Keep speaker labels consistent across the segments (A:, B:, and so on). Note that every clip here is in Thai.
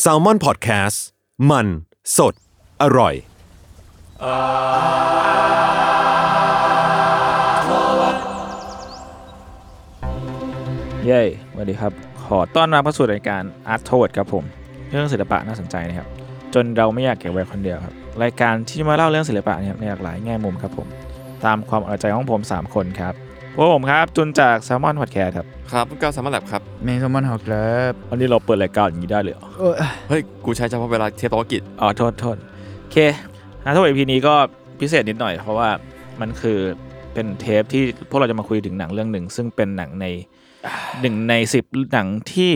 A: แซลมอนพอดแคสต์มันสดอร่อย
B: เย้สวัสดีครับ ขอต้อนรับเข้าสู่รายการอาร์ตโทษครับผม เรื่องศิลปะน่าสนใจนะครับ จนเราไม่อยากเก็บไว้คนเดียวครับ รายการที่จะมาเล่าเรื่องศิลปะนะครับในหลากหลายแง่มุมครับผม ตามความเอาใจของผม 3 คนครับพวกผมครับ จุนจากแซลมอนพอดแคสต์ครับ
C: ครับก้าวสามารถแลบครับ
D: เมนสมอนหอกครับ
B: วันนี้เราเปิดรายการอย่างนี้ได้เลยเหรอ
D: เออ
C: เฮ้ย กูใช้เฉพาะเวลาเทปตวกิจ
B: อ๋อโทษโทษโอเคอาร์ตโทษ EP นี้ก็พิเศษนิดหน่อย เพราะว่ามันคือเป็นเทปที่พวกเราจะมาคุยถึงหนังเรื่องหนึ่ง ซึ่งเป็นหนังในหนึ่งในสิบหนังที่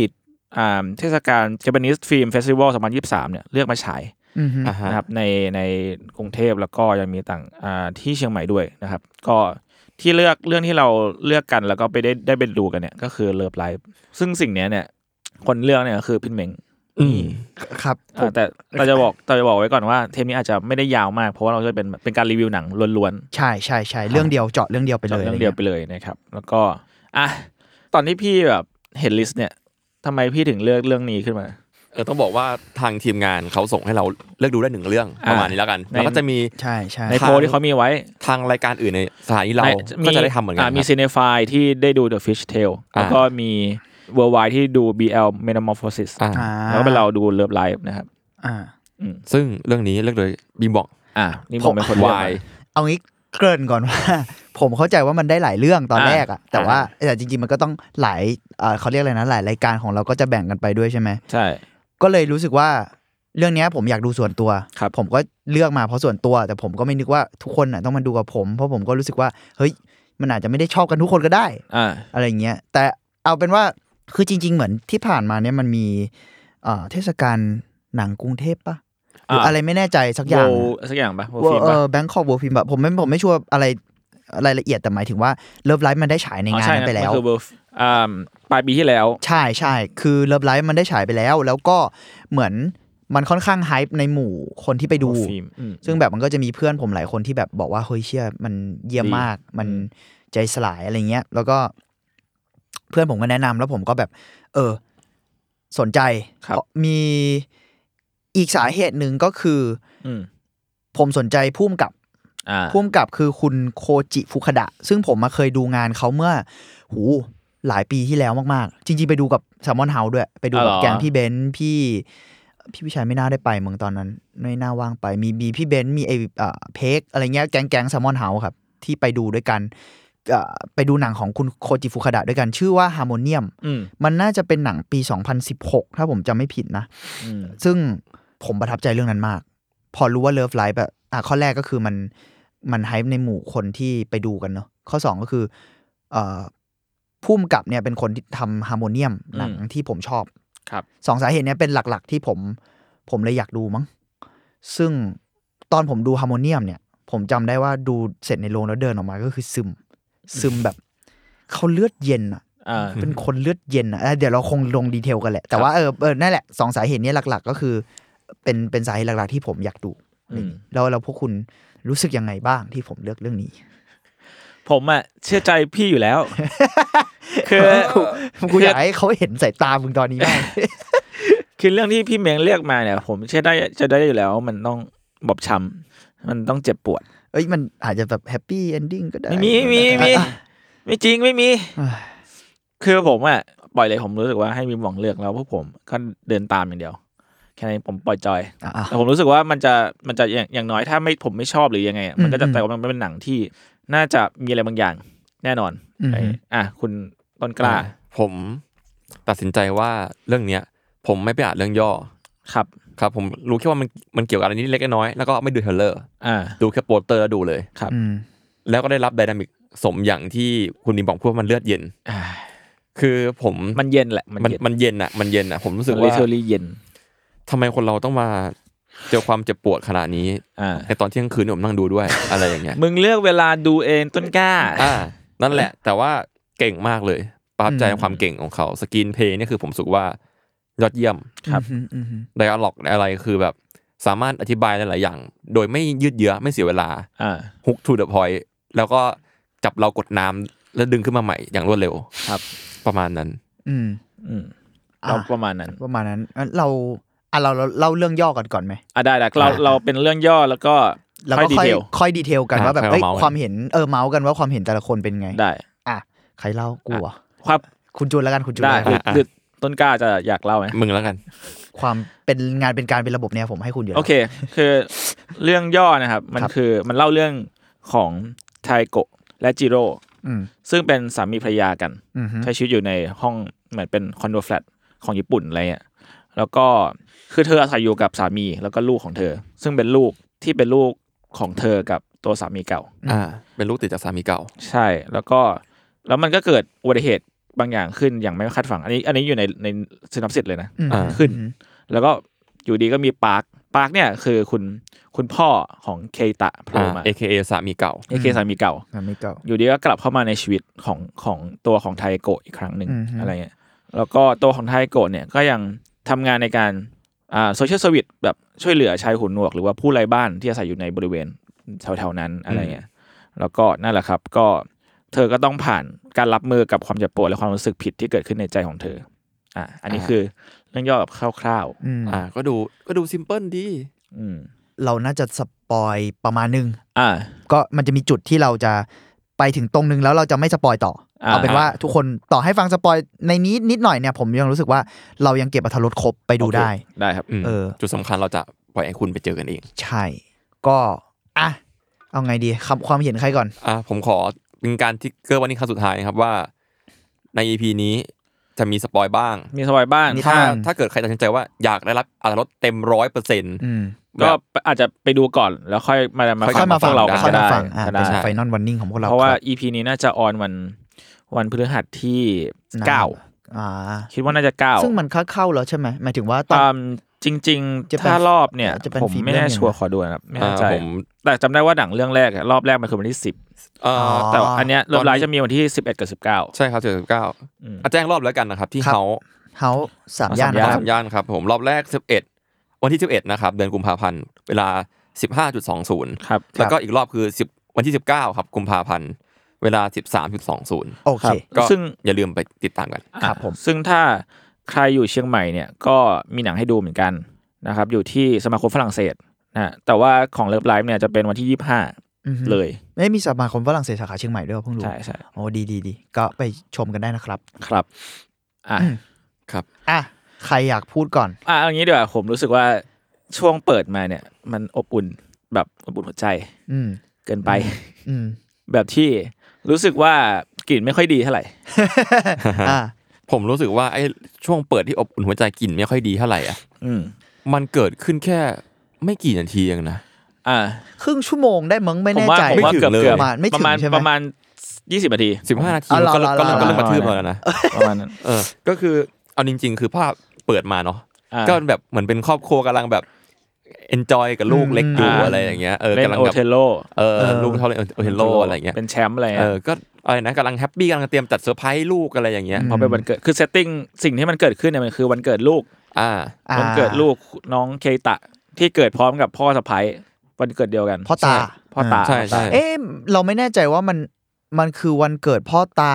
B: อ่าเทศกาล Japanese Film Festival 2023เนี่ยเลือกมาฉาย
D: อือฮึ
C: อ่าฮะ
B: นะครับในในกรุงเทพแล้วก็ยังมีต่างอ่าที่เชียงใหม่ด้วยนะครับ ก็ที่เลือกเรื่องที่เราเลือกกันแล้วก็ไปได้ได้ไปดูกันเนี่ยก็คือเลิฟไลฟ์ซึ่งสิ่งเนี้ยเนี่ยคนเลือกเนี่ยก็คือพี่เหม่ง
C: อืม
D: ครับ
B: อ่าแต่เราจะบอกเราจะบอกไว้ก่อนว่าเทปนี้อาจจะไม่ได้ยาวมาก เพราะว่าเราจะเป็นเป็นการรีวิวหนังล้วน
D: ใช่ใช่ใช่เรื่องเดียวเจาะเรื่องเดียวไป
B: ๆ
D: เลย
B: เรื่องเดียวไปเลยนะครับ แล้วก็อ่ะตอนที่พี่แบบเห็นลิสต์เนี่ยทำไมพี่ถึงเลือกเรื่องนี้ขึ้นมา
C: เออต้องบอกว่าทางทีมงานเขาส่งให้เราเลือกดูได้หนึ่งเรื่อง
B: อ่า
C: ประมาณนี้แล้วกัน
B: ใน
C: แล้วก็จะมี
D: ใช่ใช่
B: ในโพลที่เขามีไว้
C: ทางรายการอื่นในสถานีเรา
B: ใน
C: ก็จะได้ทำเหมือนกันา
B: มี
C: ครับ
B: เซเนฟายที่ได้ดู The Fish Tale
C: อ่า
B: แล้วก็มีเวอร์ไวที่ดู BL Metamorphosis
C: อ่า
D: อ่า
B: แล้วก็เป็นเราดู Love Live นะครับ
D: อ่า
C: ซึ่งเรื่องนี้เลือกโดยบีมบอก
B: อ่า นี่ผมเป็นคน
C: ผม
B: เลือก
C: Y
D: เอางี้เกริ่นก่อนว่า ผมเข้าใจว่ามันได้หลายเรื่องตอน
B: อ่า
D: แรกอะแต่
B: อ่า
D: ว่าแต่จริงๆมันก็ต้องหลายเอ่อเขาเรียกอะไรนะหลายรายการของเราก็จะแบ่งกันไปด้วยใช่ไหม
B: ใช่
D: ก็เลยรู้สึกว่าเรื่องเนี้ยผมอยากดูส่วนตัว
B: ครับ
D: ผมก็เลือกมาเพราะส่วนตัว แต่ผมก็ไม่นึกว่าทุกคนน่ะต้องมาดูกับผม เพราะผมก็รู้สึกว่าเฮ้ยมันอาจจะไม่ได้ชอบกันทุกคนก็ได้
B: อ่า
D: อะไรอย่างเงี้ยแต่เอาเป็นว่าคือจริง ๆ เหมือนที่ผ่านมาเนี่ยมันมีเอ่อเทศกาลหนังกรุงเทพปะหรือ
B: อ่า
D: อะไรไม่แน่ใจสักอย่าง
B: World สักอย่างปะโว
D: ว่า
B: ฟิล์ม
D: เอ
B: ปะ
D: อแบงคอกโวฟิล์มแบบผมไม่ผมไม่ชัวร์อะไรรายละเอียดแต่หมายถึงว่าเลิฟไลฟ์มันได้ฉาย
B: อ๋อง
D: ในาน
B: ใช่
D: นั้นไป
B: นะ
D: แล้ว
B: มันคือ World อ่าปลายปีที่แล้ว
D: ใช่ใช่คือเลิฟไลฟ์มันได้ฉายไปแล้ว แล้วก็เหมือนมันค่อนข้างไฮป์ในหมู่คนที่ไปดู
B: World Film อืม
D: ซึ่งแบบมันก็จะมีเพื่อนผมหลายคนที่แบบบอกว่าเฮ้ยเชี่ยมันเยี่ยม
B: ดี
D: มากมัน
B: อืม
D: ใจสลายอะไรเงี้ย แล้วก็เพื่อนผมก็แนะนำแล้วผมก็แบบ เออ สนใจ
B: ครับ
D: มีอีกสาเหตุหนึ่งก็คืออ
B: อืม
D: ผมสนใจพุ่มกับ
B: อ่า
D: พุ่มกับคือคุณโคจิฟุคดะ ซึ่งผมมาเคยดูงานเขาเมื่อ หูหลายปีที่แล้วมากๆ จริงๆ ไปดูกับแซมมอนเฮาด้วย ไปดูกับแกงพี่เบนซ์พี่ พี่วิชัยไม่น่าได้ไปเมืองตอนนั้น ไม่น่าว่างไป มีบีพี่เบนซ์มีไอเอ่อเพกอะไรเงี้ยแก๊งแก๊งแซมมอนเฮาครับ ที่ไปดูด้วยกันเอ่อไปดูหนังของคุณโคจิฟุคดะด้วยกัน ชื่อว่าฮาร์โมเนียม
B: อืม
D: มันน่าจะเป็นหนังปี 2016 ถ้าผมจำไม่ผิดนะ
B: อืม
D: ซึ่งผมประทับใจเรื่องนั้นมาก พอรู้ว่าเลิฟไลฟ์แบบอ่ะข้อแรกก็คือมันมันไฮป์ในหมู่คนที่ไปดูกันเนาะข้อสองก็คือเอ่อพุ่มกับเนี่ยเป็นคนที่ทำฮาร์โมเนียมหนัง
B: อืม
D: ที่ผมชอบ
B: ครับ
D: สองสาเหตุเนี่ยเป็นหลักๆ ที่ผมผมเลยอยากดูมั้งซึ่งตอนผมดูฮาร์โมเนียมเนี่ย ผมจำได้ว่าดูเสร็จในโรงแล้วเดินออกมาก็คือซึม ซึมแบบเขาเลือดเย็นอะ
B: อ่า
D: เป็นคนเลือดเย็นอ่ะเอ้ยเดี๋ยวเราคงลงดีเทลกันแหละ แต่ว่าเออเออนั่นแหละสองสาเหตุเนี้หลัก ๆ ก็คือ เป็นเป็นสาเหตุหลัก ๆ ที่ผมอยากดู
B: อืม
D: แล้วเราพวกคุณรู้สึกยังไงบ้างที่ผมเลือกเรื่องนี้
B: ผมอ่ะเชื่อใจพี่อยู่ แล้ว คือ
D: กูอยากให้เขาเห็นสายตามึงต อนนี้มาก
B: คือเรื่องที่พี่เมงเลือกมาเนี่ย ผมเชื่อได้จะได้อยู่แล้วว่ามันต้องบอบช้ำมันต้องเจ็บปวด
D: เอ้ยมันอาจจะแบบแฮปปี้เอนดิ้งก็ได้
B: ไม่มีไม่มีไม่มี
D: อ่ะ
B: ไม่จริงไม่มี
D: อ่ะ
B: คือผมอ่ะ ปล่อยเลยผมรู้สึกว่าให้มีหวังเลือกแล้วพวกผมก็เดินตามอย่างเดียว แค่นี้นผมปล่อยจอย
D: อ่ะอ่ะ
B: แต่ผมรู้สึกว่ามันจะมันจะอย่างอย่างน้อยถ้าไม่ผมไม่ชอบหรือยังไงอะมันก็จะ
D: อืม
B: แต่ว่ามันเป็นหนังที่น่าจะมีอะไรบางอย่างแน่นอน
D: อืม
B: ไอ้อ่ะคุณต้นกล้า
C: ผมตัดสินใจว่าเรื่องเนี้ย ผมไม่ไปอ่านเรื่องย่อ
B: ครับ
C: ครับ ผมรู้แค่ว่ามันมันเกี่ยวกับอะไรนิดเล็กน้อยแล้วก็ไม่ดูเทรลเลอร์
B: อ่า
C: ดูแค่โปสเตอร์แล้วดูเลย
B: ครับ
D: อืม
C: แล้วก็ได้รับไดนามิกสมอย่างที่คุณนิมบอกพูดว่ามันเลือดเย็น
B: อ่า
C: คือผม
B: มันเย็นแหละมัน
C: มัน
B: เย็น
C: มันเย็นอะมันเย็นอะผมรู้สึก
B: ลิ
C: ว่า
B: เทอรี่เย็น
C: ทำไมคนเราต้องมาเจอความเจ็บปวดขนาด นี้
B: อ่า
C: ในตอนเที่ยงคืนผมนั่งดูด้วย อะไรอย่างเงี้ย
B: มึงเลือกเวลาดูเองต้นกล้า
C: อ่า นั่นแหละ แต่ว่าเก่งมากเลยประทับใจ
D: อืม
C: ความเก่งของเขาสกรีนเพย์นี่คือผมรู้สุกว่ายอดเยี่ยม
B: ครับ
D: อืมอืมอืม
C: ไดอะล็อกอะไรคือแบบสามารถอธิบายได้หลายอย่าง โดยไม่ยืดเยื้อไม่เสียเวลา
B: อ่า
C: ฮุกทูเดอะพอยแล้วก็จับเรากดน้ำแล้วดึงขึ้นมาใหม่อย่างรวดเร็ว
B: ครับ
C: ประมาณนั้น
D: อืม
B: อืม
D: อ่ะ
B: เราประมาณนั้น
D: ประมาณนั้นงั้นเราอ่ะเราเราเล่าเรื่องย่อกันก่อนไหม
B: อ่ะได้ได้เราเราเป็นเรื่องย่อแล้วก็
D: แล้ว
B: ค่อ
D: ก็
B: ยดี
D: ค่อย
B: เทล
D: ค่อยดีเทลกัน
C: อ่ะ
D: ว่าแบบ
C: ค่อย
D: เอ้ย
C: มาเมาส์กัน
D: ความเห็นเออเมาส์กันว่าความเห็นแต่ละคนเป็นไง
B: ได้
D: อ่ะใครเล่ากูเหรอ่ะ
B: ครับ
D: คุณจูนแล้วกันคุณจูน
B: ได้
D: แล้ว
B: ห
D: กั
B: รื
D: น
B: อหรือต้นกล้าจะอยากเล่าไหม
C: มึงแล้วกัน
D: ความเป็นงานเป็นการเป็นระบบเนี่ยผมให้คุณอยู่แล้ว
B: โอเค คือ เรื่องย่อนะครับ มัน
D: ครับ
B: คือมันเล่าเรื่องของไทโกะและจิโร่
D: อืม
B: ซึ่งเป็นสามีภรรยากัน
D: อืมฮึ
B: ใช้ชีวิตอยู่ในห้องเหมือนเป็นคอนโดแฟลตของญี่ปุ่นอะไรเงี้ย แล้วก็คือเธออาศัยอยู่กับสามีแล้วก็ลูกของเธอ ซึ่งเป็นลูกที่เป็นลูกของเธอกับตัวสามีเก่า
C: อ่า เป็นลูกติดจากสามีเก่า
B: ใช่ แล้วก็ แล้วมันก็เกิดอุบัติเหตุบางอย่างขึ้นอย่างไม่คาดฝัน อันนี้ อันนี้อยู่ในในซินอปซิสเลยนะ
D: อืม
C: อ่า
B: ขึ้น แล้วก็อยู่ดีก็มีปาร์ค ปาร์คเนี่ยคือคุณคุณพ่อของเคตะโผล่
C: อ่า
B: มา
C: AKA สามีเก่า
B: เอเคสามีเก่า
D: อ่ะไม่เก่า
B: อยู่ดีก็กลับเข้ามาในชีวิตของของตัวของไทโกะอีกครั้งหนึ่ง
D: อือฮึ
B: อะไรเงี้ย แล้วก็ตัวของไทโกะเนี่ยก็ยังทำงานในการอ่าโซเชียลสวิตแบบช่วยเหลือชายหูหนวก หรือว่าผู้ไร้บ้านที่อาศัยอยู่ในบริเวณแถวๆนั้นอะไรเงี้ย แล้วก็นั่นแหละครับ ก็เธอก็ต้องผ่านการรับมือกับความเจ็บปวดและความรู้สึกผิดที่เกิดขึ้นในใจของเธอ อ่า อันนี้
C: อ่า
B: คือเรื่องย่อแบบคร่าว
D: อืม
C: อ่า ก็ดูก็ดูซิมเพิลดี
B: ๆ อืม
D: เราน่าจะสปอยประมาณนึง
B: อ่า
D: ก็มันจะมีจุดที่เราจะไปถึงตรงนึงแล้วเราจะไม่สปอยต่ออา เอาเป็นว่าทุกคนต่อให้ฟังสปอยในนี้นิดหน่อยเนี่ยผมยังรู้สึกว่าเรายังเก็บอัธรสครบไปดู
C: โอเค
D: ได้
B: ได้ครับ
C: อืม
D: เออ
C: จุดสำคัญเราจะปล่อยให้คุณไปเจอกันเอง
D: ใช่ ก็อ่ะเอาไงดีคำความเห็นใครก่อน
C: อ่า ผมขอเป็นการทิกเกอร์วันนี้ครั้งสุดท้ายนะครับว่า ใน EP นี้จะมีสปอยบ้าง
B: มีสวายบ้าน
D: นิ
C: ถ้า
D: ทาน
C: ถ้าเกิดใครตัดสินใจว่าอยากได้รับอรรถรสเต็มร้อยเปอร์เซ็นต์
D: อืม
B: ก็อาจจะไปดูก่อนแล้วค่อยมามา
C: ค่อย
B: ฟัง
C: มาฟั
B: พ
C: ง
B: วกเรา
C: ได้
B: กัน
D: ค่อย
B: ก็
D: มา
B: ได้
D: ฟังอ่ะ
B: ก็
D: เป็
B: ได้
D: นไฟนอลวันนิ่งของพวกเรา
B: เพราะว่า
D: คบ
B: EP นี้น่าจะออนวันวันพฤหัสที่
D: นะ
B: เก้า
D: อ่า
B: คิดว่าน่าจะเก้า
D: ซึ่งมันเข้าๆแล้วใช่ไหมหมายถึงว่าตอน
B: ตามจริงๆ
D: จะเป็น
B: ถ้ารอบเนี่ย
D: จะเป็น
B: ผม
D: ฟิล์ม
B: ไม่แน่
D: เรื่องหนึ่ง
B: ชัวร์ขอดูนะครับไม่แน่ใจ
C: อ่าผม
B: แต่จำได้ว่าหนังเรื่องแรกอะรอบแรกมันคือวันที่สิบ
C: เอ่ออ
D: อ
B: แต่อันเนี้ย
C: ต
B: เริ่
C: อ
B: ม
C: นนี้
B: ไลฟ์จะมีวันที่สิบเอ็ดกับสิบเก้า
C: ใช่ครับเจ็ดสิบเก้า
B: อืม
C: แจ้งรอบแล้วกันนะครับ ที่
D: ครับ
C: เฮา
D: เฮาสาม
B: เอา
D: ย่าน
B: สาม
D: นะค
C: สา
D: รับ
C: มย่านครับผมรอบแรกสิบเอ็ดวันที่สิบเอ็ดนะครับเดือนกุมภาพันธ์เวลาสิบห้าจุดสองศูนย์
B: ครับ
C: แล้วก็อีกรอบคือสิบวันที่สิบเก้าครับกุมภาพันธ์เวลาสิบสามจุดสองศูนย์
D: โอเค
B: ครับ
C: ก็
B: ซึ่ง
C: อย่าลืมไปติดตามกัน
D: ครับผม
B: ซึ่งถ้าใครอยู่เชียงใหม่เนี่ยก็มีหนังให้ดูเหมือนกันนะครับ อยู่ที่สมาคมฝรั่งเศสนะแต่ว่าของเลิฟไลฟ์เนี่ยจะเป็นวันที่ยี่สิบห้า
D: อือฮึ
B: เลย
D: ไม่มีสมาคมฝรั่งเศสสาขาเชียงใหม่ด้วยเพิ่งรู้
B: ใช่ใช่
D: โอ้ดีดีดีก็ไปชมกันได้นะครับ
B: ครับอ่ะ
D: อืม อ่ะใครอยากพูดก่อน
B: อ่ะเอางี้ดีกว่าผมรู้สึกว่าช่วงเปิดมาเนี่ย มันอบอุ่นแบบอบอุ่นหัวใจ
D: อืม
B: เกินไป
D: อืม
B: แบบที่รู้สึกว่ากลิ่นไม่ค่อยดีเท่าไหร่
D: อ่า
C: ผมรู้สึกว่าไอ้ช่วงเปิดที่อบอุ่นหัวใจกลิ่นไม่ค่อยดีเท่าไหร่อ่ะ
B: อืม
C: มันเกิดขึ้นแค่ไม่กี่นาทีเองนะ
B: อ่า
D: ครึ่งชั่วโมงได้มั้งไม่
B: ผม
D: แน่
B: ว่า
D: ใจ
B: ผมว่า
C: ไม่ถึ
B: เกือง บ
C: เลย
B: เกือบ
D: ประมาณไม่ถึ
B: ป
D: ง
B: ระมาณ
D: ใช่ไหม
B: ประมาณยี่สิบนาที
C: สิบห้านาที
D: อ๋อเหรอ
C: ก็เริ่มก็เริ่มก็เริ่
B: เหรอ
C: มกระทืบ
B: เหรอ
C: เราแล้วนะ
B: ประมาณนั้น
C: เออ ก็คือเอาจริง ๆ คือภาพเปิดมาเนาะ
B: อ่า
C: ก็แบบเหมือนเป็นครอบครัวกำลังแบบ enjoy กับลูกเล็กอยู่
B: อ่า
C: อะไรอย่างเงี้ย เออ
B: เล่น
C: กำลัง
B: โอ
C: แบบ
B: เทโล
C: เออ
D: เออ
C: ลูกเขาเล่นโอเทโลอะไรอย่างเงี้ย
B: เป็นแชมป์อะไรอ่ะ
C: เออ ก็อะไรนะกำลังแฮปปี้กำลังเตรียมจัดเซอร์ไพรส์ลูกอะไรอย่างเงี้ย
B: พอเป็นวันเกิดคือเซตติ้งสิ่งที่มันเกิดขึ้นเนี่ยมันคือวันเกิดลูก
C: อ่า
D: อ่า
B: วันเกิดลูกน้องเคตะที่เกิดพร้อมกับพ่อสะพ้ายวันเกิดเดียวกัน
D: พ่อตา
B: ใช่พ่อตา
C: ใช่ใช่
B: พ่อตา
D: เอ๊ะเราไม่แน่ใจว่ามันมันคือวันเกิดพ่อตา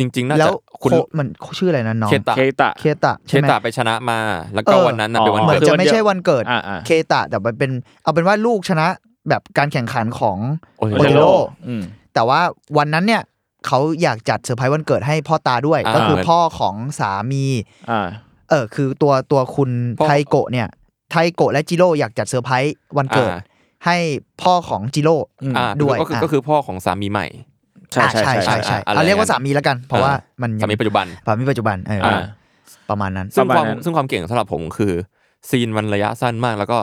C: จริง ๆ น่า
D: แล้
C: จะ
D: ว
C: คุณ
D: โคมันชื่ออะไรนะน้อง
C: เคตะ
B: เคตะ
D: เคตะ
C: เค
D: ใช่ไหม
C: ตะไปชนะมา แล้วก็
D: เออ
C: วันนั้นน่ะ
B: อ๋อ
C: เป็นวัน
D: เหมือน
C: เกิด
D: จะไม่ใช่วันเกิด
B: อ่าอ่า
D: เคตะแต่มันเป็นเอาเป็นว่าลูกชนะแบบการแข่งขันของ
C: โอ
D: โอ
C: เท
D: เท
C: โล
D: โล
B: อืม
D: แต่ว่าวันนั้นเนี่ย เขาอยากจัดเซอร์ไพรส์วันเกิดให้พ่อตาด้วย
C: อ่า
D: ก็คือพ่อของสามี
B: อ่า
D: เออคือตัวตัวคุณ
C: พ่อ
D: ไทโกะเนี่ย ไทโกะและจิโร่อยากจัดเซอร์ไพรส์วันเกิด
C: อ่า
D: ให้พ่อของจิโร่
B: อืม
C: อ่า
D: ด้วย
C: ก็คือ
D: อ่ะ
C: ก็คือพ่อของสามีใหม่
B: ใช่ใช่
D: อ่า
B: ใช่
D: ใช่ใช่
C: อะไร
D: เอาเรีย
C: อย่า
D: ก
C: งนั้
D: ว่าน สามีแล้วกัน เพราะ
C: อ่า
D: ว่ามันยัง
C: สามีปัจจุบัน
D: สามีปัจจุบันเออ
B: อ่า
D: ประมาณนั้น
C: ซึ่ง
B: ประ
C: ค
B: มาณ
C: วาม
B: นั้น
C: ซึ่งความเก่งสำหรับผมคือซีนมันระยะสั้นมาก แล้วก็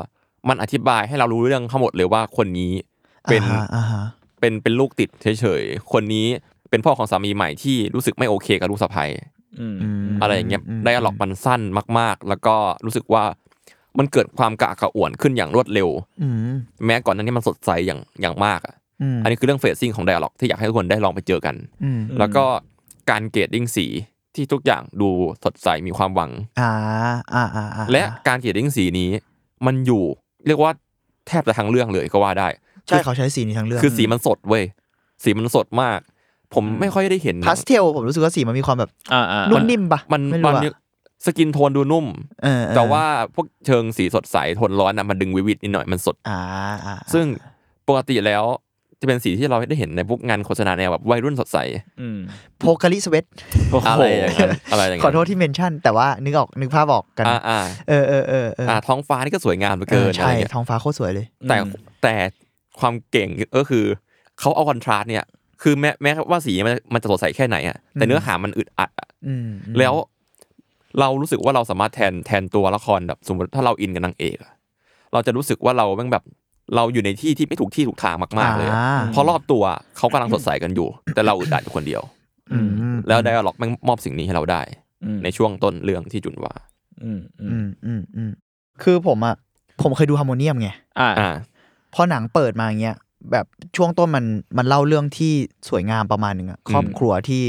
C: มันอธิบายให้เรารู้เรื่องทั้งหมดเลยว่าคนนี้เป็น
D: อ่าฮะอ่าฮะ
C: เป็นเป็นลูกติดเฉยๆ คนนี้เป็นพ่อของสามีใหม่ที่รู้สึกไม่โอเคกับลูกสะใภ้
B: อืม
D: ม
C: อะไรอย่างเงี้ย
D: อืม
C: ไดอะล็อกมันสั้นมาก ๆ แล้วก็รู้สึกว่ามันเกิดความกระอักกระอ่วนขึ้นอย่างรวดเร็ว
D: อืม
C: แม้ก่อนหนั้นนี่มันสดใสอย่างอย่างมากอะ
D: อืม
C: อันนี้คือเรื่องเฟซซิ่งของไดอะล็อกที่อยากให้ทุกคนได้ลองไปเจอกัน
D: อืม
C: แล้วก็การเกรดดิ้งสีที่ทุกอย่างดูสดใสมีความหวัง
D: อ่าอ่าอ่าอ่า
C: และการเกรดดิ้งสีนี้มันอยู่เรียกว่าแทบจะทั้งเรื่องเลยก็ว่าได้
D: ใช่เขาใช้สีนี้ทั้งเรื่อง
C: คือสีมันสดเว้ยสีมันสดมาก ผมไม่ค่อยได้เห็นหนัง
D: พาสเทลผมรู้สึกว่าสีมันมีความแบบ
B: อ่าอ่า
D: นุ่มนิ่มปะ
C: มัน
D: ไม่
C: มั
D: รู้
C: น
D: อะ
C: สกินโทนดูนุ่ม
D: เออเออ
C: แต่ว่าพวกเชิงสีสดใสโทนร้อนนะมันดึงวิวิดนิดหน่อยมันสด
D: อ่าอ่า
C: ซึ่งปกติแล้วจะเป็นสีที่เราได้เห็นในพวกงานโฆษณาแนวแบบวัยรุ่นสดใส
B: อืม
D: โพคาลิสเวต
B: โอ้โห
C: อะไรอย่างนั้นอะไรอย่าง
D: ข
C: นั้น
D: อโทษที่เมนชั่น แต่ว่านึกออกนึกภาพออกกัน
C: อ่าอ่า
D: เออเออเออเออ
C: อ่าท้องฟ้านี่ก็สวยงามเหลือเกินอะไร
D: ใช่
C: อย่างเงี้ย
D: ท้องฟ้าโคตรสวยเลย
C: แต่แต่ความเก่งก็คือเขาเอาคอนทราสต์เนี่ย คือแม้แม้ว่าสีมันมันจะสดใสแค่ไหนอะแต่เนื้อหามันอึดอัดอะ
D: อืมอืม
C: แล้วเรารู้สึกว่าเราสามารถแทนแทนตัวละครแบบสมมติถ้าเราอินกับนางเอกอะเราจะรู้สึกว่าเราแม่งแบบเราอยู่ในที่ที่ไม่ถูกที่ถูกทางมากๆเลยอะ
D: อ่า
C: เพราะรอบตัวเขากำลังสดใสกันอยู่ แต่เราอึดอัดอยู่คนเดียว
D: อืม
C: แล้วไดอะล็อกแม่งมอบสิ่งนี้ให้เราได้
B: อืม
C: ในช่วงต้นเรื่องที่จุนว่า
B: อืมอื
D: อื
B: ม
D: มอืมอืมคือผมอ่ะผมเคยดูฮาร์โมเนียมไง
B: อ่า
C: อ่า
D: พอหนังเปิดมาอย่างเงี้ยแบบช่วงต้นมันมันเล่าเรื่องที่สวยงามประมาณหนึ่งอะครอบครัวที่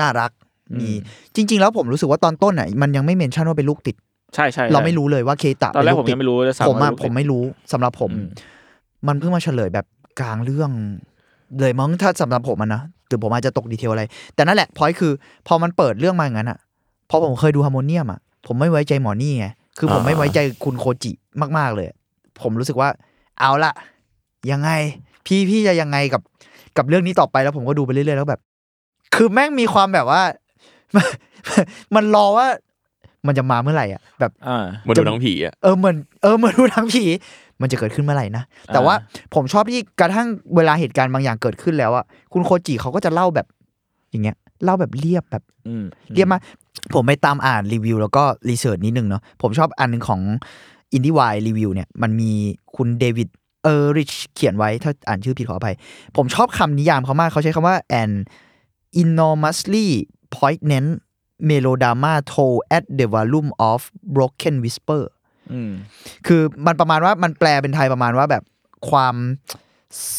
D: น่ารักมีจริง ๆ แล้วผมรู้สึกว่าตอนต้นอะมันยังไม่เมนชั่นว่าเป็นลูกติด
B: ใช่ใช่
D: เราไม่รู้เลยว่าเคตะ
B: ตอนแรก
D: เป็
B: ผม
D: ลูติด
B: ยังไม่รู้เลยซ้ำ
D: ผม
B: ว่า
D: อะ
B: ลูก
D: ผ
B: ติด
D: มไม่รู้สำหรับผม
B: อืม
D: มันเพิ่งมาเฉลยแบบกลางเรื่อง เลยมั้งถ้าสำหรับผมอะนะถึงผมอาจจะตกดีเทลอะไร แต่นั่นแหละพอยคือ พอมันเปิดเรื่องมาอย่างนั้นอะพอผมเคยดูฮาร์โมเนียมอะผมไม่ไว้ใจหมอนี่ไงคือผม
C: อ่า
D: ไม่ไว้ใจคุณโคจิมาก ๆ เลย ผมรู้สึกว่า เอาละยังไง พี่พี่จะยังไงกับกับเรื่องนี้ต่อไปแล้วผมก็ดูไปเรื่อยๆแล้วแบบ คือแม่งมีความแบบว่า มันรอว่า มันจะมาเมื่อไหร่อะแบบ
B: อ่า
C: เหมาดูหนังผีอะ
D: เออเหมือนเออเหมือนดูหนังผี มันจะเกิดขึ้นเมื่อไหร่นะ แต่ว่าผมชอบที่กระทั่งเวลาเหตุการณ์บางอย่างเกิดขึ้นแล้วอะคุณโคจิเขาก็จะเล่าแบบอย่างเงี้ยเล่าแบบเรียบแบบ
B: อืม
D: เรียบมากผมไปตามอ่านรีวิว แล้วก็รีเสิร์ชนิดนึงเนาะผมชอบอันหนึงของอินดี้วายรีวิวเนี่ยมันมีคุณเดวิดเออริชเขียนไว้ถ้าอ่านชื่อผิดขออภัย ผมชอบคำนิยามเขามากเขาใช้คำว่า an enormously poignant melodrama told at the volume of broken whisper
B: อืม
D: คือมันประมาณว่ามันแปลเป็นไทยประมาณว่าแบบความ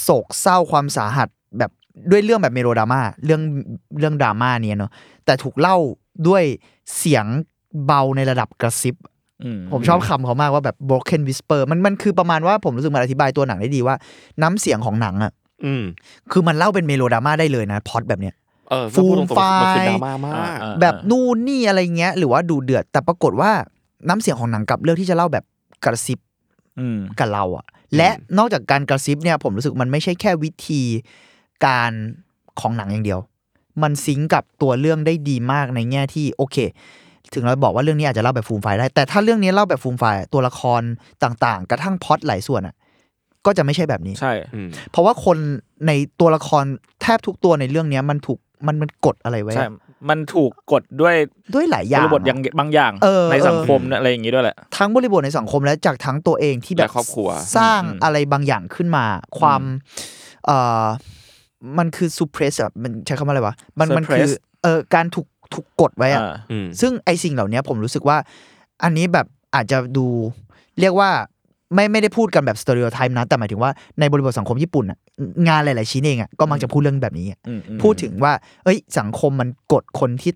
D: โศกเศร้าความสาหัสแบบด้วยเรื่องแบบเมโลดราม่าเรื่องเรื่องดราม่าเนี่ยเนาะแต่ถูกเล่าด้วยเสียงเบาในระดับกระซิบ
B: อืม
D: ผมชอบคำเขามากว่าแบบ broken whisper มันมันคือประมาณว่าผมรู้สึกมันอธิบายตัวหนังได้ดีว่า น้ำเสียงของหนังอะ
C: อืม
D: คือมันเล่าเป็นเมโลดราม่าได้เลยนะพล็อดแบบเนี้ย
C: เออถ้าพูดตรงๆมันคือ
D: ฟูมไฟล์
C: ดราม่ามาก
B: อ่า
D: แบบ
B: อ่า
D: นู่นนี่อะไรเงี้ยหรือว่าดูเดือด แต่ปรากฏว่าน้ำเสียงของหนังกลับเลือกที่จะเล่าแบบกระซิบ
B: อืม
D: กับเราอะและนอกจากการกระซิบเนี่ยผมรู้สึกมันไม่ใช่แค่วิธีการของหนังอย่างเดียว มันซิงก์กับตัวเรื่องได้ดีมากในแง่ที่โอเค ถึงเราบอกว่าเรื่องนี้อาจจะเล่าแบบฟูมไฟล์ได้ แต่ถ้าเรื่องนี้เล่าแบบฟูมไฟล์อะตัวละครต่างๆ กระทั่งพล็อตหลายส่วนอะก็จะไม่ใช่แบบนี้
B: ใช่
C: อืม
D: เพราะว่าคนในตัวละครแทบทุกตัวในเรื่องเนี้ยมันถูกมันมันกดอะไรไว้
B: ใช่
D: อะ
B: มันถูกกดด้วย
D: ด้วยหลายอบ ย่าง
B: ริบท
D: อะ
B: อย่างบางอย่าง
D: เออ
B: ในสัง
D: เออ
B: คมอะไรอย่างงี้ด้วยแหละ
D: ทั้งบริบทในสังคมและจากทั้งตัวเองที่แบบ
C: และครอบครัว
D: สร้าง
B: อืม
D: อะไรบางอย่างขึ้นมา ความเอ่อมันคือ suppress อะมันใช้คำว่าอะไรวะมันมันคือ
B: Suppress
D: เออการถูกถูกกดไว้อะ
B: อ่า
C: อืม
D: ซึ่งไอสิ่งเหล่านี้ผมรู้สึกว่า อันนี้แบบอาจจะดูเรียกว่าไม่ไม่ได้พูดกันแบบสเตอริโอไทป์นะ แต่หมายถึงว่าในบริบทสังคมญี่ปุ่นอะงานหลาย ๆ ชิ้นเองอะก็มักจะพูดเรื่องแบบนี้อะ
B: อืมอืม
D: พูดถึงว่า เอ้ย สังคมมันกดคนที่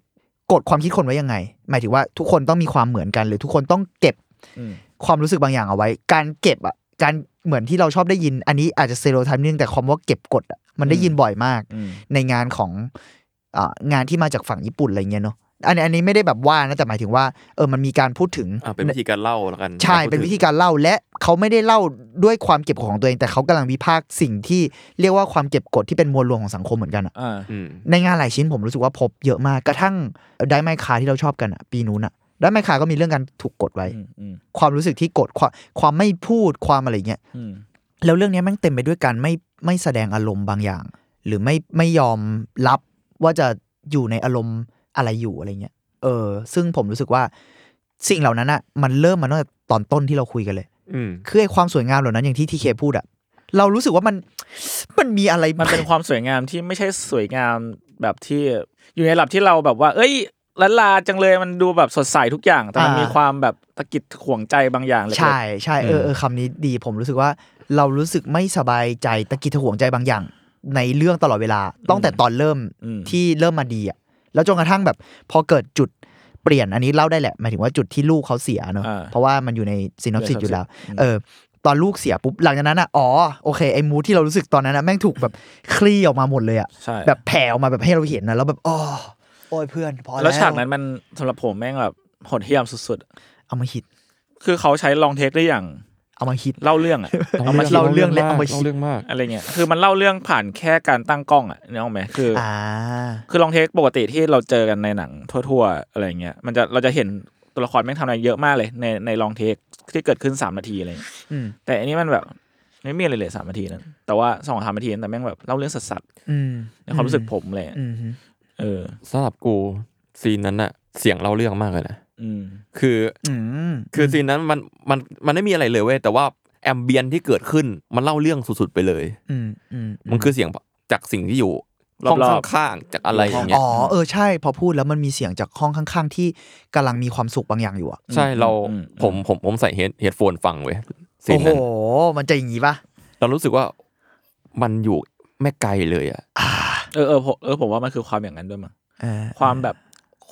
D: กดความคิดคนไว้ยังไง หมายถึงว่าทุกคนต้องมีความเหมือนกัน หรือทุกคนต้องเก็บ
B: อืม
D: ความรู้สึกบางอย่างเอาไว้ การเก็บอ่ะ การเหมือนที่เราชอบได้ยิน อันนี้อาจจะเซโรไทป์นิดนึงแต่คำว่าเก็บกดอะมันได้ยินบ่อยมาก
B: อืม
D: ในงานของอ่างานที่มาจากฝั่งญี่ปุ่นอะไรเงี้ยเนาะ อันนี้อันนี้ไม่ได้แบบว่านะแต่หมายถึงว่าเออมันมีการพูดถึง
C: อ่ะเป็นวิธีการเล่าแล้วกัน
D: ใช่
C: การพูด
D: เป็นวิธี
C: ถึง
D: การเล่าและเขาไม่ได้เล่าด้วยความเก็บกดของตัวเอง แต่เขากำลังวิพากษ์สิ่งที่เรียกว่าความเก็บกดที่เป็นมวลรวมของสังคมเหมือนกันอะ
B: อ่า
C: อืม
D: ในงานหลายชิ้นผมรู้สึกว่าพบเยอะมากกระทั่งไดไมคาที่เราชอบกันอะปีนู้นอะไดไมคาก็มีเรื่องการถูกกดไว้
B: อืมอืม
D: ความรู้สึกที่กดความความไม่พูดความอะไรอย่างเงี้ย
B: อืม
D: แล้วเรื่องเนี้ยแมันเต็มไปด้วยการไม่ไม่แสดงอารมณ์บางอย่าง หรือไม่ไม่ยอมรับว่าจะอยู่ในอารมณ์อะไรอยู่อะไรเงี้ยเออ ซึ่งผมรู้สึกว่าสิ่งเหล่านั้นอะมันเริ่มมาตั้งแต่ตอนต้นที่เราคุยกันเลย
C: อืม
D: คือไอ้ความสวยงามเหล่านั้นอย่างที่ทีเคพูดอะเรารู้สึกว่ามัน มันมีอะไร
B: มัน เป็นความสวยงามที่ไม่ใช่สวยงามแบบที่อยู่ในระดับที่เราแบบว่า เอ้ยละลาจังเลยมันดูแบบสดใสทุกอย่าง แต่มันมีความแบบตะกิดห่วงใจบางอย่างเลย
D: ใช่ใช่เออเออคำนี้ดี ผมรู้สึกว่า เรารู้สึกไม่สบายใจตะกิดตะหวงใจบางอย่าง ในเรื่องตลอดเวลาตั้งแต่ตอนเริ่ม
B: อืม
D: ที่เริ่มมาดีอะแล้วจนกระทั่งแบบ พอเกิดจุดเปลี่ยนอันนี้เล่าได้แหละหมายถึงว่าจุดที่ลูกเขาเสียเนอะ
B: อ่า
D: เพราะว่ามันอยู่ในซีนอ p ซิ
B: synopsis
D: สอยู่แล้ว เออ ตอนลูกเสียปุ๊บหลังจากนั้นอ่ะอ๋อโอเคไอ้มูที่เรารู้สึกตอนนั้นนะแม่งถูกแบบคลี่ออกมาหมดเลยอะ
B: ใช่
D: แบบแผ่ออกมาแบบให้เราเห็นนะแล้วแบบอ๋อโอ้ยเพื่อนพอแล้ว
B: แล้วฉากนั้นมันสำหรับผมแม่งแบบโหดเหี้ยมสุด
D: เอามาฮิต
B: ๆ คือเขาใช้ลองเทคได้อย่าง
D: เอามาฮิต
B: เล่าเรื่องอะ เอามา
D: เล่าเรื่องและเอามาคิด
C: เล่าเรื่องมาก
B: อะไรเงี้ยคือมันเล่าเรื่องผ่านแค่การตั้งกล้องอะเนี่ยเอาไหมคือ
D: อ่า
B: คือลองเทคปกติที่เราเจอกันในหนังทั่วๆ อะไรเงี้ยมันจะเราจะเห็นตัวละครแม่งทำอะไรเยอะมากเลยในในลองเทคที่เกิดขึ้นสามนาทีอะไรเงี้ย
D: อืม
B: แต่อันนี้มันแบบไม่มีอะไรเลยสามนาทีนั้นแต่ว่าสองสามนาทีนั้นแต่แม่งแบบเล่าเรื่องสัตว์
D: อืม
B: ในความรู้สึกผมเลย
D: อืม
B: เออ
C: สำหรับกูซีนนั้นอะเสียงเล่าเรื่องมากเลยนะ
B: อืม
C: คือ
D: อืม
C: คือซีนนั้นมันมันมันไม่มีอะไรเลยเว้ยแต่ว่าแอมเบียนที่เกิดขึ้นมันเล่าเรื่องสุดๆไปเลย
D: อืมอืม
C: มันคือเสียงจากสิ่งที่อยู่
B: ร
C: ห้อง
B: อบๆ
C: ข้างๆจากอะไรอย่างเงี้ย
D: อ๋อเออใช่ พอพูดแล้วมันมีเสียงจากห้องข้าง ๆ ที่กำลังมีความสุขบางอย่างอยู่อะ
C: ใช่เรา
B: อืม
C: ผมผมผมใส่เฮดเฮดโฟนฟังเว้ยซี
D: โอ้
C: น
D: โห
C: นั้น
D: มันจะอย่างงี้ปะ
C: เรารู้สึกว่ามันอยู่ไม่ไกลเลยอะ
B: เออเออผมเออผมว่ามันคือความอย่างนั้นด้วยมั้ง
D: เออ
B: ความแบบ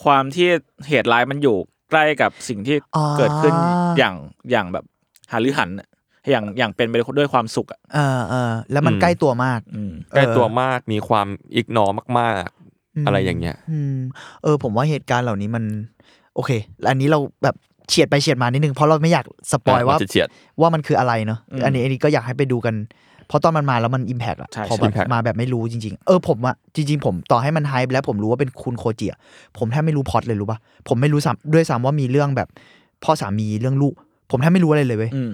B: ความที่เหตุร้ายมันอยู่ใกล้กับสิ่งที่
D: อ๋อ
B: เกิดขึ้นอย่างอย่างแบบหาลือหันอะอย่างอย่างเป็นไปด้วยความสุขอ่ะ
D: เออเออแล้วมันใกล้ตัวมาก
B: อืม
C: ใกล้ตัวมากมีความอิกนอมาก
D: อื
C: ๆ
D: ม
C: อะไรอย่างเงี้ย
D: อืมเออ ผมว่าเหตุการณ์เหล่านี้มัน โอเคอันนี้เราแบบเฉียดไปเฉียดมานิดนึงเพราะเราไม่อยากสปอย
C: อ่ะ
D: ว่า
C: มันจะเฉียด
D: ว่ามันคืออะไรเนอะ
B: อืม
D: อันนี้อันนี้ก็อยากให้ไปดูกัน เพราะตอนมันมาแล้วมันอิมแพกอะ
B: ใช่
D: พอแบบ
C: impact
D: มาแบบไม่รู้จริง ๆ เออผมอะจริง ๆ ผมต่อให้มันไฮป์แล้วผมรู้ว่าเป็นคุณโคจิอะผมแทบไม่รู้พล็อตเลยรู้ปะผมไม่รู้ซ้ำด้วยซ้ำว่ามีเรื่องแบบพ่อสามีเรื่องลูก ผมแทบไม่รู้อะไรเลยเว้ย
B: อืม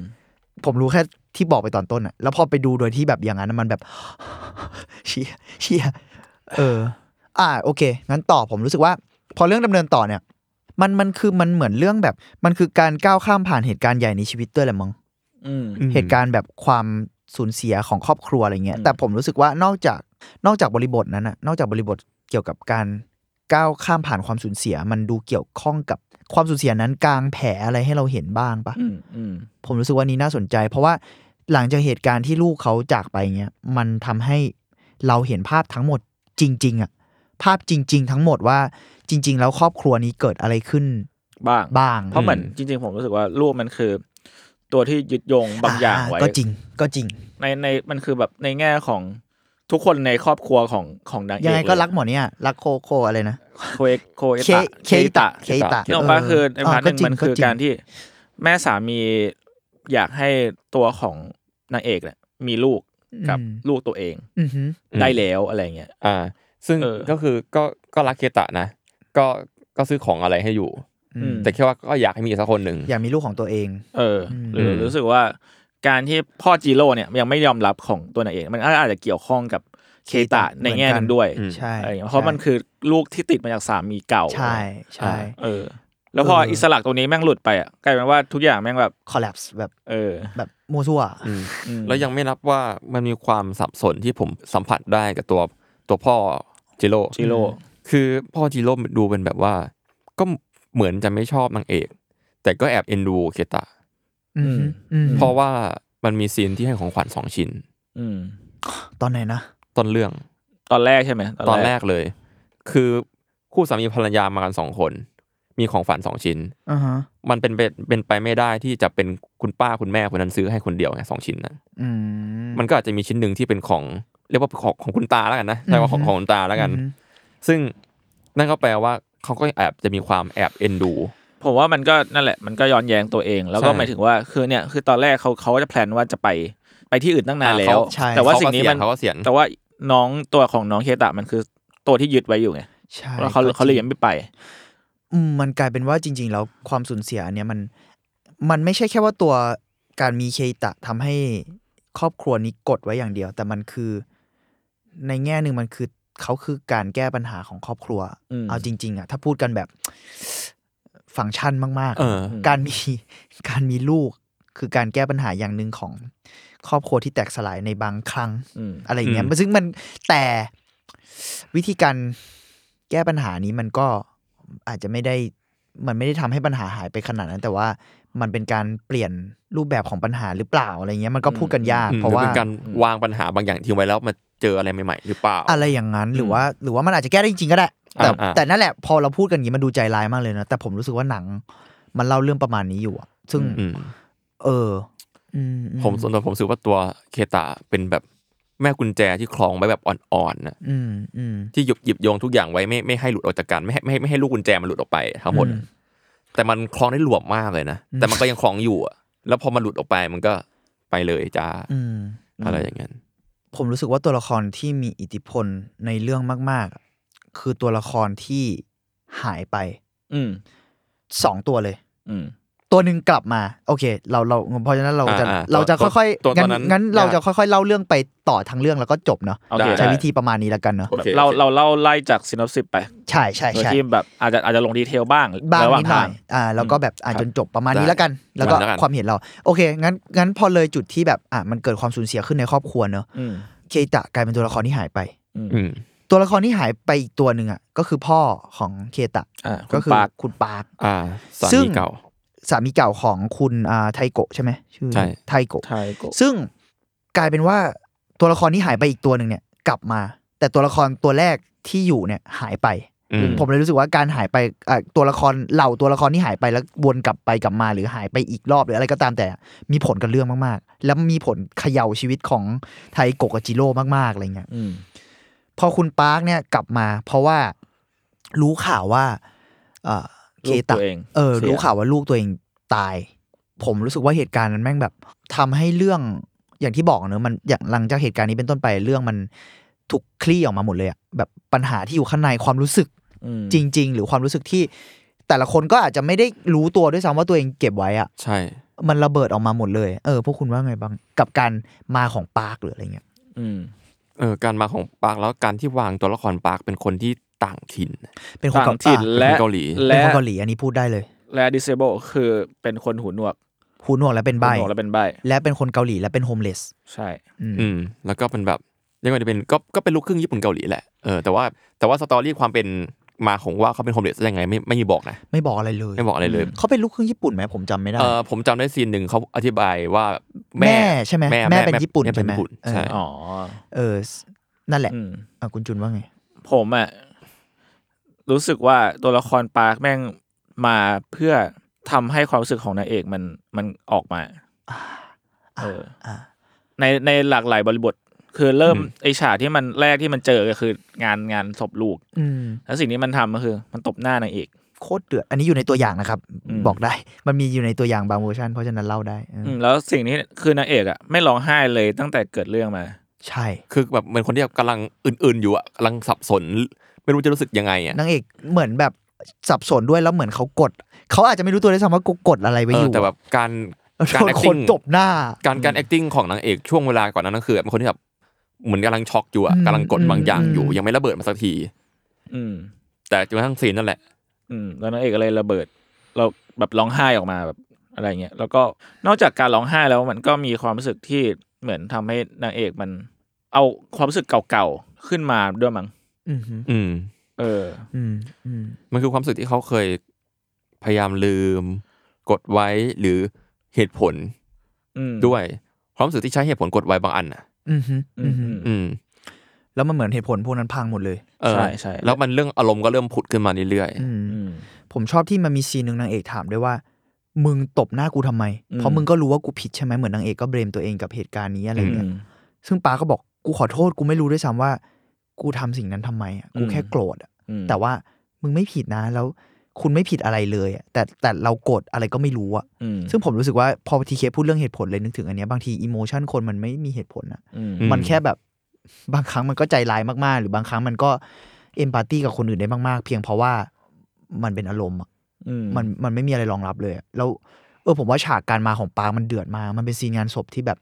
D: ผมรู้แค่ที่บอกไปตอนต้นอะแล้วพอไปดูโดยที่แบบอย่างนั้นอะมันแบบ เชียเชียเออ อ่า โอเค งั้นต่อผมรู้สึกว่า พอเรื่องดำเนินต่อเนี่ย มันมันคือมันเหมือนเรื่องแบบ มันคือการก้าวข้ามผ่านเหตุการณ์ใหญ่ในชีวิตด้วยแหละมั้ง
B: อืม
D: เหตุการณ์แบบความสูญเสียของครอบครัวอะไรเงี้ย
B: อืม
D: แต่ผมรู้สึกว่านอกจากนอกจากบริบทนั้นอะนอกจากบริบทเกี่ยวกับการก้าวข้ามผ่านความสูญเสีย มันดูเกี่ยวข้องกับความสูญเสียนั้นกลางแผลอะไรให้เราเห็นบ้างปะ
B: อืมอืม
D: ผมรู้สึกว่านี้น่าสนใจ เพราะว่าหลังจากเหตุการณ์ที่ลูกเขาจากไปเงี้ยมันทำให้เราเห็นภาพทั้งหมดจริง ๆอะภาพจริง ๆ ทั้งหมดว่าจริง ๆ แล้วครอบครัวนี้เกิดอะไรขึ้น
B: บ้าง
D: บ้าง
B: เพราะเหมือนจริงๆผมรู้สึกว่ารูปมันคือ ตัวที่ยึดโยงบางอย่างไว้
D: ก็จริงก็จริง
B: ในในมันคือแบบในแง่ของทุกคนในครอบครัวของของนางเอก
D: ยังไงก็รัก
B: เลย
D: หมดเนี่ยรักโคโคอะไรนะ
B: โคเอะโคเอะ
D: เค
B: ตะ
D: เคอิตะเคอิตะ
B: นี่ออกปะ
D: เ
B: คือในพาร์ทหนึ่ง
D: จริ
B: มันคือ
D: จง
B: การที่แม่สามีอยากให้ตัวของนางเอกเนี่ยมีลูกกับ
D: อืม
B: ลูกตัวเอง
D: อือหือ
C: อืม
B: ได้แล้วอะไรเงี้ย
C: อ่า ซึ่ง
B: เออ
C: ก็คือก็ก็รักเคตะนะ ก็ก็ซื้อของอะไรให้อยู่
D: อืม
B: อืม
C: แต่แค่ว่าก็อยากให้มีอีกสักคนหนึ่ง
D: อยากมีลูกของตัวเอง
B: เอออ
D: ม
B: หรือ
C: อืม
B: รู้สึกว่าการที่พ่อจีโร่เนี่ยยังไม่ยอมรับของตัวนางเอกมันอาจจะเกี่ยวข้องกับเคตะในแง่หนึงด้วย
D: ใช่
B: อะไรอย่างเงี้ยเพราะมันคือลูกที่ติดมาจากสามีเก่า
D: ใช่ใช่
B: เออ แล้วพอ
D: เอออิ
B: อิสระตรงนี้แม่งหลุดไปอ่ะกลายเป็นว่าทุกอย่างแม่งแบบ
D: คอล l ล p s แบบ
B: เออ
D: แบบมัวซั่ว
C: อืม
B: อืม
C: แล้วยังไม่นับว่ามันมีความสับสนที่ผมสัมผัสได้กับตัวตัวพ่อจิโร่
B: จีโร่
C: คือพ่อจิโร่ดูเป็นแบบว่า ก็เหมือนจะไม่ชอบนางเอก แต่ก็แอบเอ็นดูเคตะ
D: อืมอืม
C: เพราะว่ามันมีซีนที่ให้ของขวัญสองชิ้น
B: อืม
D: ตอนไหนนะ
C: ต้นเรื่อง
B: ตอนแรกใช่ไหม
C: ตอนแรกเลย คือคู่สามีภรรยามากันสองคน มีของขวัญสองชิ้น
D: อ่าฮะ
C: มันเป็นไปเป็นไปไม่ได้ที่จะเป็นคุณป้าคุณแม่คนนั้นซื้อให้คนเดียวไงสองชิ้นนั้น
D: อืม
C: มันก็อาจจะมีชิ้นหนึ่งที่เป็นของเรียกว่าของของคุณตาแล้วกันนะใช่ว่าของ
D: อือ
C: ข
D: ฮึ
C: องคุณตาแล้วกัน ซึ่งนั่นก็แปลว่า เขาก็แอบจะมีความแอบเอ็นดู
B: ผมว่ามันก็นั่นแหละมันก็ย้อนแย้งตัวเอง แล้วก็
C: ใช่
B: หมายถึงว่าคือเนี่ยคือตอนแรกเขาเขาจะแพลนว่าจะไปไปที่อื่นตั้งนาน
C: อ่า
B: แล้
C: เขา
B: ว
D: ใช่
B: แต่ว่าสิ่งนี้มัน
C: เขาก็เสี่ยง
B: แต่ว่าน้องตัวของน้องเคตะมันคือตัวที่ยึดไว้อยู่ไง
D: ใช่
B: แล้วเขา
D: ก็จริง
B: เขาเลยยังไม่ไป
D: อืมมันกลายเป็นว่าจริง ๆ แล้วความสูญเสียอันเนี้ยมันมันไม่ใช่แค่ว่าตัวการมีเคตะทำให้ครอบครัวนี้กดไว้อย่างเดียว แต่มันคือ ในแง่หนึ่งมันคือเขาคือการแก้ปัญหาของครอบครัว
B: อืม
D: เอาจริง ๆอ่ะถ้าพูดกันแบบ ฟังก์ชันมาก
C: เออ
D: การมีการมีลูก คือการแก้ปัญหาอย่างหนึ่งของครอบครัวที่แตกสลายในบางครั้ง
B: อืม
D: อะไรอย่างเงี้ย
C: อืม
D: ซึ่งมันแต่วิธีการแก้ปัญหานี้มันก็อาจจะไม่ได้มันไม่ได้ทำให้ปัญหาหายไปขนาดนั้น แต่ว่ามันเป็นการเปลี่ยนรูปแบบของปัญหาหรือเปล่าอะไรเงี้ยมันก็พูดกันยาก
C: อืม
D: เพราะ
C: หอ
D: ว่า
C: เป็นการวางปัญหาบางอย่างทิ้งไว้แล้วมาเจออะไรใหม่ๆ หรือเปล่า
D: อะไรอย่างนั้นหรือว่า หรือว่ามันอาจจะแก้ได้จริงๆก็ได้ แต่
C: อ่าๆ
D: แต่นั่นแหละพอเราพูดกันอย่างนี้มันดูใจร้ายมากเลยนะแต่ผมรู้สึกว่าหนัง มันเล่าเรื่องประมาณนี้อยู่อะซึ่ง
C: อืม
D: เออ อือื
C: ผมส่วนตัวผมรู้สึกว่าตัวเคตาเป็นแบบแม่กุญแจที่คล้องไว้แบบอ่อนๆนะ
D: อืมอืม
C: ที่หยิบหยิบโยงทุกอย่างไว้ไม่ไม่ให้หลุดออกจากกันไม่ให้ไม่ให้ไม่ให้ลูกกุญแจมันหลุดออกไปทั้งหมด
D: อืม
C: แต่มันคล้องได้หลวมมากเลยนะแต่มันก็ยังคล้องอยู่อะแล้วพอมันหลุดออกไปมันก็ไปเลยจ้า
D: อืม
C: อะไรอย่างเงี้ย
D: ผมรู้สึกว่าตัวละครที่มีอิทธิพลในเรื่องมาก ๆ คือตัวละครที่หายไป
B: อืม
D: สองตัวเลย
B: อืม
D: ตัวหนึ่งกลับมา โอเค เราเราเพราะฉะนั้นเราจะ
C: อ่าอ่า
D: เราจะ
C: ตัว
D: ค่อย
C: ตัว
D: ๆงั้
C: ตัวนั้น
D: งั้นเรา
C: ยาก
D: จะค่อยๆ เล่าเรื่องไปต่อทั้งเรื่องแล้วก็จบเนาะ
B: โอเค
D: ใช้
B: ได้
D: วิธีประมาณนี้แล้วกันเนาะ
C: โอค
B: เรา
C: โอค
B: เราเล่าไล่จากซินอปซิสไป
D: ใช่ใช่
B: โดย
D: ใช่
B: ที่แบบอาจจะอาจจะลงดีเทลบ้าง
D: บ้าง
B: ระหว่าง
D: นิดหน่
B: ทา
D: อง ยอ่าแล้วก็แบบอ่า
B: ครับ
D: จนจบประมาณนี้
C: ได้
D: แล้วกัน แล้วก็
C: ประมาณนั้น
D: ความเห็นเรา โอเค งั้นงั้นพอเลยจุดที่แบบอ่ามันเกิดความสูญเสียขึ้นในครอบครัวเนาะ
B: อืม
D: เคตะกลายเป็นตัวละครที่หายไป
C: อืม
D: ตัวละครที่หายไปอีกตัวหนึ่งอ่ะก็คือพ่อของเคตะ
B: อ่า
D: ก็
B: ก็
D: คื
B: คือ อปาร์ค
D: คุณปาร์ค
C: อ่าสา
D: ซึ่
C: มี
D: ง
C: เก่า
D: สามีเก่าของคุณอ่าไทโกะใช่ไหมชื่อ
C: ใช่
D: ไทโกะ
B: ไทโกะ
D: ซึ่งกลายเป็นว่าตัวละครที่หายไปอีกตัวหนึ่งเนี่ย กลับมา แต่ตัวละครตัวแรกที่อยู่เนี่ยหายไป
C: อืม
D: ผมเลยรู้สึกว่าการหายไปอ่ะตัวละครเหล่าตัวละครที่หายไปแล้ววนกลับไปกลับมาหรือหายไปอีกรอบหรืออะไรก็ตามแต่มีผลกับเรื่องมากๆ แล้วมีผลเขย่าชีวิตของไทโกะกับจิโร่มากๆอะไรเงี้ย
B: อืม
D: พอคุณปาร์คเนี่ยกลับมา เพราะว่ารู้ข่าวว่าเอ่อเค
B: ลูก
D: ตะ
B: ตัวเอง
D: เออ
B: สีย
D: รู้ข่าวว่าลูกตัวเองตาย ผมรู้สึกว่าเหตุการณ์นั้นแม่งแบบทำให้เรื่องอย่างที่บอกเนอะมันอย่างหลังจากเหตุการณ์นี้เป็นต้นไปเรื่องมันถูกคลี่ออกมาหมดเลยอะแบบปัญหาที่อยู่ข้างในความรู้สึก
B: อืม
D: จริง ๆ หรือความรู้สึกที่ แต่ละคนก็อาจจะไม่ได้รู้ตัวด้วยซ้ำว่าตัวเองเก็บไว้อะ
C: ใช่
D: มันระเบิดออกมาหมดเลยเออพวกคุณว่าไงบ้างกับการมาของปาร์คหรืออะไรเงี้ย
B: อืม
C: เออการมาของปาร์คแล้วการที่วางตัวละครปาร์คเป็นคนที่ต่างถิ่น
D: เป็นคนเกา
B: ต่างถิ่น
D: อ่ะ
B: และ
C: เป็นคนเกาหลี
D: เป็
B: และ
D: นคนเกาหลีอันนี้พูดได้เลย
B: และ disable คือเป็นคนหูหนวก
D: หูหนวกและเป็นใบ
B: หูหนวกแล้วเป็นใบ
D: และเป็นคนเกาหลีและเป็นโฮมเลส
B: ใช่
D: อืม
C: อืม แล้วก็เป็นแบบเรียกว่าจะเป็นก็ก็เป็นลูกครึ่งญี่ปุ่นเกาหลีแหละเออแต่ว่าแต่ว่าสตอรี่ความเป็นมาของว่าเขาเป็นโฮมเลสได้ยังไงไม่ไม่มีบอกนะ
D: ไม่บอกอะไรเลย
C: ไม่บอกอะไรเลย
D: เขาเป็นลูกครึ่งญี่ปุ่นไหมผมจำไม่ได้
C: เออผมจำได้ซีนหนึ่งเขาอธิบายว่า
D: แม่ใช่ไหม
C: แม่
D: แม่เป็นญี่ปุ่น
C: แม่เป็น
D: ใช่ไหม
C: ญี่ปุ่น
D: เออ
C: ใช่
B: อ๋อ
D: เออสนั่นแหละ
B: อืม
D: อ่ะคุณจุนว่าไง
B: ผมอะรู้สึกว่าตัวละครปาร์คแม่งมาเพื่อทำให้ความรู้สึกของนางเอกมันมันออกมาเอออในในหลากหลายบริบท คือเริ่มไอฉากที่มันแรกที่มันเจอก็คืองานงานศพลูก
D: อืม
B: แล้วสิ่งนี้มันทำก็คือ มันตบหน้านางเอก
D: โคตรเดือดอันนี้อยู่ในตัวอย่างนะครับ
B: อืม
D: บอกได้ มันมีอยู่ในตัวอย่างบางเวอร์ชันเพราะฉะนั้นเล่าได้เอออ
B: อืมแล้วสิ่งนี้คือนางเอกอะไม่ร้องไห้เลยตั้งแต่เกิดเรื่องมา
D: ใช่
C: คือแบบเหมือนคนที่กำลังอื่น ๆ อยู่อะกำลังสับสน ไม่รู้จะรู้สึกยังไงอะ
D: นางเอกเหมือนแบบสับสนด้วยแล้วเหมือนเขากด เขาอาจจะไม่รู้ตัวด้วยซ้ำว่ากูกดอะไรไว้
C: เอ
D: อ
C: อยู่ แต่แบบการ
D: โด
C: การ
D: นคน
C: acting
D: ตบหน้า
C: การการ acting ของนางเอกช่วงเวลาก่อนนั้นก็คือเป็นคนที่แบบเหมือนกำลังช็อกอยู่อะ
D: อืม
C: กำลังกดบางอย่างอยู่
D: อืม
C: ยังไม่ระเบิดมาสักที
B: อืม
C: แต่จนกระทั่งซีนนั่นแหละ
B: อืมแล้วนางเอกอะไรระเบิด เราแบบร้องไห้ออกมาแบบอะไรเงี้ยแล้วก็นอกจากการร้องไห้แล้วมันก็มีความรู้สึกที่เหมือนทำให้นางเอกมัน เอาความรู้สึกเก่าๆขึ้นมาด้วยมั้ง
D: อืมฮึ
C: อืม
B: เออ
D: อืมอืม
C: มันคือความรู้สึกที่เขาเคยพยายามลืม กดไว้หรือเหตุผล
B: อืม
C: ด้วย ความรู้สึกที่ใช้เหตุผลกดไว้บางอันอ่ะ
D: อืมฮึ
B: อื
D: อื
B: ม
D: มฮึ
B: อืม
C: อืม
D: แล้วมันเหมือนเหตุผลพวกนั้นพังหมดเลย
C: เออ
B: ใช่ใช่
C: แล้วมันเรื่องอารมณ์ก็เริ่มผุดขึ้นมาเรื่อย
D: อืม
B: อืม
D: ผมชอบที่มันมีซีนหนึ่งนางเอกถามด้วยว่า มึงตบหน้ากูทำไม
B: อืม
D: เพราะมึงก็รู้ว่ากูผิดใช่ไหมเหมือนนางเอกก็เบรมตัวเองกับเหตุการณ์นี้อะไร
B: อื
D: เงี้ย
B: ม
D: ซึ่งป้าก็บอกกูขอโทษกูไม่รู้ด้วยซ้ำว่า กูทำสิ่งนั้นทำไมอะกูแค่
B: อืม
D: โกรธอะ
B: อืม
D: แต่ว่า มึงไม่ผิดนะ แล้วคุณไม่ผิดอะไรเลยอะแต่แต่เราโกรธอะไรก็ไม่รู้อะ
B: อืม
D: ซึ่งผมรู้สึกว่าพอทีเคพูดเรื่องเหตุผลเลยนึกถึงอันเนี้ยบางทีอิโมชันคนมันไม่มีเหตุผลอะ
B: อืม
C: อืม
D: มันแค่แบบ บางครั้งมันก็ใจร้ายมาก ๆ หรือบางครั้งมันก็เอมพัตตีกับคนอื่นได้มาก ๆ เพียงเพราะว่ามันเป็นอารมณ์อะ
B: อืม
D: มันมันไม่มีอะไรรองรับเลยอะแล้วเออผมว่าฉากการมาของปาร์คมันเดือดมาก มันเป็นซีนงานศพที่แบบ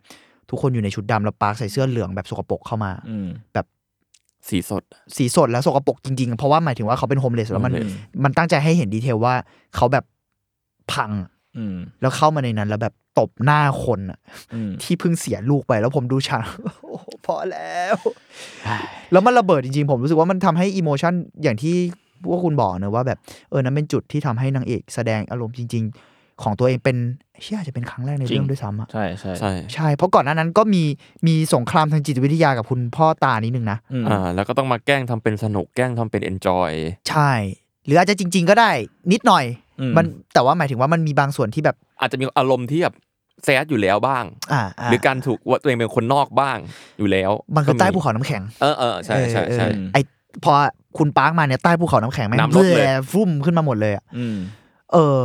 D: ทุกคนอยู่ในชุดดำแล้วปาร์คใส่เสื้อเหลืองแบบสกปรกเข้ามา
B: อืม
D: แบบ
C: สีสด
D: สีสดแล้วสกปรกจริงๆ เพราะว่าหมายถึงว่าเขาเป็นโฮมเลสแล้วมัน
C: homeless
D: มันตั้งใจให้เห็นดีเทลว่าเขาแบบพังอะ
B: อืม
D: แล้วเข้ามาในนั้น แล้วแบบตบหน้าคนอะ
B: อืม
D: ที่เพิ่งเสียลูกไป แล้วผมดูฉาก โอ้โหพอแล้ว แล้วมันระเบิดจริงๆ ผมรู้สึกว่ามันทำให้อิโมชันอย่างที่พวกคุณบอกเนอะว่าแบบเออนั้นเป็นจุดที่ทำให้นางเอกแสดงอารมณ์จริง ๆ ของตัวเองเป็นเชื่ออาจจะเป็นครั้งแรกในเรื่องด้วยซ้ำอะ
B: ใช่ใช่
C: ใช่
D: ใช่ เพราะก่อนหน้านั้นก็มีมีสงครามทางจิตวิทยากับคุณพ่อตานิดนึงนะ
B: อืม
C: อ่า แล้วก็ต้องมาแกล้งทำเป็นสนุกแกล้งทำเป็นเอนจอย
D: ใช่ หรืออาจจะจริง ๆ ก็ได้นิดหน่อย
B: อื
D: มันแต่ว่าหมายถึงว่ามันมีบางส่วนที่แบบ
C: อาจจะมีอารมณ์ที่แบบแซดอยู่แล้วบ้าง
D: อ่า
C: หรือการถูกว่าตัวเองเป็นคนนอกบ้างอยู่แล้ว
D: มันคือใต้ภูเขา
C: ก็
D: น้ำแข็ง
C: มีเออเออใช่ใช่ใช่
D: เออเออไอพอคุณปาร์คมาเนี่ยใต้ภูเขาน้ำแข็งแม่ง
C: น้ำลดเลย
D: แฟุ้มขึ้นมาหมดเลยอะ
B: อืม
D: เออ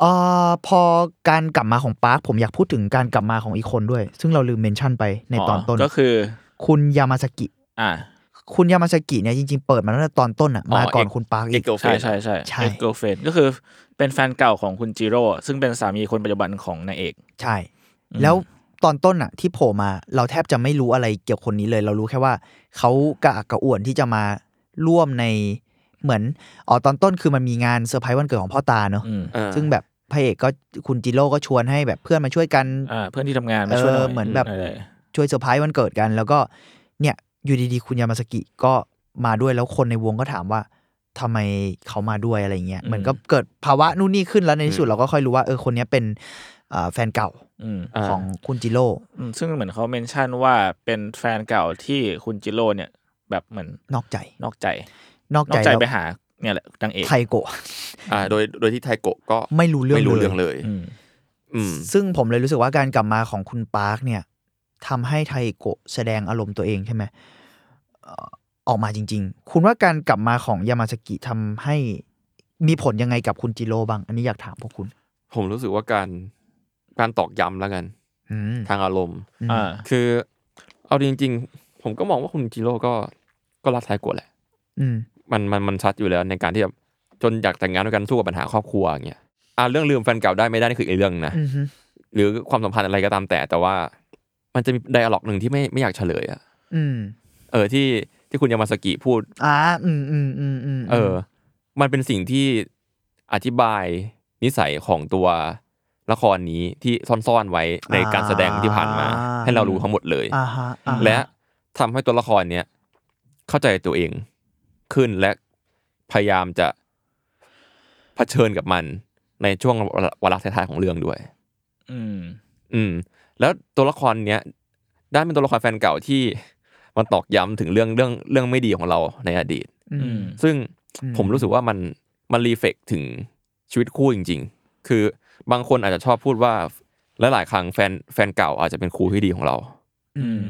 D: เออพอการกลับมาของปาร์คผมอยากพูดถึงการกลับมาของอีกคนด้วย ซึ่งเราลืมเมนชั่นไปในตอนต้น
B: ก็คือ
D: คุณยามาสกิ
B: อ่า
D: คุณยามาสกิเนี่ยจริงๆเปิดมาตั้งแต่ตอนต้นอ่ะ
C: อ๋อ
D: มาก่อน
C: เอก
D: คุณปาร์ค
C: เอ
D: อีก
C: กลเฟ
B: ใช่
C: น
B: ใช่ใช่
D: ใช่
B: เอ็กโกเฟนก็คือเป็นแฟนเก่าของคุณจิโร่ซึ่งเป็นสามีคนปัจจุบันของนายเอก
D: ใช่
B: อืม
D: แล้วตอนต้นอ่ะ ที่โผล่มาเราแทบจะไม่รู้อะไรเกี่ยวกับคนนี้เลย เรารู้แค่ว่าเขากระอักกระอ่วนที่จะมาร่วมในเหมือนอ๋อตอนต้นคือมันมีงานเซอร์ไพรส์วันเกิดของพ่อตาเนอะ
B: อืม
C: อ่า
D: ซึ่งแบบพระเอกก็คุณจิโร่ก็ชวนให้แบบเพื่อนมาช่วยกัน
B: อ่า เพื่อนที่ทำงานมาช่วยหน่
D: เอ
B: อ
D: อย เหมือนแบบ
B: อะไร
D: ช่วยเซอร์ไพรส์วันเกิดกัน แล้วก็เนี่ยอยู่ดีๆ คุณยามาสกิก็มาด้วยแล้วคนในวงก็ถามว่าทำไมเขามาด้วยอะไรเงี้ยเหมือนก็เกิดภาวะนู่นนี่ขึ้นแล้วในที่สุดเราก็ค่อยรู้ว่าเออคนเนี้ยเป็นเอ่อแฟนเก่า
B: อืม
C: อ่า
D: ของคุณจิโร่
B: อืมซึ่งเหมือนเขาเมนชั่นว่าเป็นแฟนเก่าที่คุณจิโร่เนี่ย แบบเหมือน
D: นอกใจ
B: นอกใจ
D: นอก
B: นอ
D: ใจ
B: กใจ
D: แล้ว
B: ไปหาเนี่ยแหละนางเอก
D: ไทโกะ
C: อ่า โดยโดยที่ไทโกะก็
D: ไม่รู้เรื่อง
C: ไม่รู้เรื่อง
D: เลย
C: เลย
B: อืม
C: อืม
D: ซึ่งผมเลยรู้สึกว่าการกลับมาของคุณปาร์คเนี่ยทำให้ไทโกะแสดงอารมณ์ตัวเองใช่ไหมเอ่อออกมาจริง ๆ คุณว่าการกลับมาของยามาสกิทำให้มีผลยังไงกับคุณจิโร่บ้าง อันนี้อยากถามพวกคุณ
C: ผมรู้สึกว่าการการตอกย้ำแล้วกัน
D: อืม
C: ทางอารมณ์
D: อืม
B: อ่า
C: คือเอาจริง ๆ ผมก็มองว่าคุณจิโร่ก็ก็รักไทโกะแหละ
D: อืม
C: มันมันมันชัดอยู่แล้วในการที่แบบจนอยากแต่งงานด้วยกันสู้กับปัญหาครอบครัวอย่างเงี้ยอ่าเรื่องลืมแฟนเก่าได้ไม่ได้นี่คืออีกเรื่องนะ
D: อืมฮึ
C: หรือความสัมพันธ์อะไรก็ตามแต่แต่ว่า มันจะมีไดอะล็อกหนึ่งที่ไม่ไม่อยากเฉลยอะ
D: อืม
C: เออที่ที่คุณยามาสกิพูด
D: อ่า อืมอืมอืมอืม
C: เออ มันเป็นสิ่งที่อธิบายนิสัยของตัวละครนี้ที่ซ่อนๆไว้ในการแสดงที่ผ่านมา ให้เรารู้ทั้งหมดเลย
D: อ่าฮะอ่าฮ
C: และทำให้ตัวละครเนี้ยเข้าใจตัวเองขึ้นและพยายามจะเผชิญกับมันในช่วงเวลาท้ายๆของเรื่องด้วย
B: อืม
C: อืม แล้วตัวละครเนี้ยด้านเป็นตัวละครแฟนเก่าที่ มันตอกย้ำถึงเรื่องเรื่องเรื่องไม่ดีของเราในอดีต
D: อื
B: อื
D: ม
B: ม
C: ซึ่ง
D: อืม
C: ผมรู้สึกว่ามันมันรีเฟกถึงชีวิตคู่จริง ๆ คือบางคนอาจจะชอบพูดว่าและหลายๆครั้งแฟนแฟนเก่าอาจจะเป็นครูที่ดีของเรา
D: อืม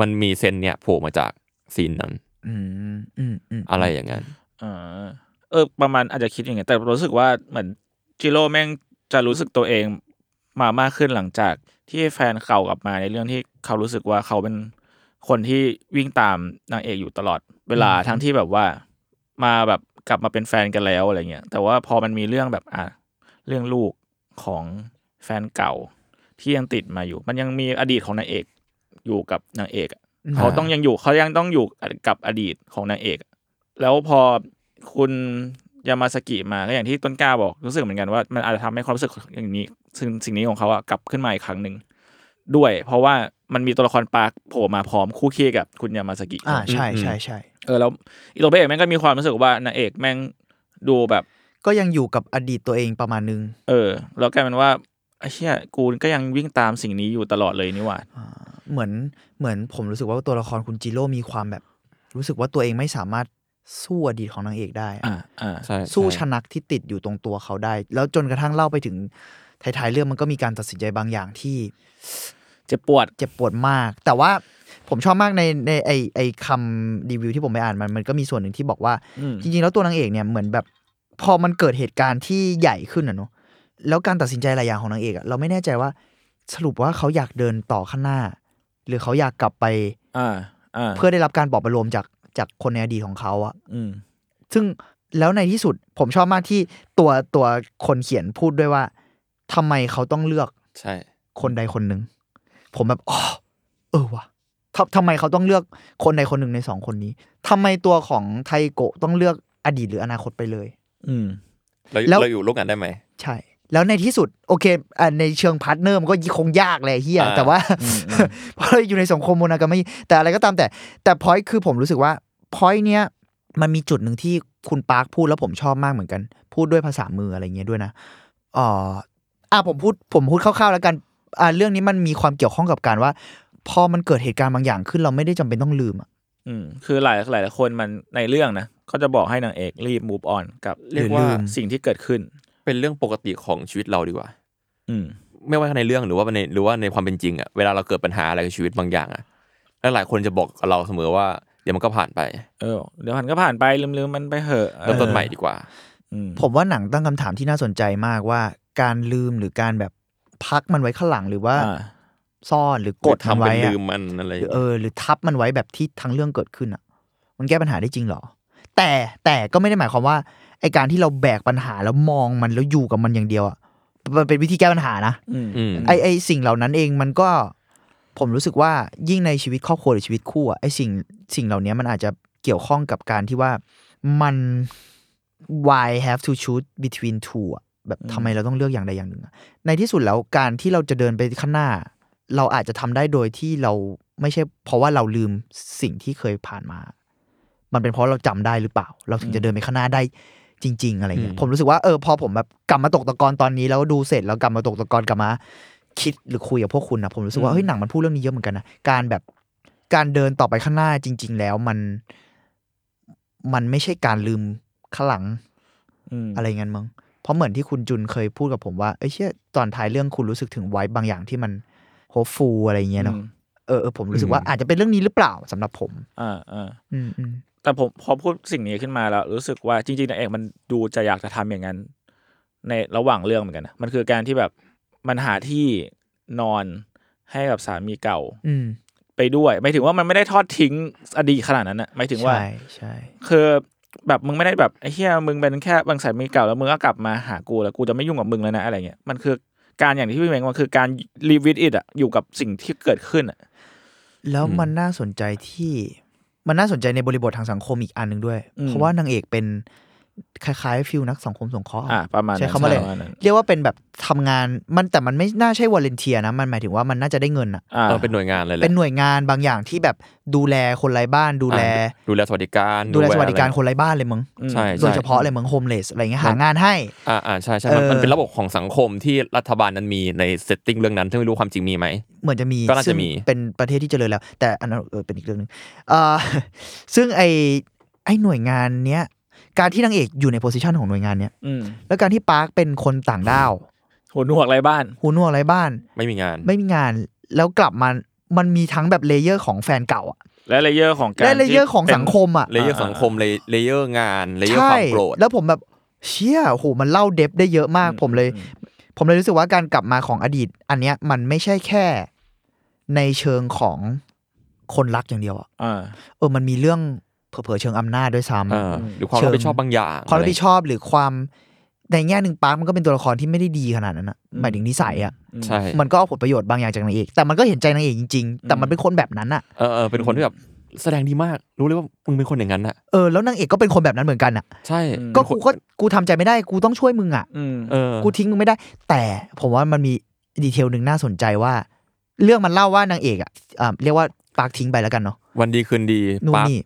C: มันมีเซนเนี่ยโผล่มาจากซีนนั้น
D: อืมอืมอืม
C: อะไรอย่างนั้น
B: อ่าเออประมาณอาจจะคิดอย่างเงี้ยแต่รู้สึกว่าเหมือนจิโร่แม่งจะรู้สึกตัวเองมามากขึ้นหลังจากที่แฟนเก่ากลับมาในเรื่องที่เขารู้สึกว่าเขาเป็นคนที่วิ่งตามนางเอกอยู่ตลอดเวลาทั้งที่แบบว่ามาแบบกลับมาเป็นแฟนกันแล้วอะไรเงี้ยแต่ว่าพอมันมีเรื่องแบบอ่ะเรื่องลูกของแฟนเก่าที่ยังติดมาอยู่ มันยังมีอดีตของนางเอกอยู่กับนางเอกอะ เขาต้องยังอยู่เขายังต้องอยู่กับอดีตของนางเอก แล้วพอคุณยามาสกิมาก็อย่างที่ต้นกล้าบอกรู้สึกเหมือนกันว่ามันอาจจะทำให้ความรู้สึกอย่างนี้ซึ่งสิ่งนี้ของเขาอะกลับขึ้นมาอีกครั้งหนึ่งด้วย เพราะว่ามันมีตัวละครปาร์คโผล่มาพร้อมคู่เคียงกับคุณยามาสกิ
D: อ่าใช่ใช่ใช่
B: เออแล้วอีตัวพระเอกแม่งก็มีความรู้สึกว่านางเอกแม่งดูแบบ
D: ก็ยังอยู่กับอดีตตัวเองประมาณนึง
B: เออ แล้วกลายเป็นว่าไอ้เชี่ยกูก็ยังวิ่งตามสิ่งนี้อยู่ตลอดเลยนี่หว่า
D: เหมือนเหมือนผมรู้สึกว่าตัวละครคุณจิโร่มีความแบบ รู้สึกว่าตัวเองไม่สามารถสู้อดีตของนางเอกได้อะ
B: อ่าอ่า
C: ใช่
D: สู้ช
C: ใช่
D: นักที่ติดอยู่ตรงตัวเขาได้ แล้วจนกระทั่งเล่าไปถึงท้ายๆเรื่องมันก็มีการตัดสินใจบางอย่างที่
B: เจ็บปวด
D: เจ็บปวดมาก แต่ว่า ผมชอบมากในในไอไอคำรีวิวที่ผมไปอ่านมันมันก็มีส่วนหนึ่งที่บอกว่า
B: อืม
D: จริงๆ แล้วตัวนางเอกเนี่ยเหมือนแบบ พอมันเกิดเหตุการณ์ที่ใหญ่ขึ้นอะเนาะแล้วการตัดสินใจหลายอย่างของนางเอกอะเราไม่แน่ใจว่าสรุปว่าเขาอยากเดินต่อข้างหน้า หรือเขาอยากกลับไป
B: อ่าอ่า
D: เพื่อได้รับการปลอบประโลมจากจากคนในอดีตของเขาอะ
B: อืม
D: ซึ่งแล้วในที่สุดผมชอบมากที่ตัวตัวคนเขียนพูดด้วยว่าทำไมเขาต้องเลือก
C: ใช่
D: คนใดคนหนึ่ง ผมแบบอ๋อเออวะทำทำไมเขาต้องเลือกคนใดคนหนึ่งในสองคนนี้ทำไมตัวของไทโกะต้องเลือกอดีตหรืออนาคตไปเลย
B: อืม
C: เรา
D: แล้ว
C: เราอยู่ร่วมกันได้ไหม
D: ใช่ แล้วในที่สุด โอเคอ่ะในเชิงพาร์ทเนอร์มันก็คงยากแหละเฮีย
C: อ่า
D: แต่ว่า
B: อืมอืม
D: เพราะเราอยู่ในสังคมโมนากามิแต่อะไรก็ตามแต่ แต่พอยคือผมรู้สึกว่าพอยเนี้ยมันมีจุดหนึ่งที่คุณปาร์คพูดแล้วผมชอบมากเหมือนกัน พูดด้วยภาษามืออะไรเงี้ยด้วยนะอ๋ออ่ะผมพูดผมพูดคร่าวๆแล้วกันอ่ะเรื่องนี้มันมีความเกี่ยวข้องกับการว่า พอมันเกิดเหตุการณ์บางอย่างขึ้นเราไม่ได้จำเป็นต้องลืมอะ
B: อืมคือหลายหลายหลายคนมันในเรื่องนะก็จะบอกให้นางเอกรีบ move on กับ
C: เรียกว่า
B: หอลืมสิ่งที่เกิดขึ้น
C: เป็นเรื่องปกติของชีวิตเราดีกว่า
B: อืม
C: ไม่ว่าในเรื่องหรือว่าในหรือว่าในความเป็นจริงอะเวลาเราเกิดปัญหาอะไรกับชีวิตบางอย่างอะแล้วหลายคนจะบอกกับเราเสมอว่าเดี๋ยวมันก็ผ่านไป
B: เออ เดี๋ยวผ่านก็ผ่านไปลืมลืมมันไปเหอะ
C: เริ่มต้นใหม่ดีกว่า
B: อืม
D: ผมว่าหนังตั้งคำถามที่น่าสนใจมากว่าการลืมหรือการแบบพักมันไว้ข้างหลังหรือว่า
B: อ่า
D: ซ่อนหรือก
C: ก
D: ด
C: ด
D: มั
C: ทำ
D: น
C: เป็น
D: ไว้อะ
C: ลืมมันอะไร
D: หรือเออ หรือทับมันไว้แบบที่ทั้งเรื่องเกิดขึ้นอ่ะ มันแก้ปัญหาได้จริงเหรอ แต่แต่ก็ไม่ได้หมายความว่าไอการที่เราแบกปัญหาแล้วมองมันแล้วอยู่กับมันอย่างเดียวอ่ะมันเป็นวิธีแก้ปัญหานะ
B: อืม
C: อืม
D: ไอไอสิ่งเหล่านั้นเองมันก็ ผมรู้สึกว่ายิ่งในชีวิตครอบครัวหรือชีวิตคู่อ่ะไอสิ่งสิ่งเหล่านี้มันอาจจะเกี่ยวข้องกับการที่ว่ามัน why have to choose between two อะแบบทำไมเราต้องเลือกอย่างใดอย่างหนึ่งอะในที่สุดแล้วการที่เราจะเดินไปข้างหน้า เราอาจจะทำได้โดยที่เราไม่ใช่เพราะว่าเราลืมสิ่งที่เคยผ่านมา มันเป็นเพราะเราจำได้หรือเปล่า เราถึงจะเดินไปข้างหน้าได้จริง ๆ อะไรเงี้ยผมรู้สึกว่าเออพอผมแบบกลับมาตกตะกอนตอนนี้แล้วดูเสร็จแล้วกลับมาตกตะกอนกลับมา คิดหรือคุยกับพวกคุณนะผมรู้สึกว่าเฮ้ยหนังมันพูดเรื่องนี้เยอะเหมือนกันนะการแบบการเดินต่อไปข้างหน้าจริง ๆ แล้วมัน มันไม่ใช่การลืมข้างหลัง
B: อืม
D: อะไรเงี้ยมั้ง เพราะเหมือนที่คุณจุนเคยพูดกับผมว่า เอ้ยเชี่ยตอนท้ายเรื่องคุณรู้สึกถึงไว้บางอย่างที่มันโฮฟูอะไรเงี้ยเนาะ
B: อืม
D: เออเออผมรู้สึกว่าอาจจะเป็นเรื่องนี้หรือเปล่าสำหรับผม
B: อ่าอ่า
D: อืมอืม
B: แต่ผมพอพูดสิ่งนี้ขึ้นมาแล้ว รู้สึกว่าจริงๆนางเอกมันดูจะอยากจะทำอย่างนั้น ในระหว่างเรื่องเหมือนกันนะมันคือการที่แบบมันหาที่นอนให้กับสามีเก่า
D: อืม
B: ไปด้วยหมายถึงว่ามันไม่ได้ทอดทิ้งอดีตขนาดนั้นนะหมายถึงว่า
D: ใช่ใช่
B: คือแบบมึงไม่ได้แบบไอ้เฮียมึงเป็นแค่บางสายมีเก่าแล้วมึงก็กลับมาหากูแล้วกูจะไม่ยุ่งกับมึงแล้วนะอะไรเงี้ยมันคือการอย่างที่พี่เมงมันคือการ live with it อะอยู่กับสิ่งที่เกิดขึ้นอะ
D: แล้วมันน่าสนใจที่ มันน่าสนใจในบริบททางสังคมอีกอันหนึ่งด้วย เพราะว่านางเอกเป็นคล้ายๆฟิลนักสังคมสงเคราะห์
B: อ่ะประมาณนั้น
D: ใช้คำว่าอะไร
B: ประมณนั้น
D: เรียกว่าเป็นแบบทำงานมันแต่มันไม่น่าใช่วอลเลนเทียนะ มันหมายถึงว่ามันน่าจะได้เงินอะ
B: อ่า
C: เออเป็นหน่วยงานเลยแหละ
D: เป็นหน่วยงานบางอย่างที่แบบดูแลคนไร้บ้านดูแล
C: อ่ะดูแลสวัสดิการ
D: ดูแลสวัสดิการ
C: อะไ
D: คนไร้บ้านเลยมึง
C: ใช่
D: โดย
C: ใช่
D: เฉพาะเลยมึงโฮมเลสอะไรเงี้ยหางานให้
C: อ่าอ่าใช่ใช่มัน
D: เออ
C: มันเป็นระบบของสังคมที่รัฐบาลนั้นมีในเซตติ้งเรื่องนั้นซึ่งไม่รู้ความจริงมีไหม
D: เหมือนจะมี
C: ก็น่าจะมี
D: ซึ่งเป็นประเทศที่เจริญแล้ว แต่อันนั้นเออเป็นอีกเรื่องหนึงเอ่อ ซึ่งไอไอหน่วยงานเนี้ยการที่นางเอกอยู่ในโพสิชันของหน่วยงานเนี้ย
B: อืม
D: แล้วการที่ปาร์คเป็นคนต่างด้าว
B: หัวหนวกอะไรบ้าน
D: หูหนวกไร้บ้าน
C: ไม่มีงาน
D: ไม่มีงานแล้วกลับมามันมีทั้งแบบเลเยอร์ของแฟนเก่าอะ
B: และเลเยอร์ของการ
D: และเลเยอร์ของ
B: ที่ป็น
D: สังคมอะ
C: เลเยอร์สังคมเลเยอร์งานเลเยอร์
D: ใช่
C: ความโกรธ
D: แล้วผมแบบเชี่ยโหมันเล่าเดฟได้เยอะมากผมเลย ผมเลยรู้สึกว่าการกลับมาของอดีต อันเนี้ยมันไม่ใช่แค่ในเชิงของคนรักอย่างเดียวอะ
B: อ่า
D: เออมันมีเรื่องเผลอๆเชิงอำนาจด้วยซ้ำ
C: เออหรือความรับผิดชอบบางอย่าง
D: ความรับผิดชอบหรือความในแง่หนึ่งปาร์คมันก็เป็นตัวละครที่ไม่ได้ดีขนาดนั้นนะหมายถึงนิสัยอะ
C: ใช่
D: มันก็เอาผลประโยชน์บางอย่างจากนางเอก แต่มันก็เห็นใจนางเอกจริงๆ แต่มันเป็นคนแบบนั้นอะ
C: เออเออเป็นคนที่แบบแสดงดีมาก รู้เลยว่ามึงเป็นคนอย่างนั้นอ่ะ
D: เออแล้วนางเอกก็เป็นคนแบบนั้นเหมือนกันอะ
C: ใช่
D: ก็กูก็กูทำใจไม่ได้กูต้องช่วยมึงอะ
B: อืม
C: เออ
D: กูทิ้งมึงไม่ได้ แต่ผมว่ามันมีดีเทลหนึ่งน่าสนใจว่า เรื่องมันเล่าว่านางเอกอะอ่าเรียกว่าปาร์คทิ้งไปแล้วกันเนาะ
C: วันดีคืนดี
D: นู่น
C: ปาร์ค
D: นี่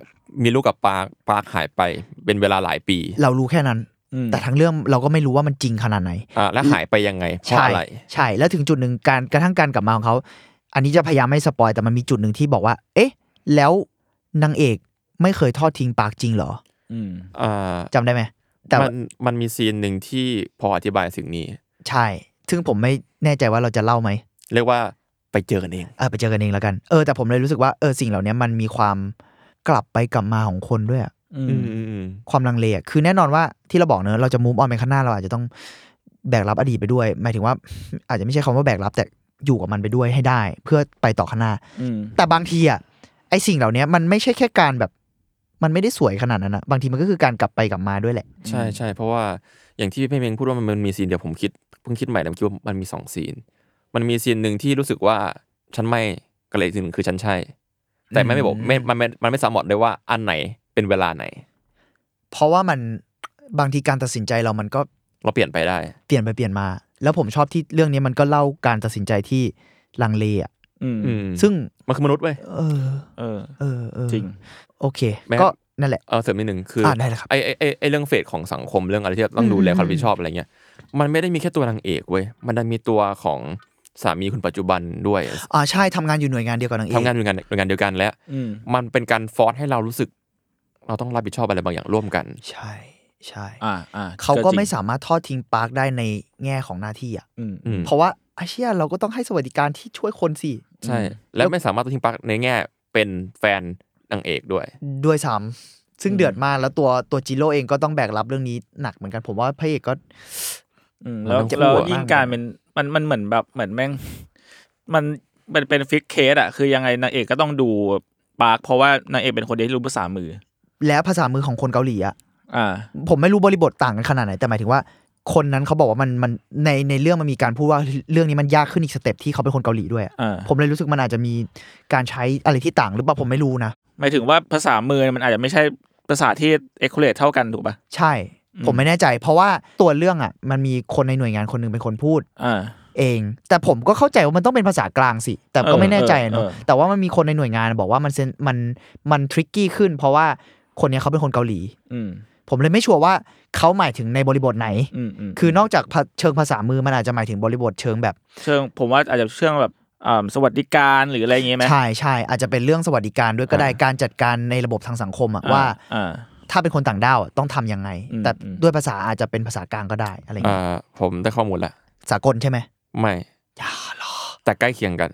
C: มีลูกกับปาร์คปาร์คหายไปเป็นเวลาหลายปี
D: เรารู้แค่นั้น
B: อืม
D: แต่ทั้งเรื่องเราก็ไม่รู้ว่ามันจริงขนาดไหน
C: อ่าและหายไปยังไงเพราะ
D: ใช่
C: อะไร
D: ใช่แล้วถึงจุดหนึ่งการกระทั่งการกลับมาของเขา อันนี้จะพยายามไม่สปอยแต่มันมีจุดหนึ่งที่บอกว่า เอ๊ะ แล้วนางเอกไม่เคยทอดทิ้งปากจริงเหรอ
B: อืม
C: อ่า
D: จำได้ไหม แต่
C: มันมันมีซีนหนึ่งที่พออธิบายสิ่งนี้
D: ใช่ ซึ่งผมไม่แน่ใจว่าเราจะเล่าไหม
C: เรียกว่า ไปเจอกันเอง
D: เออไปเจอกันเองแล้วกันเออแต่ผมเลยรู้สึกว่าเออสิ่งเหล่านี้มันมีความกลับไปกลับมาของคนด้วยอะ
B: อื
C: อื
B: ม
C: มอืมอืม
D: ความลังเลอะคือแน่นอนว่าที่เราบอกเนอะเราจะมูฟออนไปข้างหน้าเราอาจจะต้องแบกรับอดีตไปด้วย หมายถึงว่า อาจจะไม่ใช่คำว่าแบกรับแต่อยู่กับมันไปด้วยให้ได้ เพื่อไปต่อข้างหน้า
B: อืม
D: แต่บางทีอ่ะไอสิ่งเหล่านี้มันไม่ใช่แค่การแบบ มันไม่ได้สวยขนาดนั้นนะบางทีมันก็คือการกลับไปกลับมาด้วยแหละ
C: ใช่ใช่เพราะว่าอย่างที่พี่เมงพูดว่ามันมีซีนเดี๋ยวผมคิดเพิ่งคิดใหม่แต่ผมคิดว่ามันมีสองซีน มันมีซีนหนึ่งที่รู้สึกว่าฉันไม่กับอีกซีนหนึ่งคือฉันใช่ แต่ไม่ไม่บอกไม่มันไม่มันไม่สามารถได้ว่าอันไหนเป็นเวลาไหน
D: เพราะว่ามันบางทีการตัดสินใจเรามันก็
C: เราเปลี่ยนไปได้
D: เปลี่ยนไปเปลี่ยนมา แล้วผมชอบที่เรื่องนี้มันก็เล่าการตัดสินใจที่ลังเลอ่ะ
B: อืม
C: อืม
D: ซึ่ง
C: มันคือมนุษย์เว้ย
D: เออ
B: เออ
D: เออเออ
B: จริง
D: โอเค
C: แม้
D: ก็นั่นแหละ
C: เออเสริมนิดหนึ่งคืออ
D: อ่าได้เลยครับ
C: ไอไอ้ไอ้ไอ้เรื่องเฟสของสังคมเรื่องอะไรที่ต้องดูแล
D: อืม
C: ความรับผิดชอบอะไรเงี้ยมันไม่ได้มีแค่ตัวนางเอกเว้ยมันดันมีตัวของสามีคุณปัจจุบันด้วย
D: อ่าใช่ทำงานอยู่หน่วยงานเดียวกับนางเอก
C: ทำงานหน่วยงานหน่วยงานเดียวกันและ
B: อืม
C: มันเป็นการฟอร์สให้เรารู้สึก เราต้องรับผิดชอบอะไรบางอย่างร่วมกัน
D: ใช่ใช่
B: อ่าอ่า
D: เขาก็ไม่
B: จริง
D: สามารถทอดทิ้งปาร์คได้ในแง่ของหน้าที่อ่ะ
B: อืม
C: อืม
D: เพราะว่าอาเชียเราก็ต้องให้สวัสดิการที่ช่วยคนสิ
C: ใช่ และไม่สามารถทิ้งปลักในแง่เป็นแฟนนางเอกด้วย
D: ด้วยซ้ำซึ่ง
B: อืม
D: เดือดมากแล้วตัวตัวจิโร่เองก็ต้องแบกรับเรื่องนี้หนักเหมือนกันผมว่าพระเอกก็
B: อืม
C: มัน
B: แล้ว
C: ต้อง
B: เรา
C: คู่อะ
B: ยิ่งการเป็นมันมันเหมือนแบบเหมือนแม่ง มันเป็นเป็นฟิกเคสอะคือยังไงนางเอกก็ต้องดูปาร์คเพราะว่านางเอกเป็นคนเดียวที่รู้ภาษามือ
D: และภาษามือของคนเกาหลีอ่ะ
B: อ่า
D: ผมไม่รู้บริบทต่างกันขนาดไหน แต่หมายถึงว่า คนนั้นเขาบอกว่ามันมันในในเรื่องมันมีการพูดว่าเรื่องนี้มันยากขึ้นอีกสเต็ปที่เขาเป็นคนเกาหลีด้วยอะ
B: อ่า
D: ผมเลยรู้สึกมันอาจจะมีการใช้อะไรที่ต่างหรือเปล่าผมไม่รู้นะ
B: หมายถึงว่าภาษามือมันอาจจะไม่ใช่ภาษาที่เอ็กโคเลตเท่ากันถูกป่ะ
D: ใช่ ผมไม่แน่ใจ เพราะว่าตัวเรื่องอ่ะ มันมีคนในหน่วยงานคนหนึ่งเป็นคนพูด
B: อ่า
D: เอง แต่ผมก็เข้าใจว่ามันต้องเป็นภาษากลางสิ แต่ก็ไม่แน่ใจอะเนอะ
B: เออเออ
D: แต่ว่ามันมีคนในหน่วยงานบอกว่ามันเซนมันมันทริกกี้ขึ้น เพราะว่าคนเนี้ยเขาเป็นคนเกาหลี
B: อืม
D: ผมเลยไม่ชัวร์ว่าเขาหมายถึงในบริบทไหน
B: อืมอืม
D: คือนอกจากภาเชิงภาษามือมันอาจจะหมายถึงบริบทเชิงแบบ
B: เชิงผมว่าอาจจะเชิงแบบอ่าสวัสดิการหรืออะไรอย่างเงี้ยไหม
D: ใช่ใช่อาจจะเป็นเรื่องสวัสดิการด้วยก็ได้การจัดการในระบบทางสังคมอะ
B: อ่
D: ว่า
B: อ่า
D: ถ้าเป็นคนต่างด้าวอะต้องทำยังไง
B: อืม
D: แต่
B: อืม
D: ด้วยภาษาอาจจะเป็นภาษากลางก็ได้อะไร
C: อ่
D: เงี้ย
C: าผมได้ข้อมูลละ
D: สากลใช่ไหม
C: ไม่
D: อย่าหรอ
C: แต่ใกล้เคียงกัน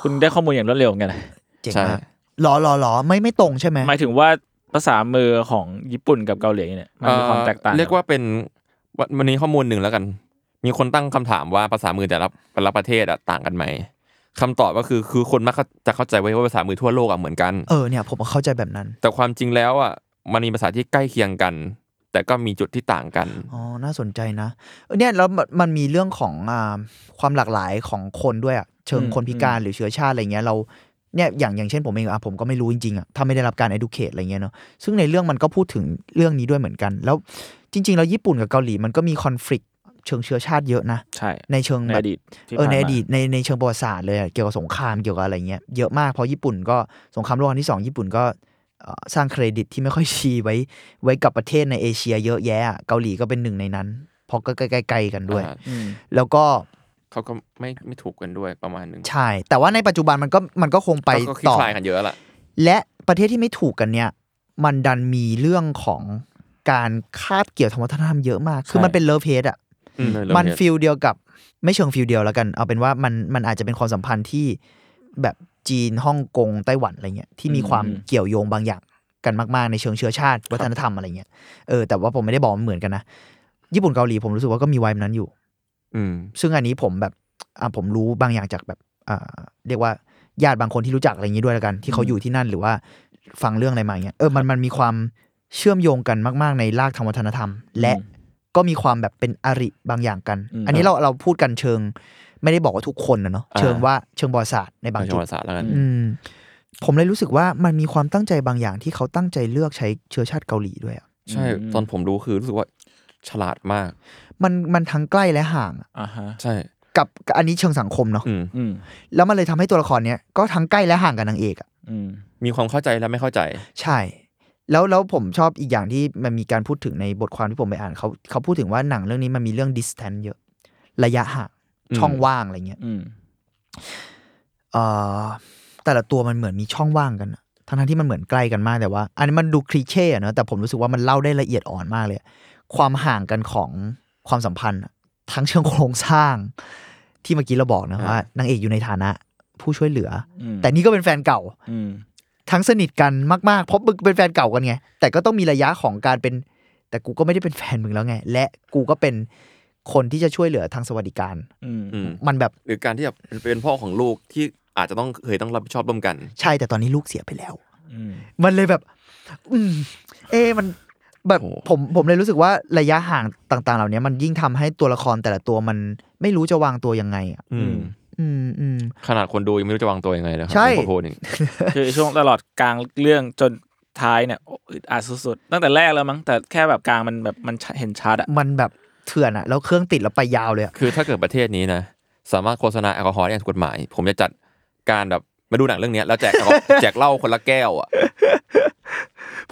B: คุณได้ข้อมูลอย่างรวดเร็วเหมือนกันนะ
D: เจ๋ง
C: ใช่
D: มากหรอหรอหรอไม่ไม่ตรงใช่ไหม
B: หมายถึงว่าภาษามือของญี่ปุ่นกับเกาหลีเนี่ยมันมีความแตกต่าง
C: เอ่อเรียกว่าเป็นวันวันนี้ข้อมูลหนึ่งแล้วกัน มีคนตั้งคำถามว่าภาษามือแต่ละแต่ละประเทศอะต่างกันไหมคำตอบก็คือคือคนมักจะเข้าใจไว้ว่าภาษามือทั่วโลกอะเหมือนกัน
D: เออเนี่ย ผมก็เข้าใจแบบนั้น
C: แต่ความจริงแล้วอะมันมีภาษาที่ใกล้เคียงกัน แต่ก็มีจุดที่ต่างกัน
D: อ๋อ น่าสนใจนะเออเนี่ยแล้วมันมันมีเรื่องของอ่าความหลากหลายของคนด้วยอะเชิงคนพิการหรือเชื้อชาติอะไรเงี้ยเราเนี่ยอย่างอย่างเช่นผมเองอะผมก็ไม่รู้จริงๆอะถ้าไม่ได้รับการ educate อะไรเงี้ยเนาะซึ่งในเรื่องมันก็พูดถึงเรื่องนี้ด้วยเหมือนกัน แล้วจริง ๆ แล้วญี่ปุ่นกับเกาหลีมันก็มีคอน FLICT เชิงเชื้อชาติเยอะนะ
B: ใช่
D: ในเชิง
B: ใน
D: แบ
B: อบ ดีตที่
D: เออ
B: ผ่า
D: ใน
B: มา
D: อดีตในในเชิงประวัติศาสตร์เลยอะเกี่ยวกับสงครามเกี่ยวกับอะไรเงี้ยเยอะมากเพราะญี่ปุ่นก็สงครามโลกครั้งที่สองญี่ปุ่นก็เอ่อสร้างเครดิตที่ไม่ค่อยชีไว้ ไว้กับประเทศในเอเชียเยอะแยะอะเกาหลีก็เป็นหนึ่งในนั้นเพราะก็ใกล้ๆกันด้วย
C: อ่า
B: อืม
D: แล้วก็
C: เขาก็ไม่ไม่ถูกกันด้วยประมาณหนึ่ง
D: ใช่แต่ว่าในปัจจุบันมันก็มันก็คงไป
C: ก็ก็คลี่
D: ต่อ
C: คลายกันเยอะละ
D: และประเทศที่ไม่ถูกกันเนี่ย มันดันมีเรื่องของการคาดเกี่ยวทางวัฒนธรรมเยอะมาก คือ
B: ใช่
D: มันเป็นเลิฟเฮดอ่ะ
C: อืเรื่อง
D: มัน
C: เย
D: ฟิลเดียวกับไม่เชิงฟิลเดียวแล้วกัน เอาเป็นว่ามันมันอาจจะเป็นความสัมพันธ์ที่แบบจีนฮ่องกงไต้หวันอะไรเงี้ยที่มีความ
B: อืม
D: เกี่ยวโยงบางอย่างกันมาก ๆ ในเชิงเชื้อชาติวัฒนธรรมอะไรเงี้ยเออแต่ว่าผมไม่ได้บอกมันเหมือนกันนะญี่ปุ่นเกาหลีผมรู้สึกว่าก็มีไวบ์นั้นอยู่
C: อืม
D: ซึ่งอันนี้ผมแบบอ่ะผมรู้บางอย่างจากแบบอ่าเรียกว่าญาติบางคนที่รู้จักอะไรอย่างนี้ด้วยแล้วกัน ที่เขาอยู่ที่นั่นหรือว่าฟังเรื่องอะไรมาอย่างเงี้ยเออมันมันมีความเชื่อมโยงกันมาก ๆ ในรากทางวัฒนธรรม และก็มีความแบบเป็นอริบางอย่างกัน
B: อืม
D: อันนี้เราเราพูดกันเชิง ไม่ได้บอกว่าทุกคนนะเนาะ
C: อ่า
D: เชิงว่าเชิงบริษัทในบาง
C: เชิ
D: จุด
C: ภาษาแล้วกัน
D: อืมผมเลยรู้สึกว่ามันมีความตั้งใจบางอย่างที่เขาตั้งใจเลือกใช้เชื้อชาติเกาหลีด้วยอะ
C: ใช่ตอนผมรู้คือรู้สึกว่าฉลาดมาก
D: มันมันทั้งใกล้และห่างอะ
B: อ่าฮะ
C: ใช่
D: กับกับอันนี้เชิงสังคมเนาะ
C: อืม
B: อืม
D: แล้วมันเลยทำให้ตัวละครเนี้ยก็ทั้งใกล้และห่างกับนางเอกอะ
B: อืม
C: มีความเข้าใจและไม่เข้าใจ
D: ใช่ แล้วแล้วผมชอบอีกอย่างที่มันมีการพูดถึงในบทความที่ผมไปอ่านเขาเขาพูดถึงว่าหนังเรื่องนี้มันมีเรื่อง distance เยอะ ระยะห่าง
C: อืม
D: ช่องว่างอะไรเงี้ย
B: อืม
D: เอ่อแต่ละตัวมันเหมือนมีช่องว่างกันอะทั้งๆที่มันเหมือนใกล้กันมากแต่ว่า อันนี้มันดูคลีเช่อะเนอะแต่ผมรู้สึกว่ามันเล่าได้ละเอียดอ่อนมากเลยอะความห่างกันของความสัมพันธ์อะทั้งเชิงโครงสร้าง ที่เมื่อกี้เราบอกนะว่านางเอกอยู่ในฐานะ ผู้ช่วยเหลืออ
B: อืม
D: แต่นี่ก็เป็นแฟนเก่า
B: อืม
D: ทั้งสนิทกันมากๆ เพราะมึงเป็นแฟนเก่ากันไง แต่ก็ต้องมีระยะของการเป็น แต่กูก็ไม่ได้เป็นแฟนมึงแล้วไง และกูก็เป็นคนที่จะช่วยเหลือทางสวัสดิการ
B: อืม
C: อืม
D: มันแบบ
C: หรือการที่แบบเป็นพ่อของลูกที่อาจจะต้องเคยต้องรับผิดชอบร่วมกัน
D: ใช่แต่ตอนนี้ลูกเสียไปแล้ว
B: อืม
D: มันเลยแบบ อืม เอะมันแบบ
C: โอ้
D: ผมผมเลยรู้สึกว่าระยะห่างต่าง ๆ เหล่านี้มันยิ่งทำให้ตัวละครแต่ละตัวมันไม่รู้จะวางตัวยังไงอ่ะ
C: อืม
D: อืมอืม
C: ขนาดคนดูยังไม่รู้จะวางตัวยังไงนะครั
D: ใช่
C: ผมขอโพดอย่าง
B: คือช่วงตลอดกลางเรื่องจนท้ายเนี่ยอึดอัดสุดๆตั้งแต่แรกแล้วมั้งแต่แค่แบบกลางมันแบบมันเห็นชัดอะ
D: มันแบบเถื่อนอ่ะ แล้วเครื่องติดแล้วไปยาวเลยอะ
C: คือถ้าเกิดประเทศนี้นะ สามารถโฆษณาแอลกอฮอล์ได้อย่างถูกกฎหมาย ผมจะจัดการแบบมาดูหนังเรื่องเนี้ยแล้วแจกแอลกอฮอล์ แจกเหล้าคนละแก้วอ่ะ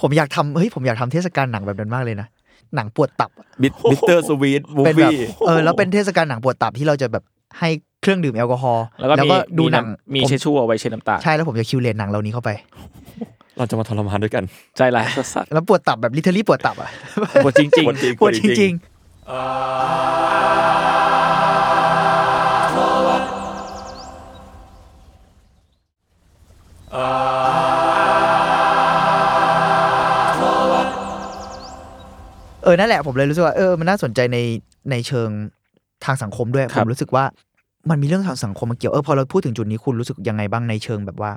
D: ผมอยากทำเฮ้ยผมอยากทำเทศกาลหนังแบบนั้นมากเลยนะหนังปวดตับอะ
C: บิ สเตอร์สวีทมู
D: เป็นแบบ
C: ฟี่
D: เออแล้วเป็นเทศกาลหนังปวดตับที่เราจะแบบให้เครื่องดื่มแอลกอฮอล์
B: แล้วก็มี
D: ดู
B: มี
D: หนัง
B: มี
D: ผม
B: เชดชูเอาไว้เช็ดน้ำตา
D: ใช่แล้วผมจะคิวเลนหนังเหล่านี้เข้าไป
C: เราจะมาทรมานด้วยกัน
B: ใจร้ายสัส
D: แล้วปวดตับแบบลิเทอรี่ปวดตับอ่ะ
B: ๆปวดจริง
C: ปวดจริง
D: ปวดจริง ๆ เออนั่นแหละผมเลยรู้สึกว่าเออมันน่าสนใจในในเชิงทางสังคมด้วย
B: ค
D: ผ
B: รับ
D: มรู้สึกว่ามันมีเรื่องทางสังคมมาเกี่ยวเออพอเราพูดถึงจุดนี้คุณรู้สึกยังไงบ้างในเชิงแบบว่า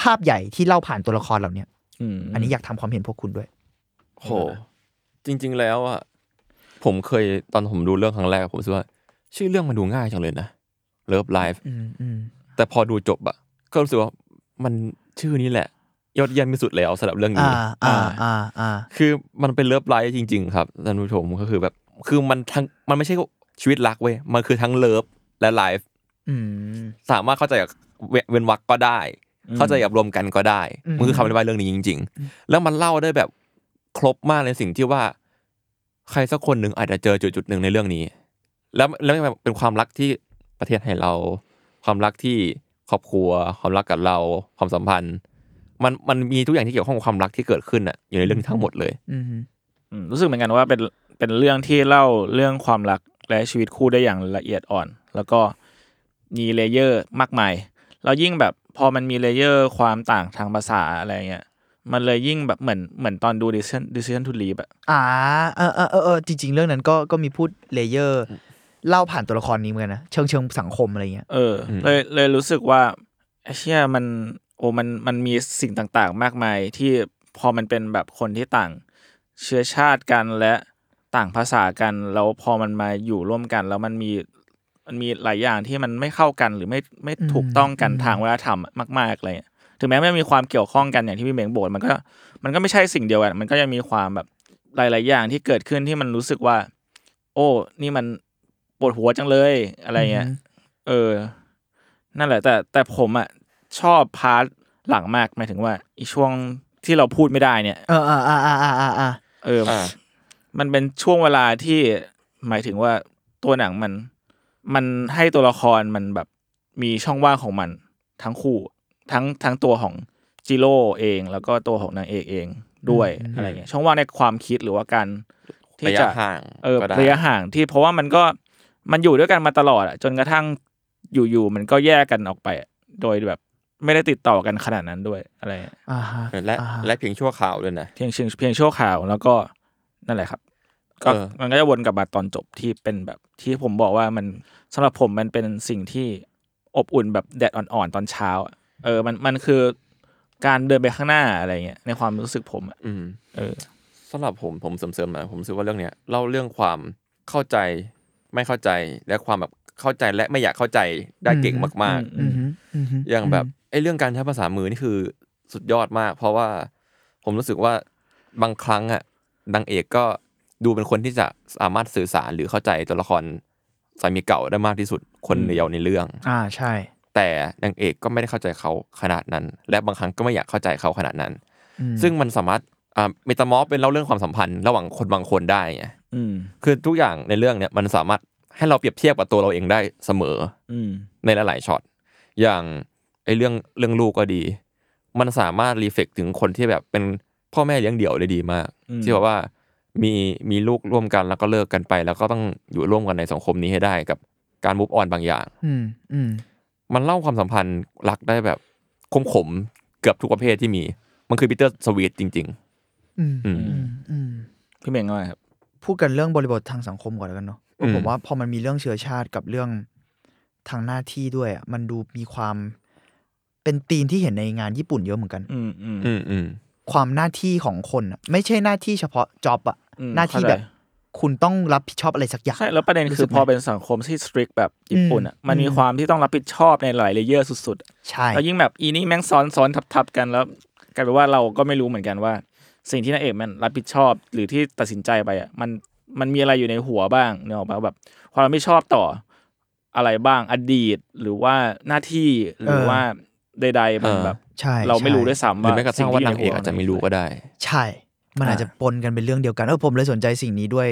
D: ภาพใหญ่ที่เล่าผ่านตัวละครเหล่าเนี้ย
B: ๆอืม
D: อันนี้อยากทำความเห็นพวกคุณด้วย
C: โห จริง ๆ แล้วอ่ะผมเคยตอนผมดูเรื่องครั้งแรกผมรู้สึกว่า ชื่อเรื่องมันดูง่ายจังเลยนะ Love Life
D: อืมอืม
C: แต่พอดูจบอ่ะก็รู้สึกว่ามันชื่อนี้แหละ ยอดเยี่ยมที่สุดแล้วสำหรับเรื่อง
D: อ่า
C: นี้
D: อ่าอ่าอ่า
C: คือมันเป็นเลิฟไลฟ์จริง ๆ ครับท่านผู้ชมก็คือแบบ คือมันทั้งมันไม่ใช่ชีวิตรักเว้ย มันคือทั้งเลิฟและไลฟ์
D: อืม
C: สามารถเข้าใจกับเวเว้นวรรคก็ได้ เข้าใจกับรวมกันก็ได้
D: อืม
C: มันคือคำอธิบายเรื่องนี้จริง ๆ แล้วมันเล่าได้แบบครบมากในสิ่งที่ว่า ใครสักคนหนึ่งอาจจะเจอจุดๆหนึ่งในเรื่องนี้ แล้วแล้วมันเป็นความรักที่ประเทศให้เรา ความรักที่ครอบครัว ความรักกับเรา ความสัมพันธ์ มันมันมีทุกอย่างที่เกี่ยวข้องกับความรักที่เกิดขึ้นอ่ะอยู่ในเรื่องนี้ทั้งหมดเลย
D: อืม
B: อืมรู้สึกเหมือนกันว่าเป็นเป็นเรื่องที่เล่าเรื่องความรักและชีวิตคู่ได้อย่างละเอียดอ่อน แล้วก็มีเลเยอร์มากมายแล้วยิ่งแบบพอมันมีเลเยอร์ความต่างทางภาษาอะไรเงี้ยมันเลยยิ่งแบบเหมือนเหมือนตอนดู decision decision to leave อะ
D: อ่าเออเออเออเออจริง ๆ เรื่องนั้นก็ก็มีพูดเลเยอร์ เล่าผ่านตัวละครนี้เหมือนกันนะเชิงเชิงสังคมอะไรเงี้ย
B: เออเลยเลยรู้สึกว่าไอ้เชี่ยมันโอ้มันมันมีสิ่งต่างๆ มากมายที่พอมันเป็นแบบคนที่ต่างเชื้อชาติกันและต่างภาษากันแล้วพอมันมาอยู่ร่วมกัน แล้วมันมีมันมีหลายอย่างที่มันไม่เข้ากันหรือไม่ไม่ถูกต้องกันทางวัฒนธรรมมากๆอะไรอย่างเงี้ยถึงแม้ไม่มีความเกี่ยวข้องกันอย่างที่พี่เมงบอกมันก็มันก็ไม่ใช่สิ่งเดียวกัน มันก็ยังมีความแบบหลาย ๆ อย่างที่เกิดขึ้นที่มันรู้สึกว่า โอ้ นี่มันปวดหัวจังเลยอะไรเงี้ย เออ นั่นแหละ แต่แต่ผมอ่ะชอบพาร์ทหลังมากหมายถึงว่าอีช่วงที่เราพูดไม่ได้เนี่ย
D: เออเอออ่าอ่าอ่าอ่าอ่า
B: เออ
C: อ่า
B: มันเป็นช่วงเวลาที่หมายถึงว่าตัวหนังมัน มันให้ตัวละครมันแบบมีช่องว่างของมัน ทั้งคู่ ทั้งทั้งตัวของจิโร่เอง แล้วก็ตัวของนางเอกเองด้วยอะไรเงี้ยช่องว่างในความคิดหรือว่าการที่
C: ระ
B: จะ
C: ยะห่าง
B: เออ
C: ก็ได้
B: ระยะห่างที่เพราะว่ามันก็มันอยู่ด้วยกันมาตลอดอะจนกระทั่งอยู่ๆมันก็แยกกันออกไปอะโดยแบบไม่ได้ติดต่อกันขนาดนั้นด้วยอะไรอะ
D: อ่าฮะ
C: เออและ
D: อ่าฮ
C: และเพียงชั่วคราวด้วยนะ
B: เพียงเชิงเพียงชั่วคราวแล้วก็นั่นแหละครับ ก็
C: เออ
B: มันก็จะวนกลับมาตอนจบที่เป็นแบบที่ผมบอกว่ามันสำหรับผมมันเป็นสิ่งที่อบอุ่นแบบแดดอ่อนๆตอนเช้าอะเออมันมันคือการเดินไปข้างหน้าอะไรเงี้ยในความรู้สึกผมอะ
C: อืม
B: เออ
C: สำหรับผมผมเสริมๆหน่อยผมรู้สึกว่าเรื่องเนี้ยเล่าเรื่องความเข้าใจไม่เข้าใจและความแบบเข้าใจและไม่อยากเข้าใจได้เก่งมาก
B: อื
D: อืมฮึอืมฮึ
C: ๆ อย่างแบบไอ้เรื่องการใช้ภาษามือนี่คือสุดยอดมาก เพราะว่าผมรู้สึกว่าบางครั้งอ่ะนางเอกก็ดูเป็นคนที่จะสามารถสื่อสารหรือเข้าใจตัวละครสามีเก่าได้มากที่สุดคนเดียวในเรื่อง
D: อ่าใช่
C: แต่นางเอกก็ไม่ได้เข้าใจเขาขนาดนั้น และบางครั้งก็ไม่อยากเข้าใจเขาขนาดนั้น
D: อืม
C: ซึ่งมันสามารถอ่าเมตามอฟเป็นเล่าเรื่องความสัมพันธ์ระหว่างคนบางคนได้ไง
B: อืม
C: คือทุกอย่างในเรื่องเนี่ยมันสามารถให้เราเปรียบเทียบกับตัวเราเองได้เสมอ
B: อืม
C: ในหลายๆช็อตอย่างไอ้เรื่องเรื่องลูกก็ดี มันสามารถรีเฟกถึงคนที่แบบเป็นพ่อแม่เลี้ยงเดี่ยวได้ดีมาก
B: อืม
C: ที่แบบว่ามีมีลูกร่วมกันแล้วก็เลิกกันไป แล้วก็ต้องอยู่ร่วมกันในสังคมนี้ให้ได้กับการมูฟออนบางอย่าง
D: อืมอืม
C: มันเล่าความสัมพันธ์รักได้แบบคมขมๆเกือบทุกประเภทที่มี มันคือปีเตอร์สวีทจริง
D: อืม
C: ๆ อืม
B: อืม
D: อืม
B: พี่เมงว่าไงครับ
D: พูดกันเรื่องบริบททางสังคมก่อนแล้วกันเนาะ
C: อืม
D: ผมว่าพอมันมีเรื่องเชื้อชาติกับเรื่องทางหน้าที่ด้วยอะมันดูมีความเป็นธีมที่เห็นในงานญี่ปุ่นเยอะเหมือนกัน
B: อืมอืม
C: อืมอืม
D: ความหน้าที่ของคนอะไม่ใช่หน้าที่เฉพาะจ็อบอะ
B: อืม
D: หน้าที่แบ
B: เข้า
D: บ
B: ใจ
D: คุณต้องรับผิดชอบอะไรสักอย่าง
B: ใช่แล้วประเด็น
D: รู้
B: คื
D: สึ
B: อก พอ
D: ไหม
B: เป็นสังคมที่ strict แบบญี่ปุ่นอ่ะ
D: อืม
B: มันมี
D: อืม
B: ความที่ต้องรับผิดชอบในหลายเลเยอร์สุดๆ
D: ใช่
B: แล้วยิ่งแบบอีนี่แม่งซ้อนซ้อนทับทับกันแล้วกลายเป็นว่าเราก็ไม่รู้เหมือนกันว่า สิ่งที่นางเอกมันรับผิดชอบหรือที่ตัดสินใจไปอ่ะมันมันมีอะไรอยู่ในหัวบ้างเนี่ยออกปะแบบ ความรับผิดชอบต่ออะไรบ้างอดีตหรือว่าหน้าที่หรือว่าใดๆมัน
C: เออ
B: แบบ
D: ใช่
B: เราไม่
D: ใช่
B: รู้ด้วยซ้ำ
C: หรือ
B: ว่า
C: แม้กระทั่งว่านางเอกอาจจะไม่รู้ก็ได้
D: ใช่ มันอาจจะปนกันเป็นเรื่องเดียวกันเออผมเลยสนใจสิ่งนี้ด้วย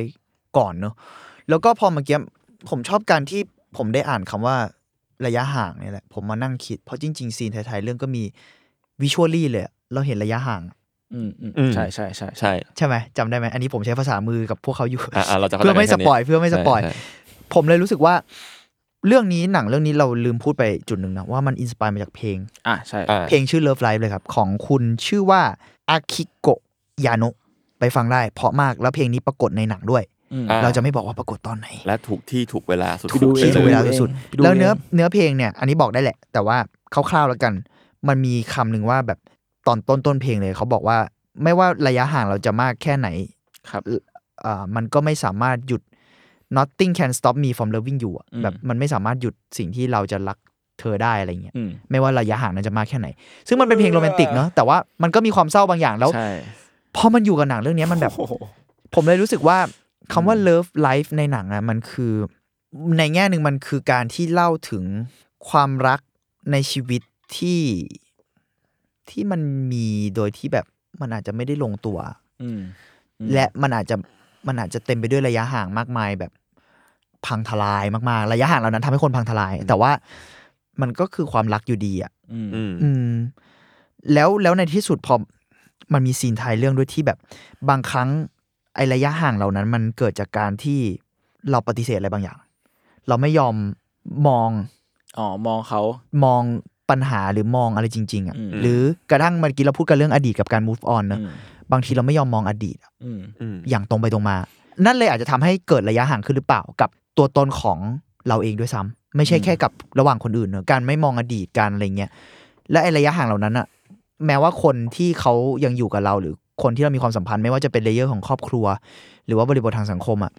D: ก่อนเนาะแล้วก็พอเมื่อกี้ผมชอบการที่ผมได้อ่านคำว่าระยะห่างเนี่ยแหละผมมานั่งคิดเพราะจริงๆซีนไทยๆเรื่องก็มีวิชวลลี่เลยอะเราเห็นระยะห่าง
B: อืมอืม
C: อืม
B: ใช่ใช่ใช่ใช่
C: ใช่
D: ใช่ไหมจำได้ไหมอันนี้ผมใช้ภาษามือกับพวกเขาอยู่
C: อ่ะอ่ะเราจะข้า
D: เพื่
C: ใจ
D: อไม่
C: แค่
D: ส
C: นี้
D: ปอยเพื่อไม่สปอย
C: ใช่ใช่
D: ผมเลยรู้สึกว่า เรื่องนี้หนังเรื่องนี้เราลืมพูดไปจุดหนึ่งนะ ว่ามันอินสปายมาจากเพลง
B: อ่ะใช่
C: อ่ะ
D: เพลงชื่อ Love Life เลยครับ ของคุณชื่อว่าอากิโกะยาโนะไปฟังได้ เพราะมากแล้วเพลงนี้ปรากฏในหนังด้วย
B: อืม
C: อ่ะ
D: เราจะไม่บอกว่าปรากฏตอนไหน
C: และถูกที่ถูกเวลาสุด
B: ถูกที่
C: ไป
D: ที่ถูกเวลา
B: เอง
D: สุด
B: ไปดู
D: ๆแล้วเนื้อ
B: เอง
D: เนื้อเพลงเนี่ย อันนี้บอกได้แหละ แต่ว่าคร่าวๆแล้วกัน มันมีคำหนึ่งว่าแบบตอนต้นต้นเพลงเลย เขาบอกว่าไม่ว่าระยะห่างเราจะมากแค่ไหน
B: ครับ
D: เอ่อมันก็ไม่สามารถหยุด nothing can stop me from loving you อะ
B: อืม
D: แบบมันไม่สามารถหยุดสิ่งที่เราจะรักเธอได้อะไรเงี้ย
B: อืม
D: ไม่ว่าระยะห่างนั้นจะมากแค่ไหน ซึ่งมันเป็นเพลงโรแมนติกเนาะแต่ว่ามันก็มีความเศร้าบางอย่างแล้ว
B: ใช่
D: พอมันอยู่กับหนังเรื่องเนี้ยมันแบบ
B: โอ้โห
D: ผมเลยรู้สึกว่าคำว่า love life ในหนังอะมันคือ ในแง่หนึ่งมันคือการที่เล่าถึงความรักในชีวิตที่ที่มันมีโดยที่แบบมันอาจจะไม่ได้ลงตัว
B: อืม อืม
D: และมันอาจจะมันอาจจะเต็มไปด้วยระยะห่างมากมายแบบพังทลายมากๆ ระยะห่างเหล่านั้นทำให้คนพังทลาย แต่ว่ามันก็คือความรักอยู่ดีอ่ะ
B: อืม
C: อืม
D: อืม แล้วแล้วในที่สุดพอมันมีซีนไทายเรื่องด้วยที่แบบ บางครั้งไอระยะห่างเหล่านั้น มันเกิดจากการที่เราปฏิเสธอะไรบางอย่าง เราไม่ยอมมอง
B: อ๋อมองเขา
D: มองปัญหาหรือมองอะไรจริง ๆ อ่ะ
B: อืม
D: หรือกระทั่งเมื่อกี้เราพูดกันเรื่องอดีตกับการ move on เนอะ
B: อืม
D: บางทีเราไม่ยอมมองอดีตอะ
B: อืม
C: อืม
D: อย่างตรงไปตรงมา นั่นเลยอาจจะทำให้เกิดระยะห่างขึ้นหรือเปล่ากับตัวตนของเราเองด้วยซ้ำไม่ใช่แค่กับระหว่างคนอื่นเนอะการไม่มองอดีตการอะไรเงี้ยและไอระยะห่างเหล่านั้นอะแม้ว่าคนที่เขายังอยู่กับเรา หรือคนที่เรามีความสัมพันธ์ไม่ว่าจะเป็นเลเยอร์ของครอบครัว หรือว่าบริบททางสังคมอะ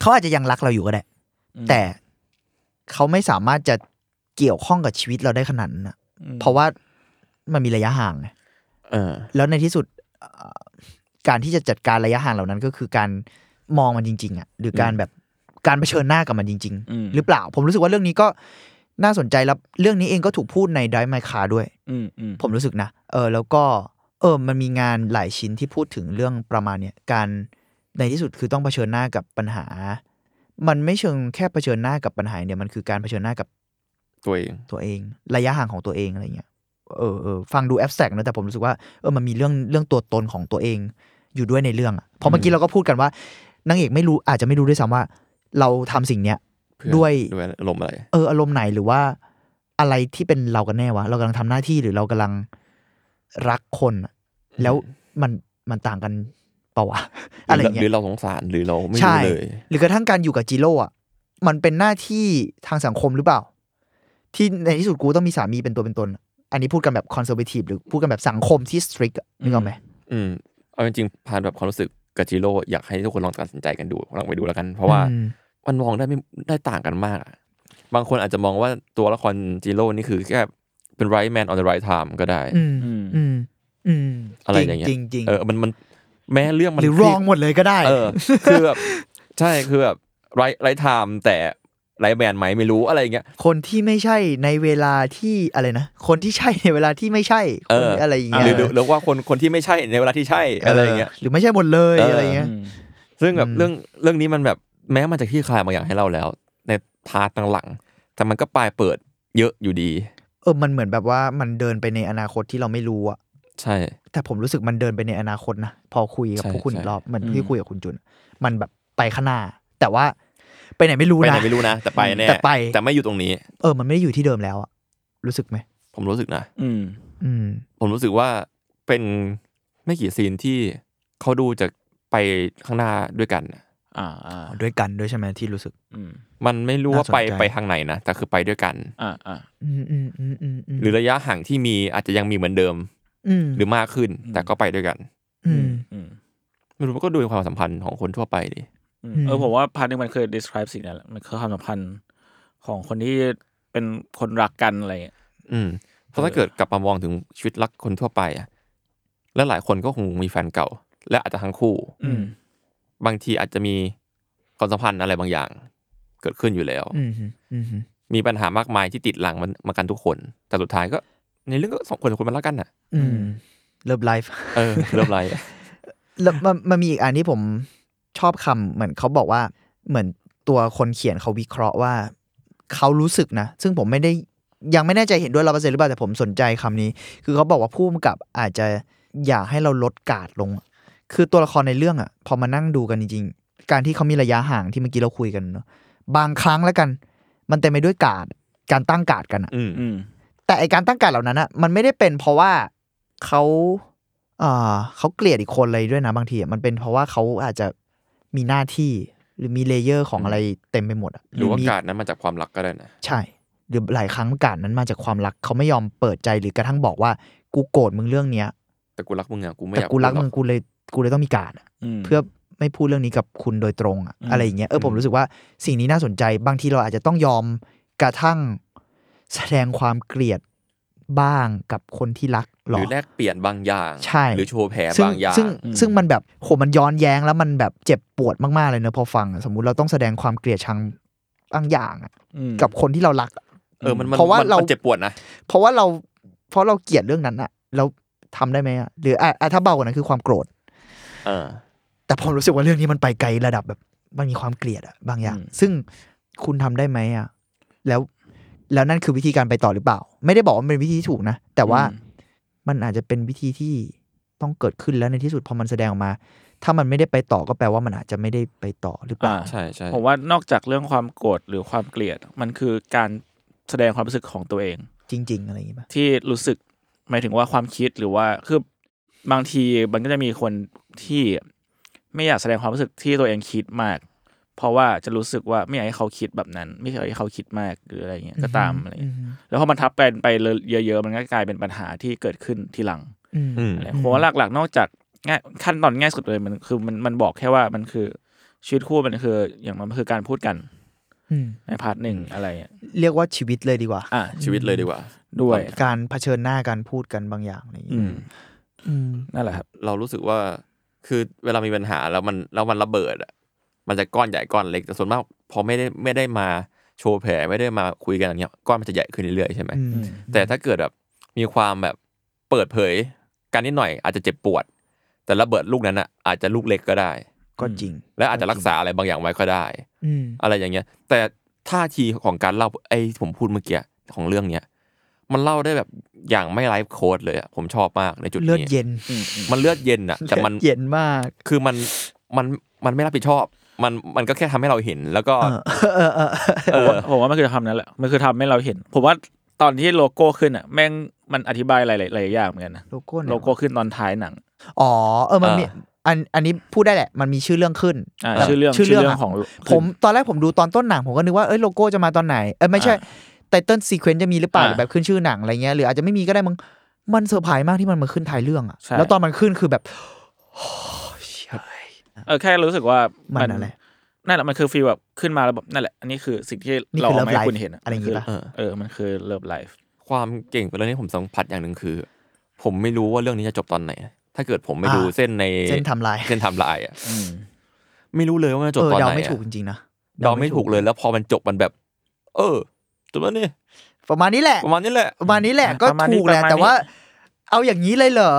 D: เขาอาจจะยังรักเราอยู่ก็ได้
B: อืม
D: แต่เขาไม่สามารถจะเกี่ยวข้องกับชีวิตเราได้ขนาดนั้นนะ
B: อืม
D: เพราะว่ามันมีระยะห่างไง
C: เออ
D: แล้วในที่สุดเอ่อการที่จะจัดการระยะห่างเหล่านั้นก็คือการมองมันจริง ๆอ่ะหรือการแบบการเผชิญหน้ากับมันจริง
B: อืม
D: ๆ หรือเปล่า ผมรู้สึกว่าเรื่องนี้ก็น่าสนใจแล้วเรื่องนี้เองก็ถูกพูดในไดไมคาด้วย
B: อืมอืม
D: ผมรู้สึกนะ เออ แล้วก็เออ มันมีงานหลายชิ้นที่พูดถึงเรื่องประมาณเนี่ยการในที่สุดคือต้องเผชิญหน้ากับปัญหา มันไม่เชิงแค่เผชิญหน้ากับปัญหาเนี่ยมันคือการเผชิญหน้ากับ
C: ตัวเอง
D: ตัวเอง ระยะห่างของตัวเองอะไรเงี้ยเออเออฟังดูแอบแสกนะแต่ผมรู้สึกว่าเออมันมีเรื่องเรื่องตัวตนของตัวเองอยู่ด้วยในเรื่องอะเพราะเมื่อกี้เราก็พูดกันว่านางเอกไม่รู้อาจจะไม่รู้ด้วยซ้ำว่า เราทำสิ่งเนี้ย
C: เพื่อ
D: ด้วย
C: ด้วยอารมณ์อะไร
D: เอออารมณ์ไหนหรือว่าอะไรที่เป็นเรากันแน่วะ เรากำลังทำหน้าที่หรือเรากำลังรักคนอะแล้วมันมันต่างกันเปล่าวะ อะไรอย่าง
C: หรื
D: เงี้
C: อยเราสงสารหรือเราไม่
D: ใช่
C: รู้เลย
D: หรือกระทั่งการอยู่กับจิโร่อะมันเป็นหน้าที่ทางสังคมหรือเปล่า ที่ในที่สุดกูต้องมีสามีเป็นตัวเป็นตน อันนี้พูดกันแบบคอนเซอร์ t วทีฟหรือพูดกันแบบสังคมที่สตริกนึกออกไหม
C: อืมเอาจริงๆผ่านแบบความรู้สึกกับจิโร่อยากให้ทุกคนลองตัดสินใจกันดูลองไปดูแล้วกัน เพราะว่า
D: อืม
C: มันมองได้ไม่ได้ต่างกันมากอะบางคนอาจจะมองว่าตัวละครจิโร่นี่คือแค่เป็น right man on the right time ก็ได้
D: อืม
B: อืม
D: อืมอืม
C: อะไรอย่างเงี้ย
D: จริงๆจริงๆ
C: เออมันมันแม้เรื่องมัน
D: หรือรองหมดเลยก็ได้
C: เออ คือแบบใช่คือแบบ right right time แต่ right man ไหมไม่รู้อะไรอย่างเงี้ย
D: คนที่ไม่ใช่ในเวลาที่อะไรนะ คนที่ใช่ในเวลาที่ไม่ใช่
C: เอ
D: คน
C: ออ
D: อะไรอย่าง
C: ห
D: เงี้
C: รือย หรือว่าคนคนที่ไม่ใช่ในเวลาที่ใช่อะไรอย่างเงี้ย
D: หรือไม่ใช่หมดเลย
C: เอออ
D: อะไรอย่างเงี้ย
C: ซึ่งแบบ
D: อืม
C: เรื่องเรื่องนี้มันแบบแม้มันจะคลี่คลายบางอย่างให้เราแล้ว ในพาร์ทหลังๆแต่มันก็ปลายเปิดเยอะอยู่ดี
D: เออมันเหมือนแบบว่ามันเดินไปในอนาคตที่เราไม่รู้อะ
C: ใช่
D: แต่ผมรู้สึกมันเดินไปในอนาคตนะพอคุยกับ
C: ใช่
D: พวกคุณอี
C: ใช่
D: กรอบเหมือน
B: อืม
D: ที่คุยกับคุณจุน มันแบบไปข้างหน้า แต่ว่า ไปไหนไม่รู้
C: ไป
D: นะ
C: ไหนไม่รู้นะ แต่ไปแน่
D: แต่ไป
C: แต่ไม่อยู่ตรงนี้
D: เออมันไม่ได้อยู่ที่เดิมแล้วอะรู้สึกไหม
C: ผมรู้สึกนะ
B: อืม
D: อืม
C: ผมรู้สึกว่าเป็นไม่กี่ซีนที่เขาดูจะไปข้างหน้าด้วยกันน่ะ
B: อ่าอ่า
D: ด้วยกันด้วยใช่ไหมที่รู้สึก
B: อืม
C: มันไม่รู้ว่า
D: น่าสนใจ
C: ไปไปทางไหนนะแต่คือไปด้วยกัน
B: อ่าอ่า
D: อืมอืมอืมอืมอืม
C: หรือระยะห่างที่มีอาจจะยังมีเหมือนเดิม
D: อืม
C: หรือมากขึ้น
B: อืม
C: แต่ก็ไปด้วยกัน
D: อืม
B: อืม
C: ไม่รู้มันก็ดูเป็นความสัมพันธ์ของคนทั่วไปดิ
B: อืม
D: อืม
B: เออผมว่าพาร์ทนึงมันเคย describe สิ่งนั้นแหละมันคือความสัมพันธ์ของคนที่เป็นคนรักกันอะไรอย่างเงี้ย
C: อืมเพราะถ้า
B: เออ
C: เกิดกลับมามองถึงชีวิตรักคนทั่วไปอะและหลายคนก็คงมีแฟนเก่า และอาจจะทั้งคู่
B: อืม
C: บางทีอาจจะมีความสัมพันธ์อะไรบางอย่าง เกิดขึ้นอยู่แล้ว
D: อืมอืม
C: มีปัญหามากมายที่ติดหลังมันมากันทุกคน แต่สุดท้ายก็ ในเรื่องก็สองคนสองคนมันรักกันน่ะ
D: อืมเลิฟไลฟ์
C: เออ เริ่มไร
D: แล้วมันมันมีอีกอันที่ผมชอบคำเหมือนเขาบอกว่าเหมือนตัวคนเขียนเขาวิเคราะห์ว่า เขารู้สึกนะ ซึ่งผมไม่ได้ยังไม่แน่ใจเห็นด้วยร้อเปอร์เซ็นต์หรือเปล่าแต่ผมสนใจคำนี้ คือเขาบอกว่าผู้กำกับอาจจะอยากให้เราลดการ์ดลง คือตัวละครในเรื่องอ่ะ พอมานั่งดูกันจริงๆ การที่เขามีระยะห่างที่เมื่อกี้เราคุยกันเนาะบางครั้งแล้วกัน มันเต็มไปด้วยการ์ดการตั้งการ์ดกันอะ
C: อืม
B: อืม
D: แต่ไอการตั้งการเหล่านั้นอะมันไม่ได้เป็นเพราะว่าเขาเอ่อเขาเกลียดอีกคนเลยด้วยนะบางทีอะมันเป็นเพราะว่าเขาอาจจะมีหน้าที่หรือมีเลเยอร์ของอะไรเต็มไปหมดอะ
C: หรือว่า
D: มี
C: การดนั้นมาจากความรักก็ได้นะ
D: ใช่ หรือหลายครั้งการนั้นมาจากความรักเขาไม่ยอมเปิดใจหรือกระทั่งบอกว่ากูโกรธมึงเรื่องเนี้ย
C: แต่กูรักมึงอะกูไม่อ
D: แต่
C: ยาก
D: กูรัก
C: พูดห
D: มึ
C: อง
D: กูเลยกูเลยต้องมีการดอะเพื่อไม่พูดเรื่องนี้กับคุณโดยตรงอะ
B: อืม
D: อะไรอย่างเงี้ยเออผมรู้สึกว่าสิ่งนี้น่าสนใจ บางทีเราอาจจะต้องยอมกระทั่งแสดงความเกลียดบ้างกับคนที่รัก
C: ห
D: หร
C: รือ อแลกเปลี่ยนบางอย่าง
D: ใช่
C: หรือโชว์แผล
D: ซึ่ง
C: บางอย่าง
D: ซึ่ง
B: อืม
D: ซึ่งมันแบบโหมันย้อนแย้งแล้วมันแบบเจ็บปวดมากๆเลยเนอะพอฟังอะสมมุติเราต้องแสดงความเกลียดชังบางอย่างอะ
B: ม
D: กับคนที่เรารักอะ
C: เออมันมัน
D: เพราะว่า
C: มัน
D: เรา
C: มันเจ็บปวดนะ
D: เพราะว่าเราเพราะเราเกลียดเรื่องนั้นอะเราทำได้ไหมอะหรืออ่ะอ่ะถ้าเบากว่านั้นคือความโกรธ
C: เออ
D: แต่ผมรู้สึกว่าเรื่องนี้มันไปไกลระดับแบบบางทีความเกลียดอะบางอย่าง
B: อืม
D: ซึ่งคุณทำได้ไหมอะแล้วแล้วนั่นคือวิธีการไปต่อหรือเปล่า ไม่ได้บอกว่ามันเป็นวิธีที่ถูกนะ แต่ว่ามันอาจจะเป็นวิธีที่ต้องเกิดขึ้นแล้วในที่สุดพอมันแสดงออกมา ถ้ามันไม่ได้ไปต่อก็แปลว่ามันอาจจะไม่ได้ไปต่อหรือเป
B: อ่า
D: ล่า
C: ใช่ใช่
B: ผมว่านอกจากเรื่องความโกรธหรือความเกลียด มันคือการแสดงความรู้สึกของตัวเอง
D: จริง ๆ อะไรอย่างงี้ป่ะ
B: ที่รู้สึกหมายถึงว่าความคิดหรือว่าคือบางทีมันก็จะมีคนที่ไม่อยากแสดงความรู้สึกที่ตัวเองคิดมาก เพราะว่าจะรู้สึกว่าไม่อยากให้เขาคิดแบบนั้น ไม่อยากให้เขาคิดมากหรืออะไรเงี้ยก็ตามอะไรเงี้ย
D: ม
B: แล้วพอมันทับกันไปเยอะๆมันก็กลายเป็นปัญหาที่เกิดขึ้นทีหลัง
D: อืม
C: อืม
B: อะไรเพราะว่าหลักๆ นอกจากง่ายขั้นตอนง่ายสุดเลยมันคือมันมันบอกแค่ว่ามันคือชีวิตคู่มันคืออย่างมันคือการพูดกัน
D: อืม
B: ในพาร์ทหนึ่งอะไรอย่างเงี้ย
D: เรียกว่าชีวิตเลยดีกว่า
B: อ่ะ
C: ชีวิตเลยดีกว่า
B: ด้วย
D: การเผชิญหน้าการพูดกันบางอย่างอะไรอย่าง
B: อื
D: งี้
B: ม
D: อืม
B: นั่นแหละครับ
C: เรารู้สึกว่าคือเวลามีปัญหาแล้วมันแล้วมันระเบิดอะมันจะก้อนใหญ่ก้อนเล็กแต่ส่วนมากพอไม่ได้ไม่ได้มาโชว์แผลไม่ได้มาคุยกันอย่างเงี้ยก้อนมันจะใหญ่ขึ้นเรื่อยๆใช่ไหม
D: อืม
C: แต่ถ้าเกิดแบบมีความแบบเปิดเผยกันนิดหน่อยอาจจะเจ็บปวด แต่ระเบิดลูกนั้นอะอาจจะลูกเล็กก็ได้
D: ก็จริง
C: และอาจจะรักษาอะไรบางอย่างไว้ก็ได้
D: อืม
C: อะไรอย่างเงี้ย แต่ท่าทีของการเล่าไอ้ที่ผมพูดเมื่อกี้ของเรื่องเนี้ยมันเล่าได้แบบอย่างไม่ไลฟ์โค้ดเลยอะผมชอบมากในจุดนี้
D: เลือดเย็น
C: มันเลือดเย็นอะแต่มัน
D: เลือดเย็นมาก
C: คือมันมันมันไม่รับผิดชอบ มันมันก็แค่ทำให้เราเห็น แล้วก็
D: เออเออ
C: เอ
B: ผม
C: อ
B: ว่าผมว่ามันคือทำนั่นแหละ มันคือทำให้เราเห็น ผมว่าตอนที่โลโก้ขึ้นอ่ะแม่งมันอธิบายหลายๆหลายอย่างเหมือนกันนะ
D: โลโก้เนี่ย
B: โลโก้ขึ้นตอนท้ายหนัง
D: อ๋อเออมันมี
C: อ่า
D: อันอันนี้พูดได้แหละ มันมีชื่อเรื่องขึ้น
B: อ่ะ
D: เออ
B: ชื่อเรื่อง
D: ชื่อเรื่อง
B: ของ
D: อะ ผมตอนแรกผมดูตอนต้นหนัง ผมก็นึกว่าเอ้ยโลโก้จะมาตอนไหนเออไม่ใช่
B: อ่
D: ไตเติ้ลซีเควนต์จะมีหรือเปล่า
B: อ่า
D: หรือแบบขึ้นชื่อหนังอะไรเงี้ยหรืออาจจะไม่มีก็ได้มึงมันเซอร์ไพรส์มากที่มันมาขึ้นท้ายเรื่องอะ
B: ใช่
D: แล้วตอนมันขึ้นคือแบบ
B: เออแค่รู้สึกว่า
D: มั
B: มัน
D: อะไร
B: นั่นแหละมันคือฟีลแบบขึ้นมาแล้วแบบนั่นแหละอันนี้คือสิ่งที่
D: นี่
B: เรา
D: คือ
B: เอามาให้
D: love
B: คุณเห็น
D: life อะไรอย่างงี้
B: นี้
D: ปะ
B: เออมันคือเลิฟไลฟ์
C: ความเก่งของเรื่องนี้ผมสัมผัสอย่างหนึ่งคือ ผมไม่รู้ว่าเรื่องนี้จะจบตอนไหน ถ้าเกิดผมไม่ดู
D: อ่า
C: เส้นใน
D: เส้นไทม์ไลน์
C: เส้นไทม์ไลน์อะไม่รู้เลยว่ามันจะจบ
D: เออ
C: ตอน
D: เดา
C: ไหน
D: ไม่ถูก
C: อะ
D: จริงๆนะ
C: เดาไม่ถูกเลยแล้วพอมันจบมันแบบ เออจบแล้วนี่
D: ประมาณนี้แหละ
C: ประมาณนี้แหละ
D: ประมาณนี้แหละก็
B: ประมาณนี้
D: ถูกแหละ
B: ประมาณนี้
D: แต่ว่า เอาอย่างนี้เลยเหรอ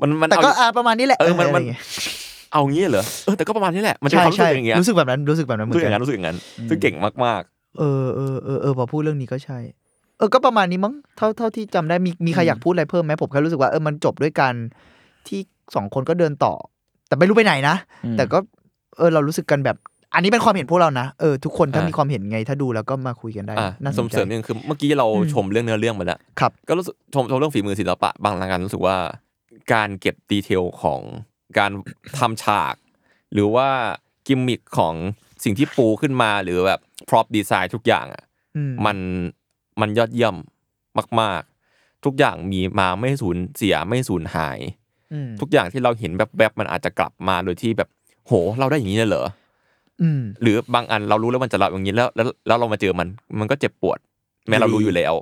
C: มันมัน
D: แต่ก็
C: เอา
D: อาประมาณนี้แหละ
C: เออมันมัน
D: ะไรย่างเงี้ย
C: เอางี้เหรอเออแต่ก็ประมาณนี้แหละมันจะ
D: ใช่
C: ทำรู้สึ
D: ใช่
C: กอย่างเงี้ย
D: รู้สึกแบบนั้นรู้สึกแบบนั้นเหมื
C: รู้
D: อ
C: สึกอ
D: น
C: ย่า
D: กั
C: ง
D: น
C: นั้นรู้สึกอย่างนั้น ซึ่งเก่งมาก
D: เออเออเออเออพอพูดเรื่องนี้ก็ใช่ เออก็ประมาณนี้มั้งเท่าเท่าที่จำได้มีมีใครอยากพูดอะไรเพิ่มไหมผมแค่รู้สึกว่าเออมันจบด้วยกันที่สองคนก็เดินต่อ แต่ไม่รู้ไปไหนนะ แต่ก็เออเรารู้สึกกันแบบ อันนี้เป็นความเห็นพวกเรานะเออทุกคนถ้า
C: อ่ามี
D: มีความเห็นไงถ้าดูแล้วก็มาคุยกันได้
C: อ่ะ
D: น่าส
C: ส
D: น
C: ม
D: ใจ
C: เสริมนึงคือเมื่อกี้เรา
D: อืม
C: ชมเรื่องเนื้อเรื่องไปแล้ว
D: ครับ
C: ก็รู้สึกชมชมเรื่องฝีมือศิลปะบางรายการรู้สึกว่าการเก็บดีเทลของการ ทำฉาก หรือว่ากิมมิคของสิ่งที่ปูขึ้นมาหรือแบบพร็อพดีไซน์ทุกอย่างอ่ะ
D: อืม
C: มันมันยอดเยี่ยมมาก ๆ ทุกอย่างมีมาไม่สูญเสียไม่สูญหาย
D: อืม
C: ทุกอย่างที่เราเห็นแบบๆมันอาจจะกลับมาโดยที่แบบโห เราได้อย่างนี้เลยเหรอ
D: อืม
C: หรือบางอันเรารู้แล้วมันจะเราอย่างนี้แล้วแล้วแล้วเรามาเจอมันมันก็เจ็บปวด แม้เรารู้อยู่แล้ว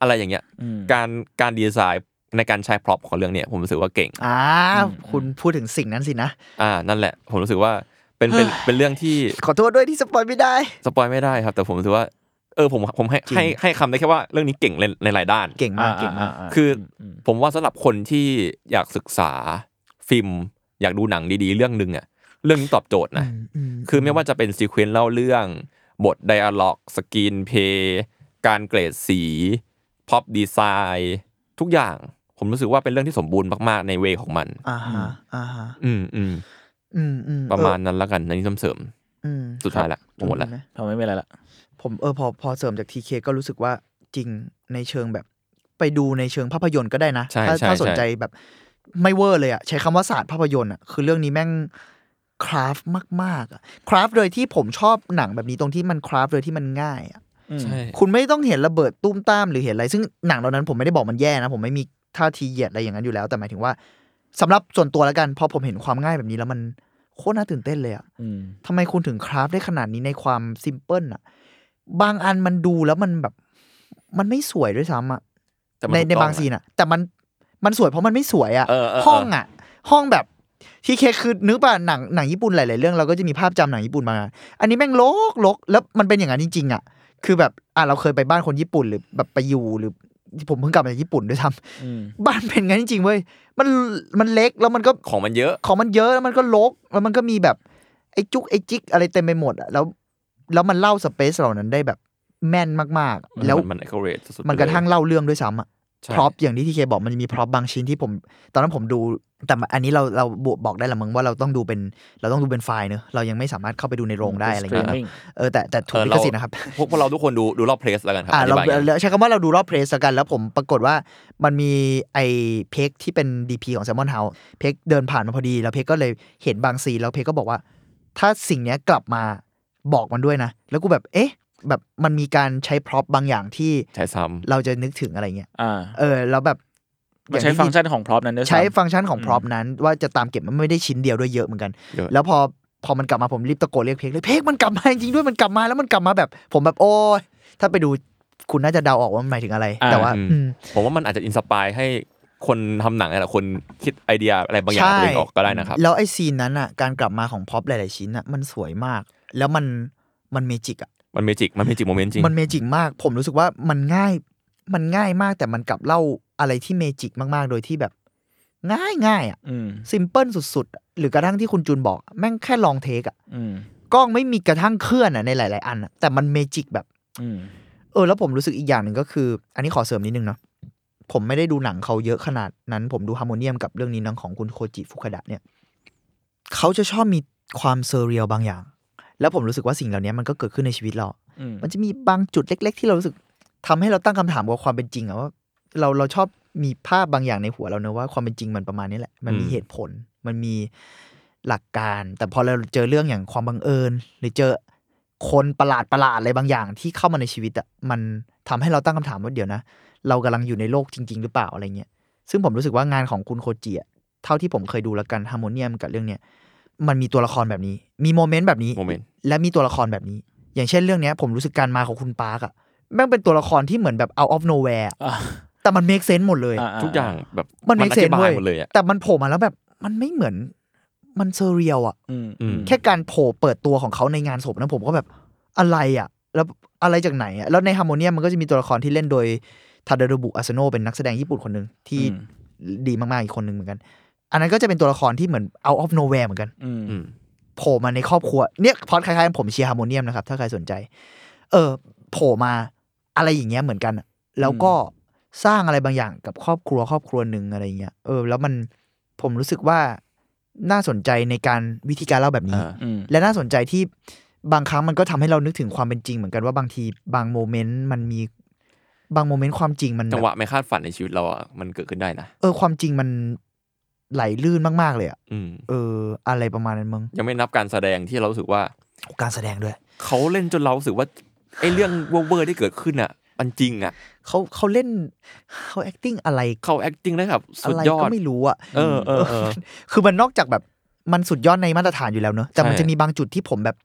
C: อะไรอย่างเงี้ย
B: อืม
C: การการดีไซน์ในการใช้พร็อพของเรื่องเนี่ยผมรู้สึกว่าเก่ง
D: อ่า
B: อืม
D: คุณพูดถึงสิ่งนั้นสินะ
C: อ่านั่นแหละ ผมรู้สึกว่าเป็นเป็นเป็นเรื่องที่
D: ขอโทษด้วยที่สปอยไม่ได้
C: สปอยไม่ได้ครับ แต่ผมรู้สึกว่า เออผมผมให้
D: จริง
C: ให้ให้คำได้แค่ว่าเรื่องนี้เก่งในในหลายด้าน
D: เก่งมากเก่งมาก
B: อ่า
C: คืออ
B: ม
C: ผมว่าสำหรับคนที่อยากศึกษาฟิล์มอยากดูหนังดีๆ เรื่องหนึ่งอ่ะเรื่องนี้ตอบโจทย์นะ
D: อืม
C: คือไม่ว่าจะเป็นซีเควนต์เล่าเรื่อง บทไดอะล็อกสกรีนเพย์การเกรดสีพ o อ d ดีไซน์ทุกอย่าง ผมรู้สึกว่าเป็นเรื่องที่สมบูรณ์มากๆในเวของมัน
D: อ่าฮะอ่าฮะ
C: อืมอืม
D: อืมอืม
C: ประมาณ
D: เออ
C: นั้นแล้วกันในนี้เสริม
D: อืม
C: ๆสุดท้ายละผมหมดละ
D: ไ
B: ทำไม่มีอะไรละ
D: ผมเออพอพอเสริมจากทีเคก็รู้สึกว่าจริงในเชิงแบบไปดูในเชิงภาพยนตร์ก็ได้นะ
C: ใช่
D: ถ้า
C: ใช่
D: ถ้าสนใจ
C: ใช่
D: แบบไม่เวอร์เลยอ่ะ ใช้คำว่าศาสตร์ภาพยนตร์อ่ะ คือเรื่องนี้แม่งคราฟมาก ๆอ่ะคราฟโดยที่ผมชอบหนังแบบนี้ตรงที่มันคราฟโดยที่มันง่ายอ่ะ
C: ใช่
D: คุณไม่ต้องเห็นระเบิดตุ้มตามหรือเห็นอะไร ซึ่งหนังเหล่านั้นผมไม่ได้บอกมันแย่นะ ผมไม่มีท่าทีเหยียดอะไรอย่างนั้นอยู่แล้ว แต่หมายถึงว่าสำหรับส่วนตัวแล้วกันพอผมเห็นความง่ายแบบนี้แล้วมันโคตรน่าตื่นเต้นเลยอะ
B: อืม
D: ทำไมคุณถึงคราฟได้ขนาดนี้ในความซิมเพิลอะบางอันมันดูแล้วมันแบบ มันไม่สวยด้วยซ้ำอะ
C: แต่มัน
D: ใน
C: ถูก
D: ใน
C: ต้อง
D: บางซีนอะแต่มันมันสวยเพราะมันไม่สวยอะ
C: เออเออเออ
D: ห้องอะห้องแบบที่เคคือนึกป่ะหนังหนังญี่ปุ่นหลายๆเรื่องเราก็จะมีภาพจำหนังญี่ปุ่นมา อันนี้แม่งลกลกแล้วมันเป็นอย่างนั้นจริงๆอ่ะ คือแบบอ่ะเราเคยไปบ้านคนญี่ปุ่นหรือแบบไปอยู่หรือผมเพิ่งกลับมาจากญี่ปุ่นด้วยซ้
B: อืม
D: ำ บ้านเป็นงั้นจริงๆเว้ยมันมันเล็กแล้วมันก็
C: ของมันเยอะ
D: ของมันเยอะแล้วมันก็ลกแล้วมันก็มีแบบไอ้จุกไอ้จิกอะไรเต็มไปหมดอ่ะแล้ว แล้วมันเล่าสเปซเหล่านั้นได้แบบแม่นมากๆ แล้ว
C: มันมัน accurate สุดๆ
D: มันกระทั่งเล่าเรื่องด้วยซ้ำอ่ะ
C: ใช่
D: พร็อพอย่างที่ทีเคบอกมันมีพร็อพบางชิ้นที่ผม ตอนนั้นผมดูแต่อันนี้เราเราบอกได้ละมั้งว่าเราต้องดูเป็นเราต้องดูเป็นไฟล์เนอะเรายังไม่สามารถเข้าไปดูในโรงได้อะไรเงี้ย
B: Streaming
D: เออแต่แต่ถูก
C: เออ
D: ลิ
C: เรา
D: ขสิทธิ์นะครับ
C: พวกพวกเราทุกคนดูดูรอบเพลสแล้วกันครับ
D: อ่า
C: อธิ
D: เรา
C: บายกัน
D: เราใช้คำว่าเราดูรอบเพลสกัน แล้วผมปรากฏว่ามันมีไอเพกที่เป็นดีพีของแซมมอนเฮาเพกเดินผ่านมาพอดี แล้วเพกก็เลยเห็นบางซีนแล้วเพกก็บอกว่า ถ้าสิ่งเนี้ยกลับมาบอกมันด้วยนะ แล้วกูแบบเอ๊ะ แบบมันมีการใช้พร็อพบางอย่างที่
C: ใช้ซ้
D: เราจะนึกถึงอะไรเงี้ย
B: อ่า
D: เออแล้วแบบ
B: มันใช้
D: อย่าที่
B: ฟังก์ชันของพร็อพนั้นด้วยซ้ำ
D: ใช้ฟังก์ชันของ
B: อืม
D: พร็อพนั้นว่าจะตามเก็บมันไม่ได้ชิ้นเดียวด้วยเยอะเหมือนกัน
C: ำเยอะ
D: แล้วพอพอมันกลับมาผมรีบตะโกนเรียกเพกเลยเพกมันกลับมาจริงๆด้วยมันกลับมาแล้วมันกลับมาแบบ ผมแบบโอ้ยถ้าไปดูคุณน่าจะเดาออกว่ามันหมายถึงอะไร
B: อ่า
D: แต่ว่า
C: อืม
D: อืม
C: ผมว่ามันอาจจะอินสปายให้คนทำหนังหลายๆคนคิดไอเดียอะไรบางอย่าง
D: ใช่
C: ตัวเองออกก็ได้นะครับ
D: แล้วไอซีนนั้นอ่ะการกลับมาของพ็อปหลายๆชิ้นอ่ะมันสวยมาก แล้วมันมันเมจิกอ่ะ
C: มันเมจิกมันเมจิกโมเมนต์จริง
D: มันเมจิกมาก ผมรู้สึกว่ามันง่ายมันง่ายมาก แต่มันกลับเล่าอะไรที่เมจิกมากๆ โดยที่แบบ ง่ายง่ายๆอ่ะ
B: อืม
D: ซิมเพิลสุดๆอะหรือกระทั่งที่คุณจูนบอกอะแม่งแค่ลองเทคอ่ะ
B: อืม
D: กล้องไม่มีกระทั่งเคลื่อนอ่ะในหลาย ๆ อันอะแต่มันเมจิกแบบ
B: อืม
D: เออแล้วผมรู้สึกอีกอย่างหนึ่งก็คือ อันนี้ขอเสริมนิดนึงเนาะผมไม่ได้ดูหนังเขาเยอะขนาดนั้น ผมดูฮาร์โมเนียมกับเรื่องนี้หนังของคุณโคจิฟุคดะเนี่ยเขาจะชอบมีความเซอร์เรียลบางอย่าง แล้วผมรู้สึกว่าสิ่งเหล่านี้มันก็เกิดขึ้นในชีวิตเรา
B: อืม
D: มันจะมีบางจุดเล็ก ๆ ที่เรารู้สึกทำให้เราตั้งคำถามกับความเป็นจริงอะว่า เราเราชอบมีภาพบางอย่างในหัวเราเนอะว่าความเป็นจริงมันประมาณนี้แหละ มันมี
C: อืม
D: เหตุผล มันมีหลักการ แต่พอเราเจอเรื่องอย่างความบังเอิญ หรือเจอคนประหลาดประหลาดอะไรบางอย่างที่เข้ามาในชีวิตอะมันทำให้เราตั้งคำถามว่าเดี๋ยวนะ เรากำลังอยู่ในโลกจริง ๆ หรือเปล่าอะไรเงี้ยซึ่งผมรู้สึกว่างานของคุณโคจิอะเท่าที่ผมเคยดูแล้วกันฮาร์โมเนียมกับเรื่องเนี้ยมันมีตัวละครแบบนี้ มีโมเมนต์แบบนี้
C: โมเมนต์
D: และมีตัวละครแบบนี้ อย่างเช่นเรื่องเนี้ย ผมรู้สึกการมาของคุณปาร์กอะแม่งเป็นตัวละครที่เหมือนแบบ out of nowhere อะ
B: อ่า
D: แต่มัน make sense หมดเลยอะ
C: ทุกอย่างแบบ
D: มัน make
C: อ
D: sense
C: ธิบา
D: เว้
C: ย
D: ย
C: หมดเลยอ่ะ
D: แต่มันโผล่มาแล้วแบบ มันไม่เหมือนมันเซเรียลอะ
B: อืม
C: อืม
D: แค่การโผล่เปิดตัวของเขาในงานศพนะผมก็แบบอะไรอะแล้วอะไรจากไหนอะแล้วในฮาร์โมเนียมันก็จะมีตัวละครที่เล่นโดยทาดารุบุอาซโนเป็นนักแสดงญี่ปุ่นคนหนึ่งที่
B: อืม
D: ดีมากๆอีกคนหนึ่งเหมือนกัน อันนั้นก็จะเป็นตัวละครที่เหมือน out of nowhere เหมือนกัน
B: อืม
C: อืม
D: โผล่มาในครอบครัวเนี่ยพอดคล้ายๆผมเชียร์ฮาร์โมเนียมนะครับ ถ้าใครสนใจ เออโผล่มาอะไรอย่างเงี้ยเหมือนกันอะแล้วก็สร้างอะไรบางอย่างกับครอบครัวครอบครัวหนึ่งอะไรเงี้ยเออ แล้วมันผมรู้สึกว่าน่าสนใจในการวิธีการเล่าแบบนี้
C: อ่า
B: อืม
D: และน่าสนใจที่ บางครั้งมันก็ทำให้เรานึกถึงความเป็นจริงเหมือนกันว่าบางทีบางโมเมนต์มันมีบางโมเมนต์ความจริงมันแบบ
C: จังหวะไม่คาดฝันในชีวิตเราอ่ะมันเกิดขึ้นได้นะ
D: เออความจริงมันไหลลื่นมาก ๆ เลยอะ
C: อืม
D: เออ อะไรประมาณนั้นมึง
C: ยังไม่นับการแสดงที่เรารู้สึกว่า
D: การแสดงด้วย
C: เขาเล่นจนเรารู้สึกว่าไอ้เรื่องเวอร์ๆที่เกิดขึ้นอ่ะ มันจริงอ่ะ
D: เขาเขาเล่นเขา acting อะไร
C: เขา acting ได้แบบ
D: อะ
C: สุด
D: ไร
C: ยอ
D: ก็
C: ด
D: ไม่รู้อะ
C: เออเออเออ
D: คือมันนอกจากแบบมันสุดยอดในมาตรฐานอยู่แล้วเนอะแต่มัน
C: ใช่
D: จะมีบางจุดที่ผมแบบ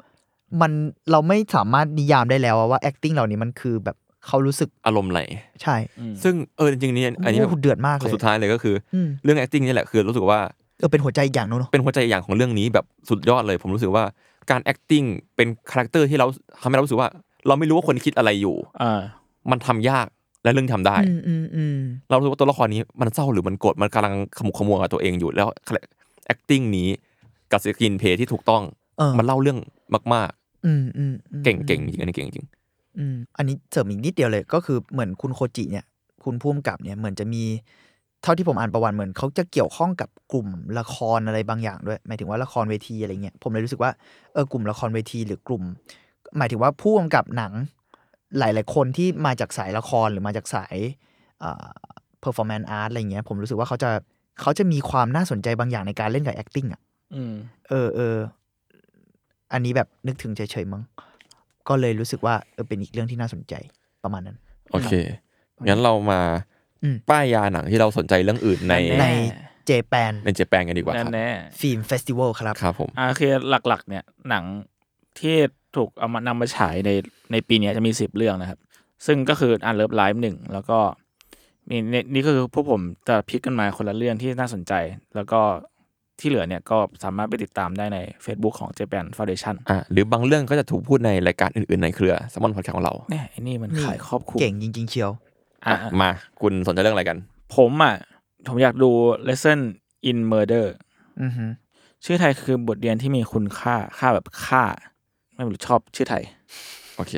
D: มันเราไม่สามารถนิยามได้แล้วอะว่า acting เหล่านี้มันคือแบบเขารู้สึก
C: อารมณ์ไหล
D: ใช่
C: ซึ่งเออจริงๆนี่อันนี้
D: โโหเดือดมาก
C: ข้
D: เล
C: อย สุดท้ายเลยก็คืออ
D: ม
C: เรื่อง acting นี่แหละคือรู้สึกว่า
D: เออเป็นหัวใจอีกอย่างเนอะเนอะ
C: เป็นหัวใจอย่างของเรื่องนี้แบบสุดยอดเลย ผมรู้สึกว่าการ acting เป็นคาแรคเตอร์ที่เราทำให้เรารู้สึกว่า เราไม่รู้ว่าคนคิดอะไรอยู่
B: อ่า
C: มันทำยากและเรื่องทำได้
D: อืมอืมอืม
C: เรารู้สึกว่าตัวละครนี้มันเศร้าหรือมันโกรธมันกำลังขมุกขมัวกับตัวเองอยู่แล้ว acting นี้กับสกินเพย์ที่ถูกต้อง
D: เออ
C: มันเล่าเรื่องมาก
D: อืมอืมอืม
C: ๆ เก่งๆจริงๆอันนี้เก่งจริง
D: อืมอันนี้เสริมอีกนิดเดียวเลยก็คือเหมือนคุณโคจิเนี่ย คุณพุ่มกับเนี่ยเหมือนจะมี เท่าที่ผมอ่านประวัติเหมือนเขาจะเกี่ยวข้องกับกลุ่มละครอะไรบางอย่างด้วย หมายถึงว่าละครเวทีอะไรเงี้ยผมเลยรู้สึกว่าเออกลุ่มละครเวทีหรือกลุ่ม หมายถึงว่าผู้กำกับหนังหลาย ๆ คนที่มาจากสายละครหรือมาจากสายเอ่อ performance art อะไรเงี้ยผมรู้สึกว่าเขาจะเขาจะมีความน่าสนใจบางอย่างในการเล่นกับ acting อะ
B: อืม
D: เออเออ อันนี้แบบนึกถึงเฉยๆมั้ง ก็เลยรู้สึกว่าเออเป็นอีกเรื่องที่น่าสนใจประมาณนั้น
C: โอเค งั้นเรามา
D: อืม
C: ป้ายยาหนังที่เราสนใจเรื่องอื่นใน
B: แ
D: ในเจแปน
C: ในเจแปนกันดีกว่าค
B: แน่
C: รับ
B: แน่
D: ฟิล์มเฟสติวัลครับ
C: ครับผม
B: อ่าคือหลักๆ เนี่ยหนังที่ถูกเอามานำมาฉายในในปีเนี้ยจะมีสิบเรื่องนะครับ ซึ่งก็คืออันเลิฟไลฟ์หนึ่งแล้วก็มีนี่นี่ก็คือพวกผมจะพลิกกันมาคนละเรื่องที่น่าสนใจ แล้วก็ที่เหลือเนี่ยก็สามารถไปติดตามได้ใน Facebook ของ Japan Foundation
C: อ่ะหรือบางเรื่องก็จะถูกพูดในรายการอื่นๆในเครือสมอนพอดแคสต์ของเรา
B: เนี่ยไอ้นี่มัน
D: นี่
B: ขายครอบคลุม
D: เก่งจริง ๆ เชียว
B: อ่ะ
C: มาคุณสนใจเรื่องอะไรกัน
B: ผมอ่ะ ผมอยากดู Lesson in Murder
D: อือฮึ
B: ชื่อไทยคือบทเรียนที่มีคุณค่าค่าแบบค่า ไม่รู้ชอบชื่อไทย
C: โอเค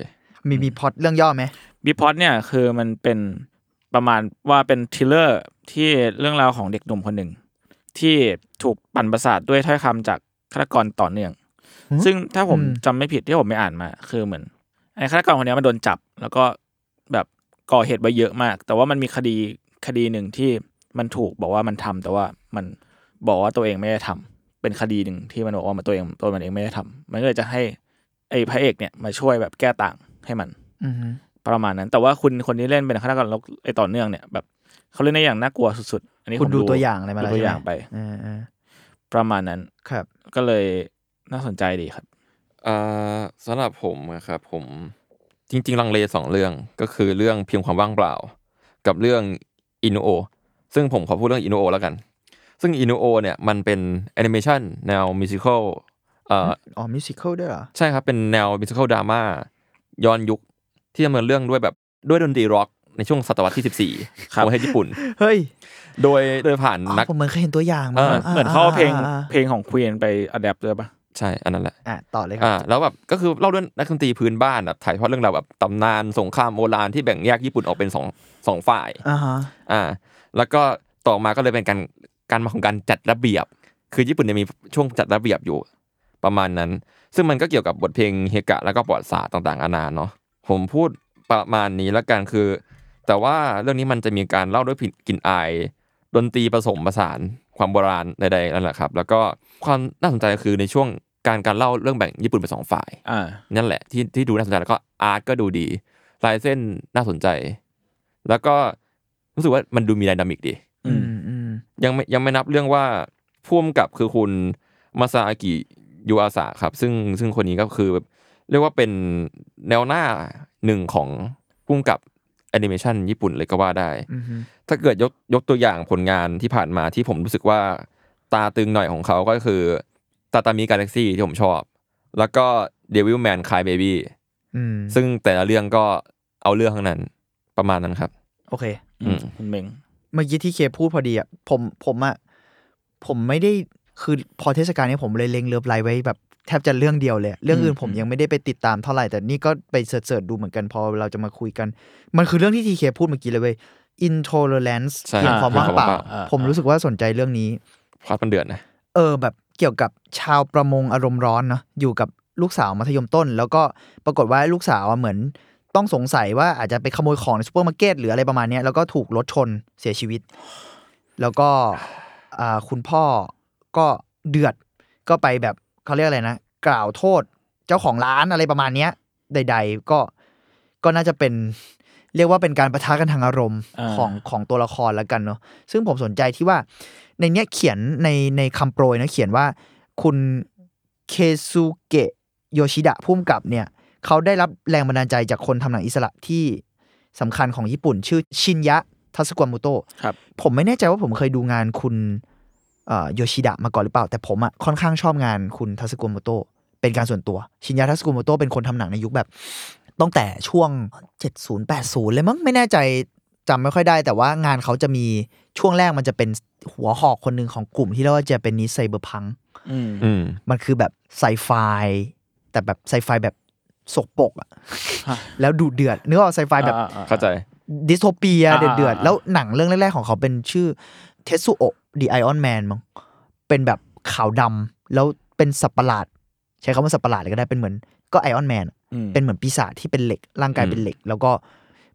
D: มีมีพล็อตเรื่องย่อไหม
B: บีพอดเนี่ยคือมันเป็นประมาณว่าเป็นทริลเลอร์ที่เรื่องราวของเด็กหนุ่มคนหนึ่ง ที่ถูกปั่นประสาทด้วยถ้อยคำจากฆาตกรต่อเนื่อง ซึ่งถ้าผม
D: อืม
B: จำไม่ผิดที่ผมไปอ่านมา คือเหมือนไอ้ฆาตกรคนเนี้ยมันโดนจับ แล้วก็แบบก่อเหตุไว้เยอะมาก แต่ว่ามันมีคดีคดีหนึ่งที่มันถูกบอกว่ามันทำแต่ว่ามันบอกว่าตัวเองไม่ได้ทำเป็นคดีหนึ่งที่มันบอกว่ามันตัวเองตัวมันเองไม่ได้ทำมันก็เลยจะให้ไอ้พระเอกเนี่ยมาช่วยแบบแก้ต่างให้มัน
D: อือฮึ
B: ประมาณนั้นแต่ว่าคุณคนที่เล่นเป็นฆาตกรแล้วไอต่อเนื่องเนี่ยแบบเขาเล่นในอย่างน่ากลัวสุดๆ อันนี้
D: คุณ
B: ผม
D: ดูตัวอย่างอะไรมาแล้ว
B: ดูตัว
D: ใช่หม
B: อย่างไป
D: เออเออ
B: ประมาณนั้น
D: ครับ
B: ก็เลยน่าสนใจดีครับ
C: อ่าสำหรับผมนะครับผมจริง ๆ ลังเลสองเรื่องก็คือเรื่องเพียงความว่างเปล่า กับเรื่องอินโอซึ่งผมขอพูดเรื่องอินโอแล้วกัน ซึ่งอินโอเนี่ยมันเป็นแอนิเมชันแนวมิวสิควลเอ่อ
D: อ๋อมิวสิควลด้วยเหรอ
C: ใช่ครับ เป็นแนวมิวสิควลดราม่าย้อนยุค ที่ดำเนินเรื่องด้วยแบบด้วยดนตรีร็อกในช่วงศตวรรษที่ 14
B: ค
C: ข
B: รั
C: อบ งประเทศญี่ปุ่น
D: เฮ้ย
C: โดยโดยผ่าน
D: อ๋อ
C: นัก
D: ผมเหมือนเคยเห็นตัวอย่างมา
C: เออ
B: เหมือนเขาเอาเพลง
D: อ่า
B: เพลงของควีนไปอัดแอปด้วยปะ
C: ใช่ อันนั้นแหละ
D: อ่าต่อเลยค
C: อ่า
D: รับ
C: แล้วแบบก็คือเล่าเรื่องนักดนตรีพื้นบ้านแบบถ่ายทอดเรื่องราวแบบตำนานสงครามโบราณที่แบ่งแยกญี่ปุ่นออกเป็นสองสองฝ่าย
D: อ่าฮะ
C: อ่าแล้วก็ต่อมาก็เลยเป็นการการมาของการจัดระเบียบ คือญี่ปุ่นจะมีช่วงจัดระเบียบอยู่ประมาณนั้น ซึ่งมันก็เกี่ยวกับบทเพลงเฮกะแล้วก็ประวัติศาสตร์ต่างๆนานาเนาะผมพูดประมาณนี้แล้วกันคือ แต่ว่าเรื่องนี้มันจะมีการเล่าด้วยผิดกลิ่นอาย ดนตรีผสมผสานความโบราณใดๆนั่นแหละครับ แล้วก็ความน่าสนใจคือในช่วงการการเล่าเรื่องแบ่งญี่ปุ่นเป็นสองฝ่าย
B: อ่า
C: นั่นแหละที่ที่ดูน่าสนใจแล้วก็อาร์ตก็ดูดี ลายเส้นน่าสนใจ แล้วก็รู้สึกว่ามันดูมีไดนามิกดี
B: อื
D: อื
B: ม
D: มอืม
C: ยังไม่ยังไม่นับเรื่องว่าพ่วมกับคือคุณมาซาอากิยูอาสะครับ ซึ่งซึ่งคนนี้ก็คือแบบเรียกว่าเป็นแนวหน้าหนึ่งของพ่วมกับแอนิเมชันญี่ปุ่นเลยก็ว่าได้
D: อืม
C: ถ้าเกิดยกยกตัวอย่างผลงานที่ผ่านมาที่ผมรู้สึกว่าตาตึงหน่อยของเขาก็คือตาตามิกาแล็กซี่ที่ผมชอบ แล้วก็เดวิลแมนคายเบบี้
D: อืม
C: ซึ่งแต่ละเรื่องก็เอาเรื่องทั้งนั้นประมาณนั้นครับ
D: โอเค
C: อืม
B: คุณเมง
D: เมื่อกี้ที่เคพูดพอดีอ่ะผมผมอ่ะผมไม่ได้คือพอเทศกาลนี้ผมเลยเล็งเลิฟไลน์ไว้แบบแทบจะเรื่องเดียวเลย เรื่องอื่นผมยังไม่ได้ไปติดตามเท่าไหร่ แต่นี่ก็ไปเสิร์ชๆดูเหมือนกันพอเราจะมาคุยกัน มันคือเรื่องที่ทีเคพูดเมื่อกี้เลยเว้ย intolerance
C: ใช่
D: เพียงความว่างเปล่า
C: เพียงความว่างเปล่า
D: ผมรู้สึกว่าสนใจเรื่องนี้
C: พลาดมันเดือดนะ
D: เออแบบเกี่ยวกับชาวประมงอารมณ์ร้อนเนาะอยู่กับ ลูกสาวมัธยมต้น แล้วก็ปรากฏว่าลูกสาวอะเหมือนต้องสงสัยว่าอาจจะไปขโมยของในซูเปอร์มาร์เก็ตหรืออะไรประมาณเนี้ยแล้วก็ถูกรถชนเสียชีวิต แล้วก็อ่าคุณพ่อก็เดือดก็ไปแบบเขาเรียกอะไรนะ กล่าวโทษเจ้าของร้านอะไรประมาณเนี้ย ใด ๆ ก็ก็น่าจะเป็น เรียกว่าเป็นการประทะกันทางอารมณ์
B: อ่า
D: ของของตัวละครแล้วกันเนาะซึ่งผมสนใจที่ว่า ในเนี้ยเขียนในในคำโปรยนะเขียนว่าคุณเคซูเกะโยชิดะพุ่มกับเนี่ย เขาได้รับแรงบันดาลใจจากคนทำหนังอิสระที่สำคัญของญี่ปุ่น ชื่อชินยะทัศกวามุโตะ
B: ครับ
D: ผมไม่แน่ใจว่าผมเคยดูงานคุณเอ่อโยชิดะมาก่อนหรือเปล่า แต่ผมอะค่อนข้างชอบงานคุณทัศกวามุโตะเป็นการส่วนตัว ชินยะทัศกวามุโตะเป็นคนทำหนังในยุคแบบตั้งแต่ช่วง 70 80 เลยมั้งไม่แน่ใจจำไม่ค่อยได้ แต่ว่างานเขาจะมีช่วงแรกมันจะเป็นหัวหอกคนหนึ่งของกลุ่มที่เรียกว่าจะเป็นนิไซเบอร์พัง
B: อืม
C: อืม
D: มันคือแบบไซไฟแต่แบบไซไฟแบบสกปรกอะ
B: ฮะ
D: แล้วดูเดือดเนื้อไซไฟแบบ
B: อ่อ่อ่
C: เข้าใจ
D: ดิสโทเปีย
B: อ่า
D: เดือด
B: อ่า
D: ๆแล้วหนังเรื่องแรก ๆ ของเขาเป็นชื่อเทสุโอดีไอออนแมนมั้งเป็นแบบขาวดำแล้วเป็นสัตว์ประหลาด ใช้คำว่าสัตว์ประหลาดเลยก็ได้เป็นเหมือนก็ไอออนแมน
B: อืม
D: เป็นเหมือนปีศาจที่เป็นเหล็ก ร่างกาย
C: อืม
D: เป็นเหล็ก แล้วก็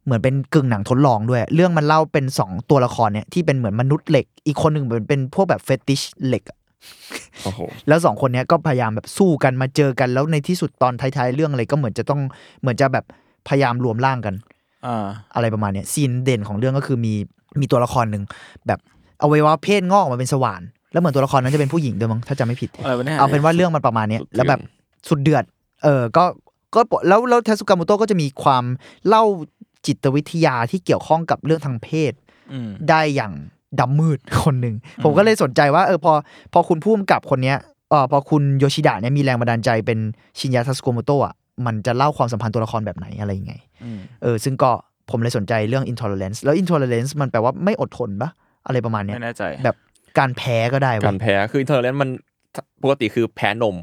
D: เหมือนเป็นกึ่งหนังทดลองด้วย เรื่องมันเล่าเป็นสองตัวละครเนี่ยที่เป็นเหมือนมนุษย์เหล็ก อีกคนหนึ่งเหมือนเป็นพวกแบบเฟติชเหล็กอะ
C: โอ้โห
D: แล้วสองคนเนี้ยก็พยายามแบบสู้กันมาเจอกันแล้วในที่สุดตอนท้ายๆเรื่องอะไรก็เหมือนจะต้องเหมือนจะแบบพยายามรวมร่างกัน
B: อ่า
D: อะไรประมาณเนี้ยซีนเด่นของเรื่องก็คือมีมีตัวละครหนึ่งแบบอวัยวะเพศงอกออกมาเป็นสว่าน แล้วเหมือนตัวละครนั้นจะเป็นผู้หญิงด้วยมั้งถ้าจำไม่ผิด
B: อะไรวะเนี่ย
D: เอาเป็นว่าเรื่องมันประมาณเนี้ย
C: สุดเดือด
D: แล้วแบบสุดเดือด เออ ก็ก็ปล่อยแล้วแล้วเทสุกามุโตะก็จะมีความเล่าจิตวิทยาที่เกี่ยวข้องกับเรื่องทางเพศ
B: อืม
D: ได้อย่างดำมืด คนหนึ่ง ผมก็เลยสนใจว่าเออพอพอคุณผู้กำกับคนเนี้ยเออพอคุณโยชิดะเนี่ยมีแรงบันดาลใจเป็นชินยาทัสโกโมโตะอ่ะมันจะเล่าความสัมพันธ์ตัวละครแบบไหนอะไรยังไง
B: อืม
D: เออซึ่งก็ผมเลยสนใจเรื่อง intolerance แล้ว intolerance มันแปลว่าไม่อดทนปะอะไรประมาณเนี้ย
B: ไม่แน่ใจ
D: แบบการแพ้ก็ได้
C: กาว
D: ะ
C: รแพ้คืออินเทอร์เลนมันปกติคือแพ้นม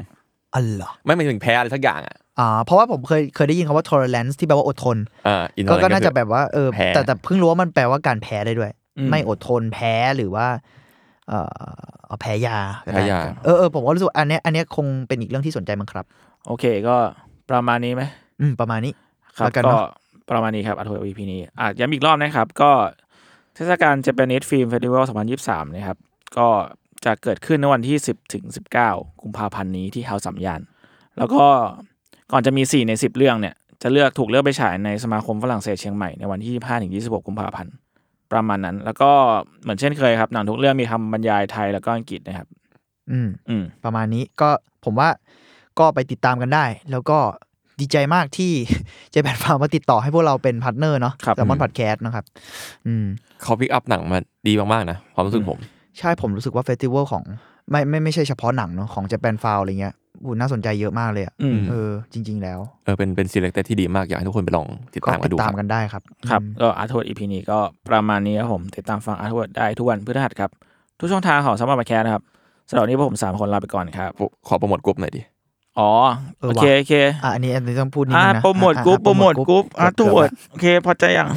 D: อ๋อเหรอ
C: ไม่หมายถึงแพ้อะไรสักอย่างอ่ะ
D: อ่าเพราะว่าผมเคยเคยได้ยินคำว่า tolerance ที่แปลว่าอดทน
C: อ่า intolerance
D: ก็ก็
C: คือ
D: น่าจะแบบว่าเออ
C: แพ้
D: แต่แต่เพิ่งรู้ว่ามันแปลว่าการแพ้ได้ด้วย
B: อืม
D: ไม่อดทนแพ้หรือว่า เอ่อแพ้ยาก็ได้
C: พยา
D: เออเออผมก็รู้สึกอันเนี้ยอันเนี้ยคงเป็นอีกเรื่องที่สนใจมั้งครับ
B: โอเคก็ประมาณนี้ไหม
D: อืมประมาณนี้
B: ครับ
D: แล้วกัน
B: ก็
D: เนอะ
B: ประมาณนี้ครับอัธวัตวีพีนี้อ่ะย้ำอีกรอบนะครับ ก็เทศกาล Japanese Film Festival 2023 นะครับ ก็จะเกิดขึ้นในวันที่ 10ถึง19 กุมภาพันธ์นี้ที่เฮาสัมยาน แล้วก็ก่อนจะมี 4 ใน 10 เรื่องเนี่ย จะเลือกถูกเลือกไปฉายในสมาคมฝรั่งเศสเชียงใหม่ ในวันที่ 25ถึง26 กุมภาพันธ์ ประมาณนั้น แล้วก็เหมือนเช่นเคยครับหนังทุกเรื่องมีคำบรรยายไทยแล้วก็อังกฤษนะครับ
D: อืม
B: อืม
D: ประมาณนี้ก็ผมว่าก็ไปติดตามกันได้ แล้วก็ดีใจมากที่ เจแปนฟาร์มมาติดต่อให้พวกเราเป็นพาร์ทเนอร์เนาะ
B: ครับ
D: แซมมอนพอดแคสต์นะครับ อืม
C: เขาพิกอัพหนังมาดีมากๆนะความรู้สึกผม
D: ใช่ผมรู้สึกว่าเฟสติวัลของไม่ไม่ไม่ใช่เฉพาะหนังเนาะของเจแปนฟาร์อะไรเงี้ยอูน่าสนใจเยอะมากเลยอะ
B: อืม
D: เออ จริง ๆ แล้ว
C: เออเป็นเป็นซีเล็กเตที่ดีมาก อยากให้ทุกคนไปลองติด
D: ก็
C: ตามกัน
D: ติด
C: ดูค
D: ตา
C: รั
D: ม
C: บ
D: กันได้ครับ
B: ครับ
D: อืม
B: ก็อาร์ทเวิร์ดอีพีนี้ก็ประมาณนี้ครับผม ติดตามฟังอาร์ทเวิร์ดได้ทุกวันพฤหัสครับ ทุกช่องทางของสมาร์ทแคสนะครับสำหรับวันนี้พวกผมสามคนลาไปก่อนครับ
C: ขอโปรโมทกลุ่มหน่อยดิ
B: อ๋อ
D: เออ
B: โอ
D: ว่ะ
B: เค โอเค
D: อ่ะอันนี้อันนี้ต้องพูดนิด
B: อ่า
D: นึงนะ
B: โปรโมท
D: อ่ะ
B: กรุ๊ป
D: อ่ะ
B: โปรโมทกรุ๊ปอาร์ท
D: เกืบ
B: เวิร์ด
D: ละ
B: โอเค พอใจยัง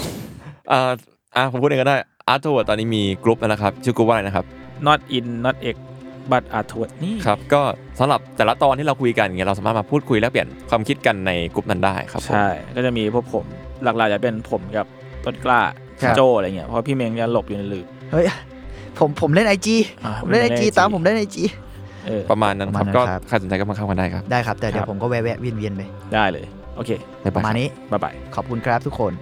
C: อ่าอ่าผมพูดเองก็ได้อาร์ตเวิร์ดตอนนี้มีกลุ่มแล้วนะครับ ชื่อกลุ่มว่าอะไรนะครับ
B: not in not ex but อาร์ทเวิร์ดนี่
C: ครับ ก็สำหรับแต่ละตอนที่เราคุยกันอย่างเงี้ยเราสามารถมาพูดคุยแลกเปลี่ยนความคิดกันในกลุ่มนั้นได้ครับผม
B: ใช่ ก็จะมีพวกผม หลักๆจะเป็นผมกับต้นกล้าโจอะไรเงี้ย เพราะพี่เมงจะหลบอยู่ในหลืบ
D: เฮ้ยผมผมเล่นไอจี
B: อ่ะ
D: ผมเล่น
B: ไม่
D: ไอ
B: ได้
D: จี
B: IG
D: ตามผมเล่นไอจี
B: เออ
C: ประมาณนั้นครับ
D: ป
C: ก็
D: ระมาณนั้นครับ
C: ใครสนใจก็มาเข้ากันได้ครับ
D: ได้ครับ แต่เดี๋ย
B: ครับ
D: วผมก็แวะๆเวียนๆไป
B: ได้เลย โอเค
C: บ๊าย
D: ป
C: บาย
D: ระ
C: ค
D: มา
C: รั
D: ณ
C: บ
D: นี้
B: บ๊ายบาย
D: ขอบคุณครับทุกคน